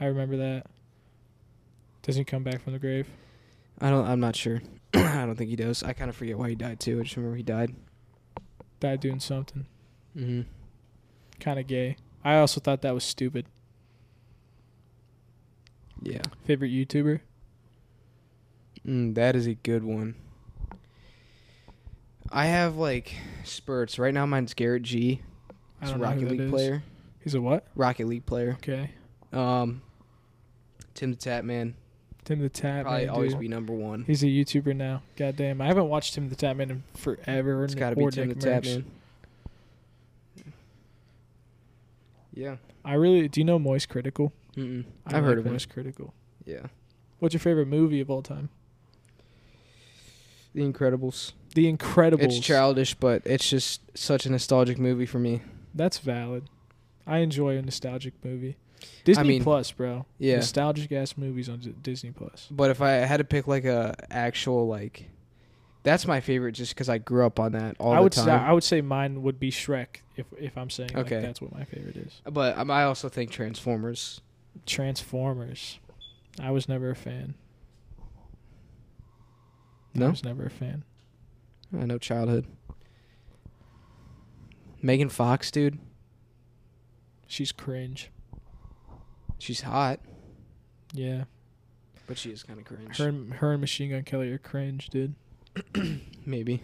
[SPEAKER 3] I remember that. Doesn't he come back from the grave?
[SPEAKER 1] I don't. I'm not sure. I don't think he does. I kind of forget why he died too. I just remember he died.
[SPEAKER 3] Died doing something.
[SPEAKER 1] Mm-hmm.
[SPEAKER 3] Kind of gay. I also thought that was stupid.
[SPEAKER 1] Yeah.
[SPEAKER 3] Favorite YouTuber?
[SPEAKER 1] Mm, that is a good one. I have like spurts. Right now, mine's Garrett G.
[SPEAKER 3] I
[SPEAKER 1] He's a
[SPEAKER 3] don't know who
[SPEAKER 1] Rocket
[SPEAKER 3] that
[SPEAKER 1] League
[SPEAKER 3] is.
[SPEAKER 1] player.
[SPEAKER 3] He's a what?
[SPEAKER 1] Rocket League player.
[SPEAKER 3] Okay.
[SPEAKER 1] Um, Tim the Tap Man
[SPEAKER 3] Tim the Tap.
[SPEAKER 1] probably always
[SPEAKER 3] dude.
[SPEAKER 1] be number one.
[SPEAKER 3] He's a YouTuber now. Goddamn, I haven't watched Tim the Tap Man in forever.
[SPEAKER 1] It's
[SPEAKER 3] n-
[SPEAKER 1] got to be
[SPEAKER 3] or
[SPEAKER 1] Tim the
[SPEAKER 3] Nick
[SPEAKER 1] Tap
[SPEAKER 3] Merckx.
[SPEAKER 1] Man. Yeah.
[SPEAKER 3] I really do. You know Moist Critical?
[SPEAKER 1] Mm-mm.
[SPEAKER 3] I
[SPEAKER 1] I've heard
[SPEAKER 3] like
[SPEAKER 1] of him.
[SPEAKER 3] Moist Critical.
[SPEAKER 1] Yeah.
[SPEAKER 3] What's your favorite movie of all time?
[SPEAKER 1] The Incredibles.
[SPEAKER 3] The Incredibles.
[SPEAKER 1] It's childish, but it's just such a nostalgic movie for me.
[SPEAKER 3] That's valid. I enjoy a nostalgic movie. Disney
[SPEAKER 1] mean,
[SPEAKER 3] Plus, bro.
[SPEAKER 1] yeah.
[SPEAKER 3] Nostalgic ass movies on D- Disney Plus.
[SPEAKER 1] But if I had to pick like a actual like, that's my favorite just because I grew up on that all
[SPEAKER 3] I
[SPEAKER 1] the
[SPEAKER 3] would
[SPEAKER 1] time.
[SPEAKER 3] say I would say mine would be Shrek if if I'm saying like,
[SPEAKER 1] Okay.
[SPEAKER 3] that's what my favorite is.
[SPEAKER 1] But um, I also think Transformers.
[SPEAKER 3] Transformers. I was never a fan. I
[SPEAKER 1] No,
[SPEAKER 3] was never a fan.
[SPEAKER 1] I know childhood. Megan Fox, dude,
[SPEAKER 3] She's cringe.
[SPEAKER 1] she's hot,
[SPEAKER 3] Yeah.
[SPEAKER 1] but she is kind of cringe.
[SPEAKER 3] Her and, her and Machine Gun Kelly are cringe, dude.
[SPEAKER 1] Maybe,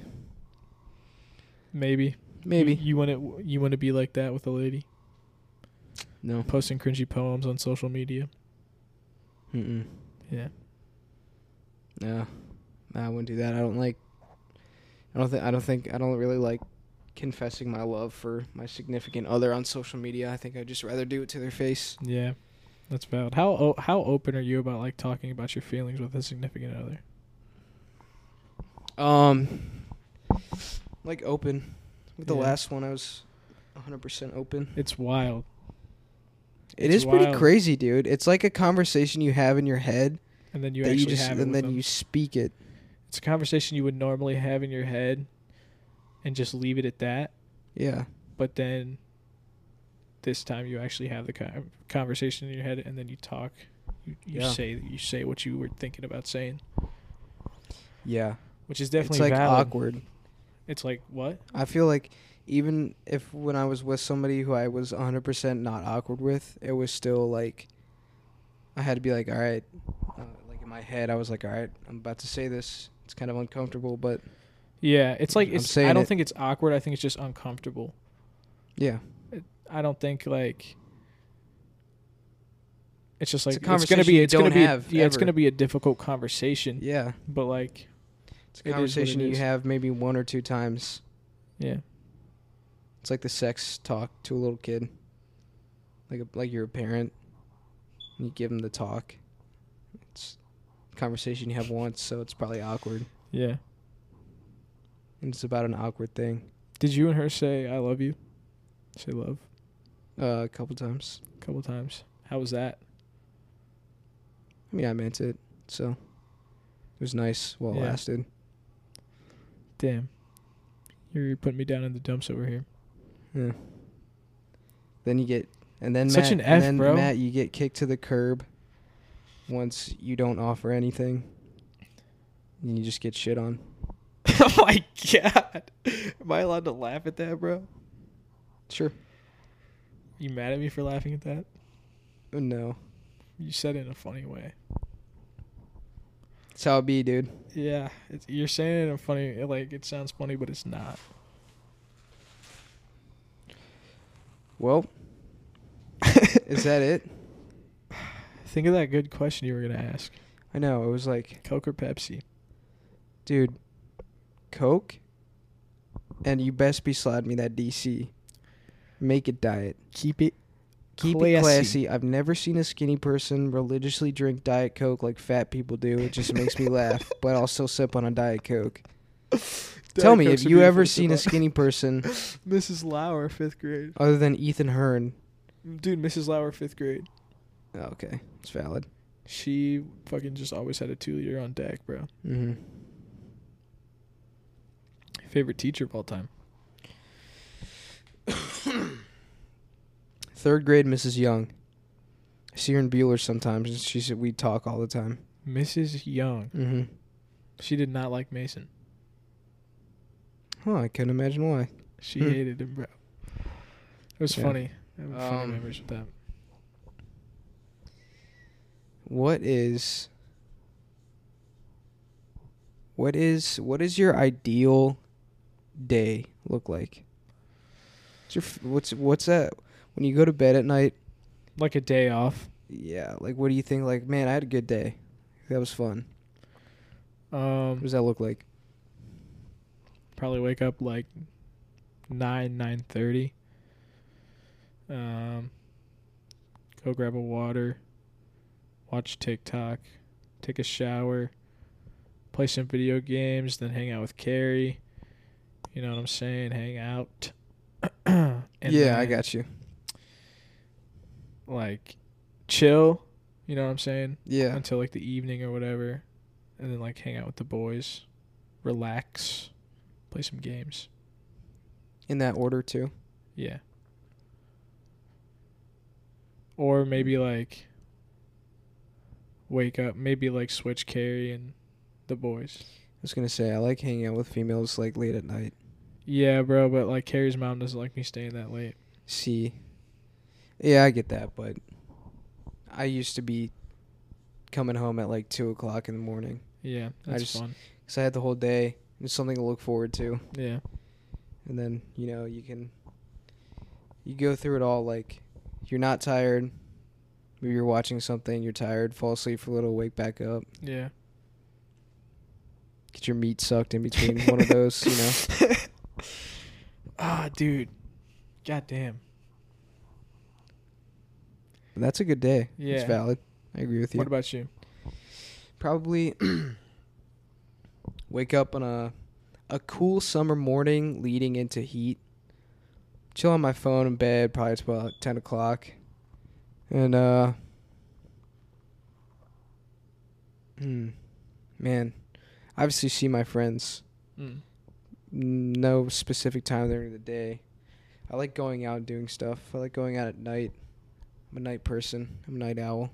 [SPEAKER 3] Maybe.
[SPEAKER 1] maybe
[SPEAKER 3] You, you want to you want to be like that with a lady
[SPEAKER 1] no.
[SPEAKER 3] posting cringy poems on social media.
[SPEAKER 1] Mm-mm.
[SPEAKER 3] Yeah.
[SPEAKER 1] No, Nah, I wouldn't do that. I don't like. I don't think. I don't think. I don't really like confessing my love for my significant other on social media. I think I'd just rather do it to their face.
[SPEAKER 3] Yeah, that's valid. How o- how open are you about like talking about your feelings with a significant other?
[SPEAKER 1] Um, like open. With the
[SPEAKER 3] Yeah.
[SPEAKER 1] last one, I was 100% open.
[SPEAKER 3] It's wild.
[SPEAKER 1] It
[SPEAKER 3] It's
[SPEAKER 1] is pretty
[SPEAKER 3] wild.
[SPEAKER 1] crazy, dude. It's like a conversation you have in your head
[SPEAKER 3] And then you
[SPEAKER 1] that
[SPEAKER 3] actually
[SPEAKER 1] you just
[SPEAKER 3] have it
[SPEAKER 1] and
[SPEAKER 3] with
[SPEAKER 1] then
[SPEAKER 3] them.
[SPEAKER 1] you speak it.
[SPEAKER 3] It's a conversation you would normally have in your head, and just leave it at that.
[SPEAKER 1] Yeah.
[SPEAKER 3] But then, this time you actually have the con- conversation in your head, and then you talk. You, you
[SPEAKER 1] Yeah.
[SPEAKER 3] say you say what you were thinking about saying,
[SPEAKER 1] Yeah.
[SPEAKER 3] which is
[SPEAKER 1] It's
[SPEAKER 3] definitely
[SPEAKER 1] like
[SPEAKER 3] valid.
[SPEAKER 1] awkward.
[SPEAKER 3] It's like what?
[SPEAKER 1] I feel like even if when I was with somebody who I was 100% not awkward with, it was still like I had to be like, all right, uh, like in my head, I was like, all right, I'm about to say this. It's kind of uncomfortable, but
[SPEAKER 3] Yeah, it's like
[SPEAKER 1] I'm
[SPEAKER 3] it's. I
[SPEAKER 1] saying
[SPEAKER 3] don't
[SPEAKER 1] it-
[SPEAKER 3] think it's awkward. I think it's just uncomfortable.
[SPEAKER 1] yeah,
[SPEAKER 3] I don't think like it's just
[SPEAKER 1] It's
[SPEAKER 3] like
[SPEAKER 1] a
[SPEAKER 3] it's, gonna
[SPEAKER 1] conversation
[SPEAKER 3] be
[SPEAKER 1] you
[SPEAKER 3] it's gonna
[SPEAKER 1] don't
[SPEAKER 3] be
[SPEAKER 1] have
[SPEAKER 3] yeah it's
[SPEAKER 1] ever.
[SPEAKER 3] gonna be a difficult conversation.
[SPEAKER 1] yeah.
[SPEAKER 3] But like
[SPEAKER 1] It's a
[SPEAKER 3] It is what it
[SPEAKER 1] conversation you
[SPEAKER 3] is.
[SPEAKER 1] have maybe one or two times.
[SPEAKER 3] yeah
[SPEAKER 1] It's like the sex talk to a little kid. Like a, like you're a parent. And you give them the talk. It's a conversation you have once, so it's probably awkward.
[SPEAKER 3] yeah.
[SPEAKER 1] And it's about an awkward thing.
[SPEAKER 3] Did you and her say I love you? Say love
[SPEAKER 1] Uh, a couple times.
[SPEAKER 3] a couple times. How was that?
[SPEAKER 1] I mean, I meant it. So It was nice while it
[SPEAKER 3] Yeah.
[SPEAKER 1] lasted.
[SPEAKER 3] Damn. You're putting me down in the dumps over here.
[SPEAKER 1] Yeah. Then you get and then
[SPEAKER 3] Such
[SPEAKER 1] Matt,
[SPEAKER 3] an F,
[SPEAKER 1] and then
[SPEAKER 3] bro.
[SPEAKER 1] Matt, you get kicked to the curb once you don't offer anything. And you just get shit on.
[SPEAKER 3] oh my god. Am I allowed to laugh at that, bro?
[SPEAKER 1] Sure.
[SPEAKER 3] You mad at me for laughing at that?
[SPEAKER 1] Oh, No.
[SPEAKER 3] You said it in a funny way.
[SPEAKER 1] That's how it be, dude.
[SPEAKER 3] Yeah, it's, you're saying it in a funny like it sounds funny, but it's not.
[SPEAKER 1] Well, is that it?
[SPEAKER 3] Think of that good question you were gonna ask.
[SPEAKER 1] I know. It was like,
[SPEAKER 3] Coke or Pepsi?
[SPEAKER 1] dude, Coke, and you best be sliding me that DC. Make it diet.
[SPEAKER 3] Keep it.
[SPEAKER 1] Keep it
[SPEAKER 3] Classy.
[SPEAKER 1] classy. I've never seen a skinny person religiously drink Diet Coke like fat people do. It just makes me laugh, but I'll still sip on a Diet Coke. Tell me, have you ever seen a skinny person
[SPEAKER 3] Mrs. Lauer, fifth grade.
[SPEAKER 1] other than Ethan Hearn?
[SPEAKER 3] Dude, Mrs. Lauer, fifth grade.
[SPEAKER 1] Oh, okay, it's valid.
[SPEAKER 3] She fucking just always had a two liter on deck, bro.
[SPEAKER 1] hmm
[SPEAKER 3] Mm-hmm. Favorite teacher of all time.
[SPEAKER 1] Third grade, Mrs. Young. I see her in Bueller sometimes, and she said we talk all the time.
[SPEAKER 3] Mrs. Young.
[SPEAKER 1] hmm
[SPEAKER 3] She did not like Mason.
[SPEAKER 1] Huh, I couldn't imagine why.
[SPEAKER 3] She
[SPEAKER 1] Hmm.
[SPEAKER 3] hated him, bro. It was
[SPEAKER 1] Yeah.
[SPEAKER 3] funny. I have funny
[SPEAKER 1] Um,
[SPEAKER 3] memories with that.
[SPEAKER 1] What is what is what is your ideal day look like? What's your f- what's what's that when you go to bed at night?
[SPEAKER 3] Like a day off.
[SPEAKER 1] Yeah, like what do you think? Like, man, I had a good day. That was fun. What
[SPEAKER 3] Um,
[SPEAKER 1] does that look like?
[SPEAKER 3] probably wake up like nine, nine thirty. Um, go grab a water, watch TikTok, take a shower, play some video games, then hang out with Carrie. You know what I'm saying? Hang out. and
[SPEAKER 1] yeah, I
[SPEAKER 3] then-
[SPEAKER 1] got you.
[SPEAKER 3] like chill, you know what I'm saying?
[SPEAKER 1] Yeah,
[SPEAKER 3] Until like the evening or whatever. And then like hang out with the boys, relax, play some games.
[SPEAKER 1] in that order too.
[SPEAKER 3] Yeah. Or maybe like wake up, maybe like switch Carrie and the boys.
[SPEAKER 1] I was gonna say I like hanging out with females like late at night.
[SPEAKER 3] Yeah, bro, but like Carrie's mom doesn't like me staying that late.
[SPEAKER 1] See, yeah, I get that, but I used to be coming home at like two o'clock in the morning.
[SPEAKER 3] Yeah,
[SPEAKER 1] I
[SPEAKER 3] that's
[SPEAKER 1] just-
[SPEAKER 3] fun.
[SPEAKER 1] because I had the whole day. It's something to look forward to,
[SPEAKER 3] Yeah.
[SPEAKER 1] and then you know you can you go through it all like you're not tired. Maybe you're watching something, you're tired, fall asleep for a little, wake back up,
[SPEAKER 3] Yeah.
[SPEAKER 1] get your meat sucked in between one of those, you know.
[SPEAKER 3] Ah, dude. God damn.
[SPEAKER 1] But that's a good day.
[SPEAKER 3] Yeah.
[SPEAKER 1] it's valid. I agree with you.
[SPEAKER 3] What about you?
[SPEAKER 1] Probably wake up on a a cool summer morning leading into heat. Chill on my phone in bed, probably it's about ten o'clock. And uh hmm, man. Obviously see my friends.
[SPEAKER 3] Mm.
[SPEAKER 1] No specific time during the day. I like going out and doing stuff. I like going out at night. I'm a night person. I'm a night owl.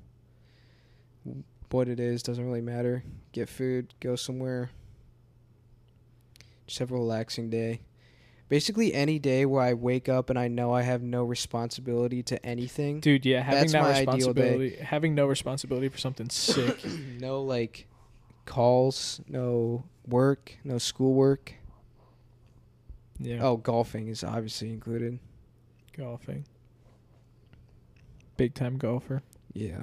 [SPEAKER 1] What it is doesn't really matter. Get food, go somewhere. Just have a relaxing day. Basically, any day where I wake up and I know I have no responsibility to anything.
[SPEAKER 3] Dude, yeah, having
[SPEAKER 1] That's
[SPEAKER 3] that
[SPEAKER 1] my ideal day.
[SPEAKER 3] responsibility, having no responsibility for something sick.
[SPEAKER 1] no like calls, no work, no schoolwork.
[SPEAKER 3] yeah,
[SPEAKER 1] Oh, golfing is obviously included.
[SPEAKER 3] golfing. Big time golfer.
[SPEAKER 1] Yeah.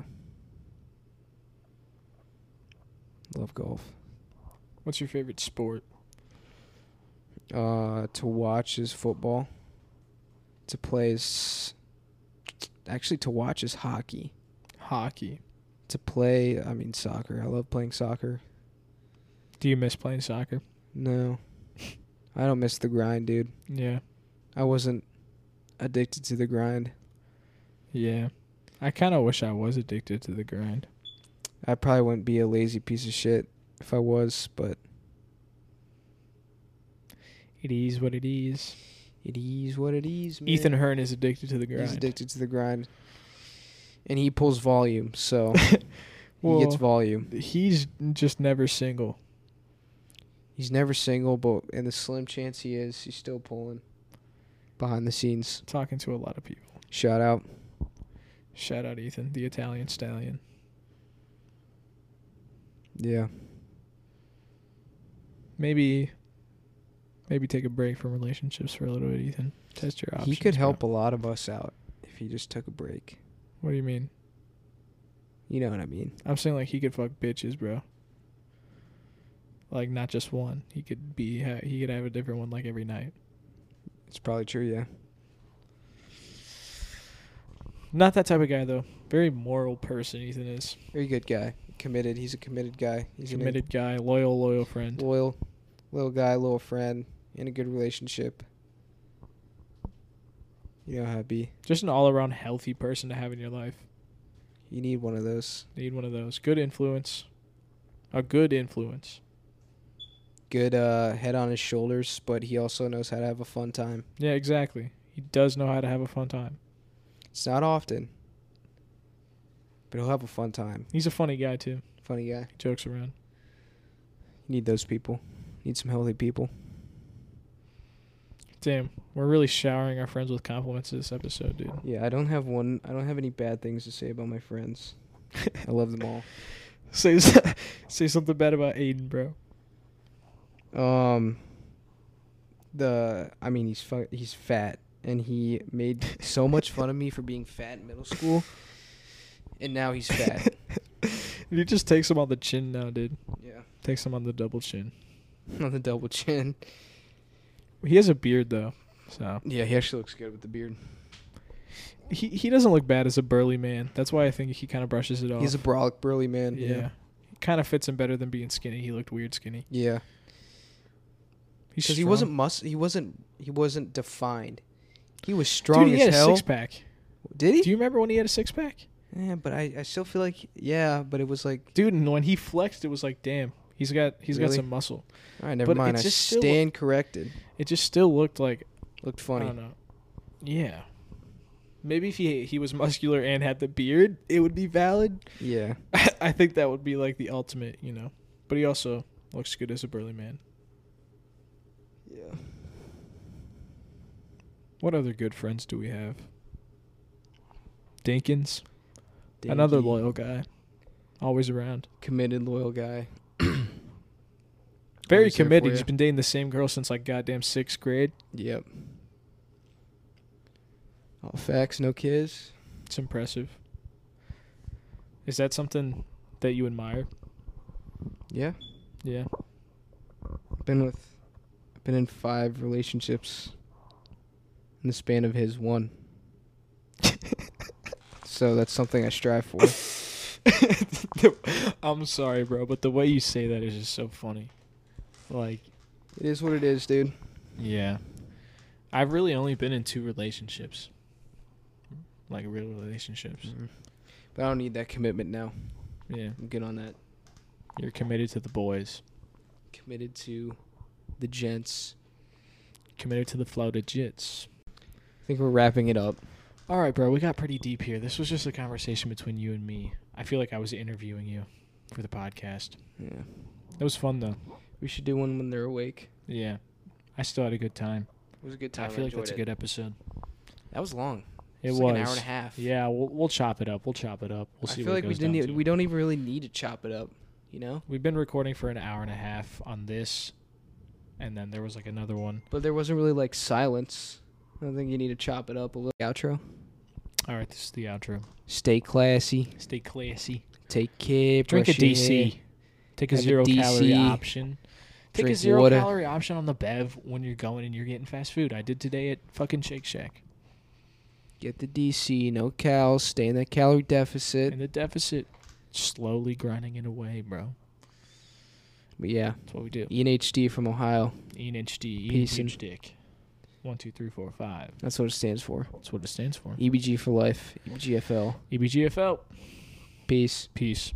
[SPEAKER 1] Love golf.
[SPEAKER 3] What's your favorite sport?
[SPEAKER 1] Uh, to watch is football. To play is actually to watch is hockey.
[SPEAKER 3] Hockey.
[SPEAKER 1] To play, I mean soccer. I love playing soccer.
[SPEAKER 3] Do you miss playing soccer?
[SPEAKER 1] No, I don't miss the grind, dude.
[SPEAKER 3] Yeah,
[SPEAKER 1] I wasn't addicted to the grind.
[SPEAKER 3] yeah. I kind of wish I was addicted to the grind.
[SPEAKER 1] I probably wouldn't be a lazy piece of shit if I was, but
[SPEAKER 3] It is what it is.
[SPEAKER 1] it is what it is. Man.
[SPEAKER 3] Ethan Hearn is addicted to the grind.
[SPEAKER 1] he's addicted to the grind, and he pulls volume, so
[SPEAKER 3] well,
[SPEAKER 1] he gets volume.
[SPEAKER 3] he's just never single.
[SPEAKER 1] He's never single, but in the slim chance he is, he's still pulling behind the scenes.
[SPEAKER 3] Talking to a lot of people.
[SPEAKER 1] Shout out.
[SPEAKER 3] Shout out Ethan, the Italian stallion.
[SPEAKER 1] Yeah.
[SPEAKER 3] Maybe, maybe take a break from relationships for a little bit, Ethan. Test your options.
[SPEAKER 1] he could
[SPEAKER 3] bro.
[SPEAKER 1] help a lot of us out if he just took a break.
[SPEAKER 3] What do you mean?
[SPEAKER 1] You know what I mean?
[SPEAKER 3] I'm saying like he could fuck bitches, bro. Like not just one. He could be. ha- He could have a different one like every night.
[SPEAKER 1] It's probably true, yeah.
[SPEAKER 3] Not that type of guy though. Very moral person Ethan is.
[SPEAKER 1] Very good guy. Committed. He's a committed guy. He's an
[SPEAKER 3] Committed guy, loyal, loyal friend.
[SPEAKER 1] loyal, little guy, little friend, in a good relationship. You know how it be.
[SPEAKER 3] Just an all around healthy person to have in your life.
[SPEAKER 1] You need one of those.
[SPEAKER 3] Need one of those. Good influence. A good influence.
[SPEAKER 1] Good uh, head on his shoulders, but he also knows how to have a fun time.
[SPEAKER 3] Yeah, exactly. He does know how to have a fun time.
[SPEAKER 1] It's not often, but he'll have a fun time.
[SPEAKER 3] He's a funny guy too.
[SPEAKER 1] Funny guy.
[SPEAKER 3] He jokes around.
[SPEAKER 1] You need those people. Need some healthy people.
[SPEAKER 3] Damn, we're really showering our friends with compliments this episode, dude.
[SPEAKER 1] Yeah, I don't have one. I don't have any bad things to say about my friends. I love them all.
[SPEAKER 3] Say say something bad about Aiden, bro.
[SPEAKER 1] Um, the I mean he's fu- he's fat and he made so much fun of me for being fat in middle school, and now he's fat.
[SPEAKER 3] He just takes him on the chin now, dude.
[SPEAKER 1] yeah,
[SPEAKER 3] Takes him on the double chin.
[SPEAKER 1] on the double chin.
[SPEAKER 3] He has a beard though, so
[SPEAKER 1] Yeah, he actually looks good with the beard.
[SPEAKER 3] he he doesn't look bad as a burly man. That's why I think he kind of brushes it off.
[SPEAKER 1] He's a brolic burly man.
[SPEAKER 3] yeah. Kind of fits him better than being skinny. He looked weird skinny.
[SPEAKER 1] yeah,
[SPEAKER 3] He's
[SPEAKER 1] because he
[SPEAKER 3] strong.
[SPEAKER 1] wasn't mus he wasn't he wasn't defined. He was strong
[SPEAKER 3] Dude, he
[SPEAKER 1] as
[SPEAKER 3] had a
[SPEAKER 1] hell.
[SPEAKER 3] six pack.
[SPEAKER 1] Did he?
[SPEAKER 3] Do you remember when he had a six pack?
[SPEAKER 1] yeah, but I I still feel like yeah, but it was like
[SPEAKER 3] Dude, and when he flexed, it was like, damn, he's got he's got
[SPEAKER 1] Really?
[SPEAKER 3] some muscle.
[SPEAKER 1] all right, never
[SPEAKER 3] But
[SPEAKER 1] mind.
[SPEAKER 3] it
[SPEAKER 1] I
[SPEAKER 3] just still-
[SPEAKER 1] stand corrected.
[SPEAKER 3] It just still looked like
[SPEAKER 1] Looked
[SPEAKER 3] I
[SPEAKER 1] funny.
[SPEAKER 3] don't know. Yeah. Maybe if he he was muscular and had the beard, it would be valid.
[SPEAKER 1] Yeah,
[SPEAKER 3] I think that would be like the ultimate, you know. But he also looks good as a burly man.
[SPEAKER 1] yeah.
[SPEAKER 3] What other good friends do we have? Dinkins, another
[SPEAKER 1] Dinky.
[SPEAKER 3] loyal guy, always around,
[SPEAKER 1] committed, loyal guy.
[SPEAKER 3] very
[SPEAKER 1] Always there for
[SPEAKER 3] committed.
[SPEAKER 1] ya.
[SPEAKER 3] He's been dating the same girl since like goddamn sixth grade.
[SPEAKER 1] Yep. All facts, no kids.
[SPEAKER 3] It's impressive. Is that something that you admire?
[SPEAKER 1] Yeah,
[SPEAKER 3] Yeah.
[SPEAKER 1] been with, been in five relationships. In the span of his one. so that's something I strive for.
[SPEAKER 3] I'm sorry, bro, but the way you say that is just so funny. Like,
[SPEAKER 1] It is what it is, dude.
[SPEAKER 3] yeah. I've really only been in two relationships. Like real relationships.
[SPEAKER 1] But I don't need that commitment now.
[SPEAKER 3] Yeah.
[SPEAKER 1] I'm good on that.
[SPEAKER 3] You're committed to the boys.
[SPEAKER 1] Committed to the gents.
[SPEAKER 3] Committed to the floated jits.
[SPEAKER 1] I think we're wrapping it up.
[SPEAKER 3] All right, bro. We got pretty deep here. This was just a conversation between you and me. I feel like I was interviewing you for the podcast.
[SPEAKER 1] Yeah.
[SPEAKER 3] It was fun though.
[SPEAKER 1] We should do one when they're awake.
[SPEAKER 3] Yeah. I still had a good time.
[SPEAKER 1] It was a good
[SPEAKER 3] I feel like that's a good episode.
[SPEAKER 1] That was long.
[SPEAKER 3] It
[SPEAKER 1] was
[SPEAKER 3] was.
[SPEAKER 1] like an hour and a half.
[SPEAKER 3] Yeah, we'll we'll chop it up. We'll chop it up. We'll see
[SPEAKER 1] I feel
[SPEAKER 3] what
[SPEAKER 1] like
[SPEAKER 3] it
[SPEAKER 1] we
[SPEAKER 3] goes down
[SPEAKER 1] didn't.
[SPEAKER 3] to.
[SPEAKER 1] Even, we don't even really need to chop it up. You know.
[SPEAKER 3] We've been recording for an hour and a half on this, and then there was like another one.
[SPEAKER 1] But there wasn't really like silence. I don't think you need to chop it up a little. Outro.
[SPEAKER 3] All right, this is the outro.
[SPEAKER 1] Stay classy.
[SPEAKER 3] Stay classy.
[SPEAKER 1] Take care.
[SPEAKER 3] Drink a
[SPEAKER 1] brush your
[SPEAKER 3] DC.
[SPEAKER 1] hair,
[SPEAKER 3] Take a
[SPEAKER 1] Have a
[SPEAKER 3] zero calorie
[SPEAKER 1] DC.
[SPEAKER 3] option. Take a
[SPEAKER 1] Drink
[SPEAKER 3] zero
[SPEAKER 1] water.
[SPEAKER 3] calorie option on the bev when you're going and you're getting fast food. I did today at fucking Shake Shack
[SPEAKER 1] Get the DC. No cows. Stay in that calorie deficit.
[SPEAKER 3] and the deficit slowly grinding it away, bro.
[SPEAKER 1] But yeah,
[SPEAKER 3] That's what we do.
[SPEAKER 1] Ian HD from Ohio.
[SPEAKER 3] E an inch D, E an
[SPEAKER 1] E- Peace and-
[SPEAKER 3] inch dick. One, two, three, four, five.
[SPEAKER 1] That's what it stands for.
[SPEAKER 3] That's
[SPEAKER 1] E-
[SPEAKER 3] what it stands for. E
[SPEAKER 1] EBG for life. EBGFL.
[SPEAKER 3] EBGFL.
[SPEAKER 1] Peace.
[SPEAKER 3] Peace.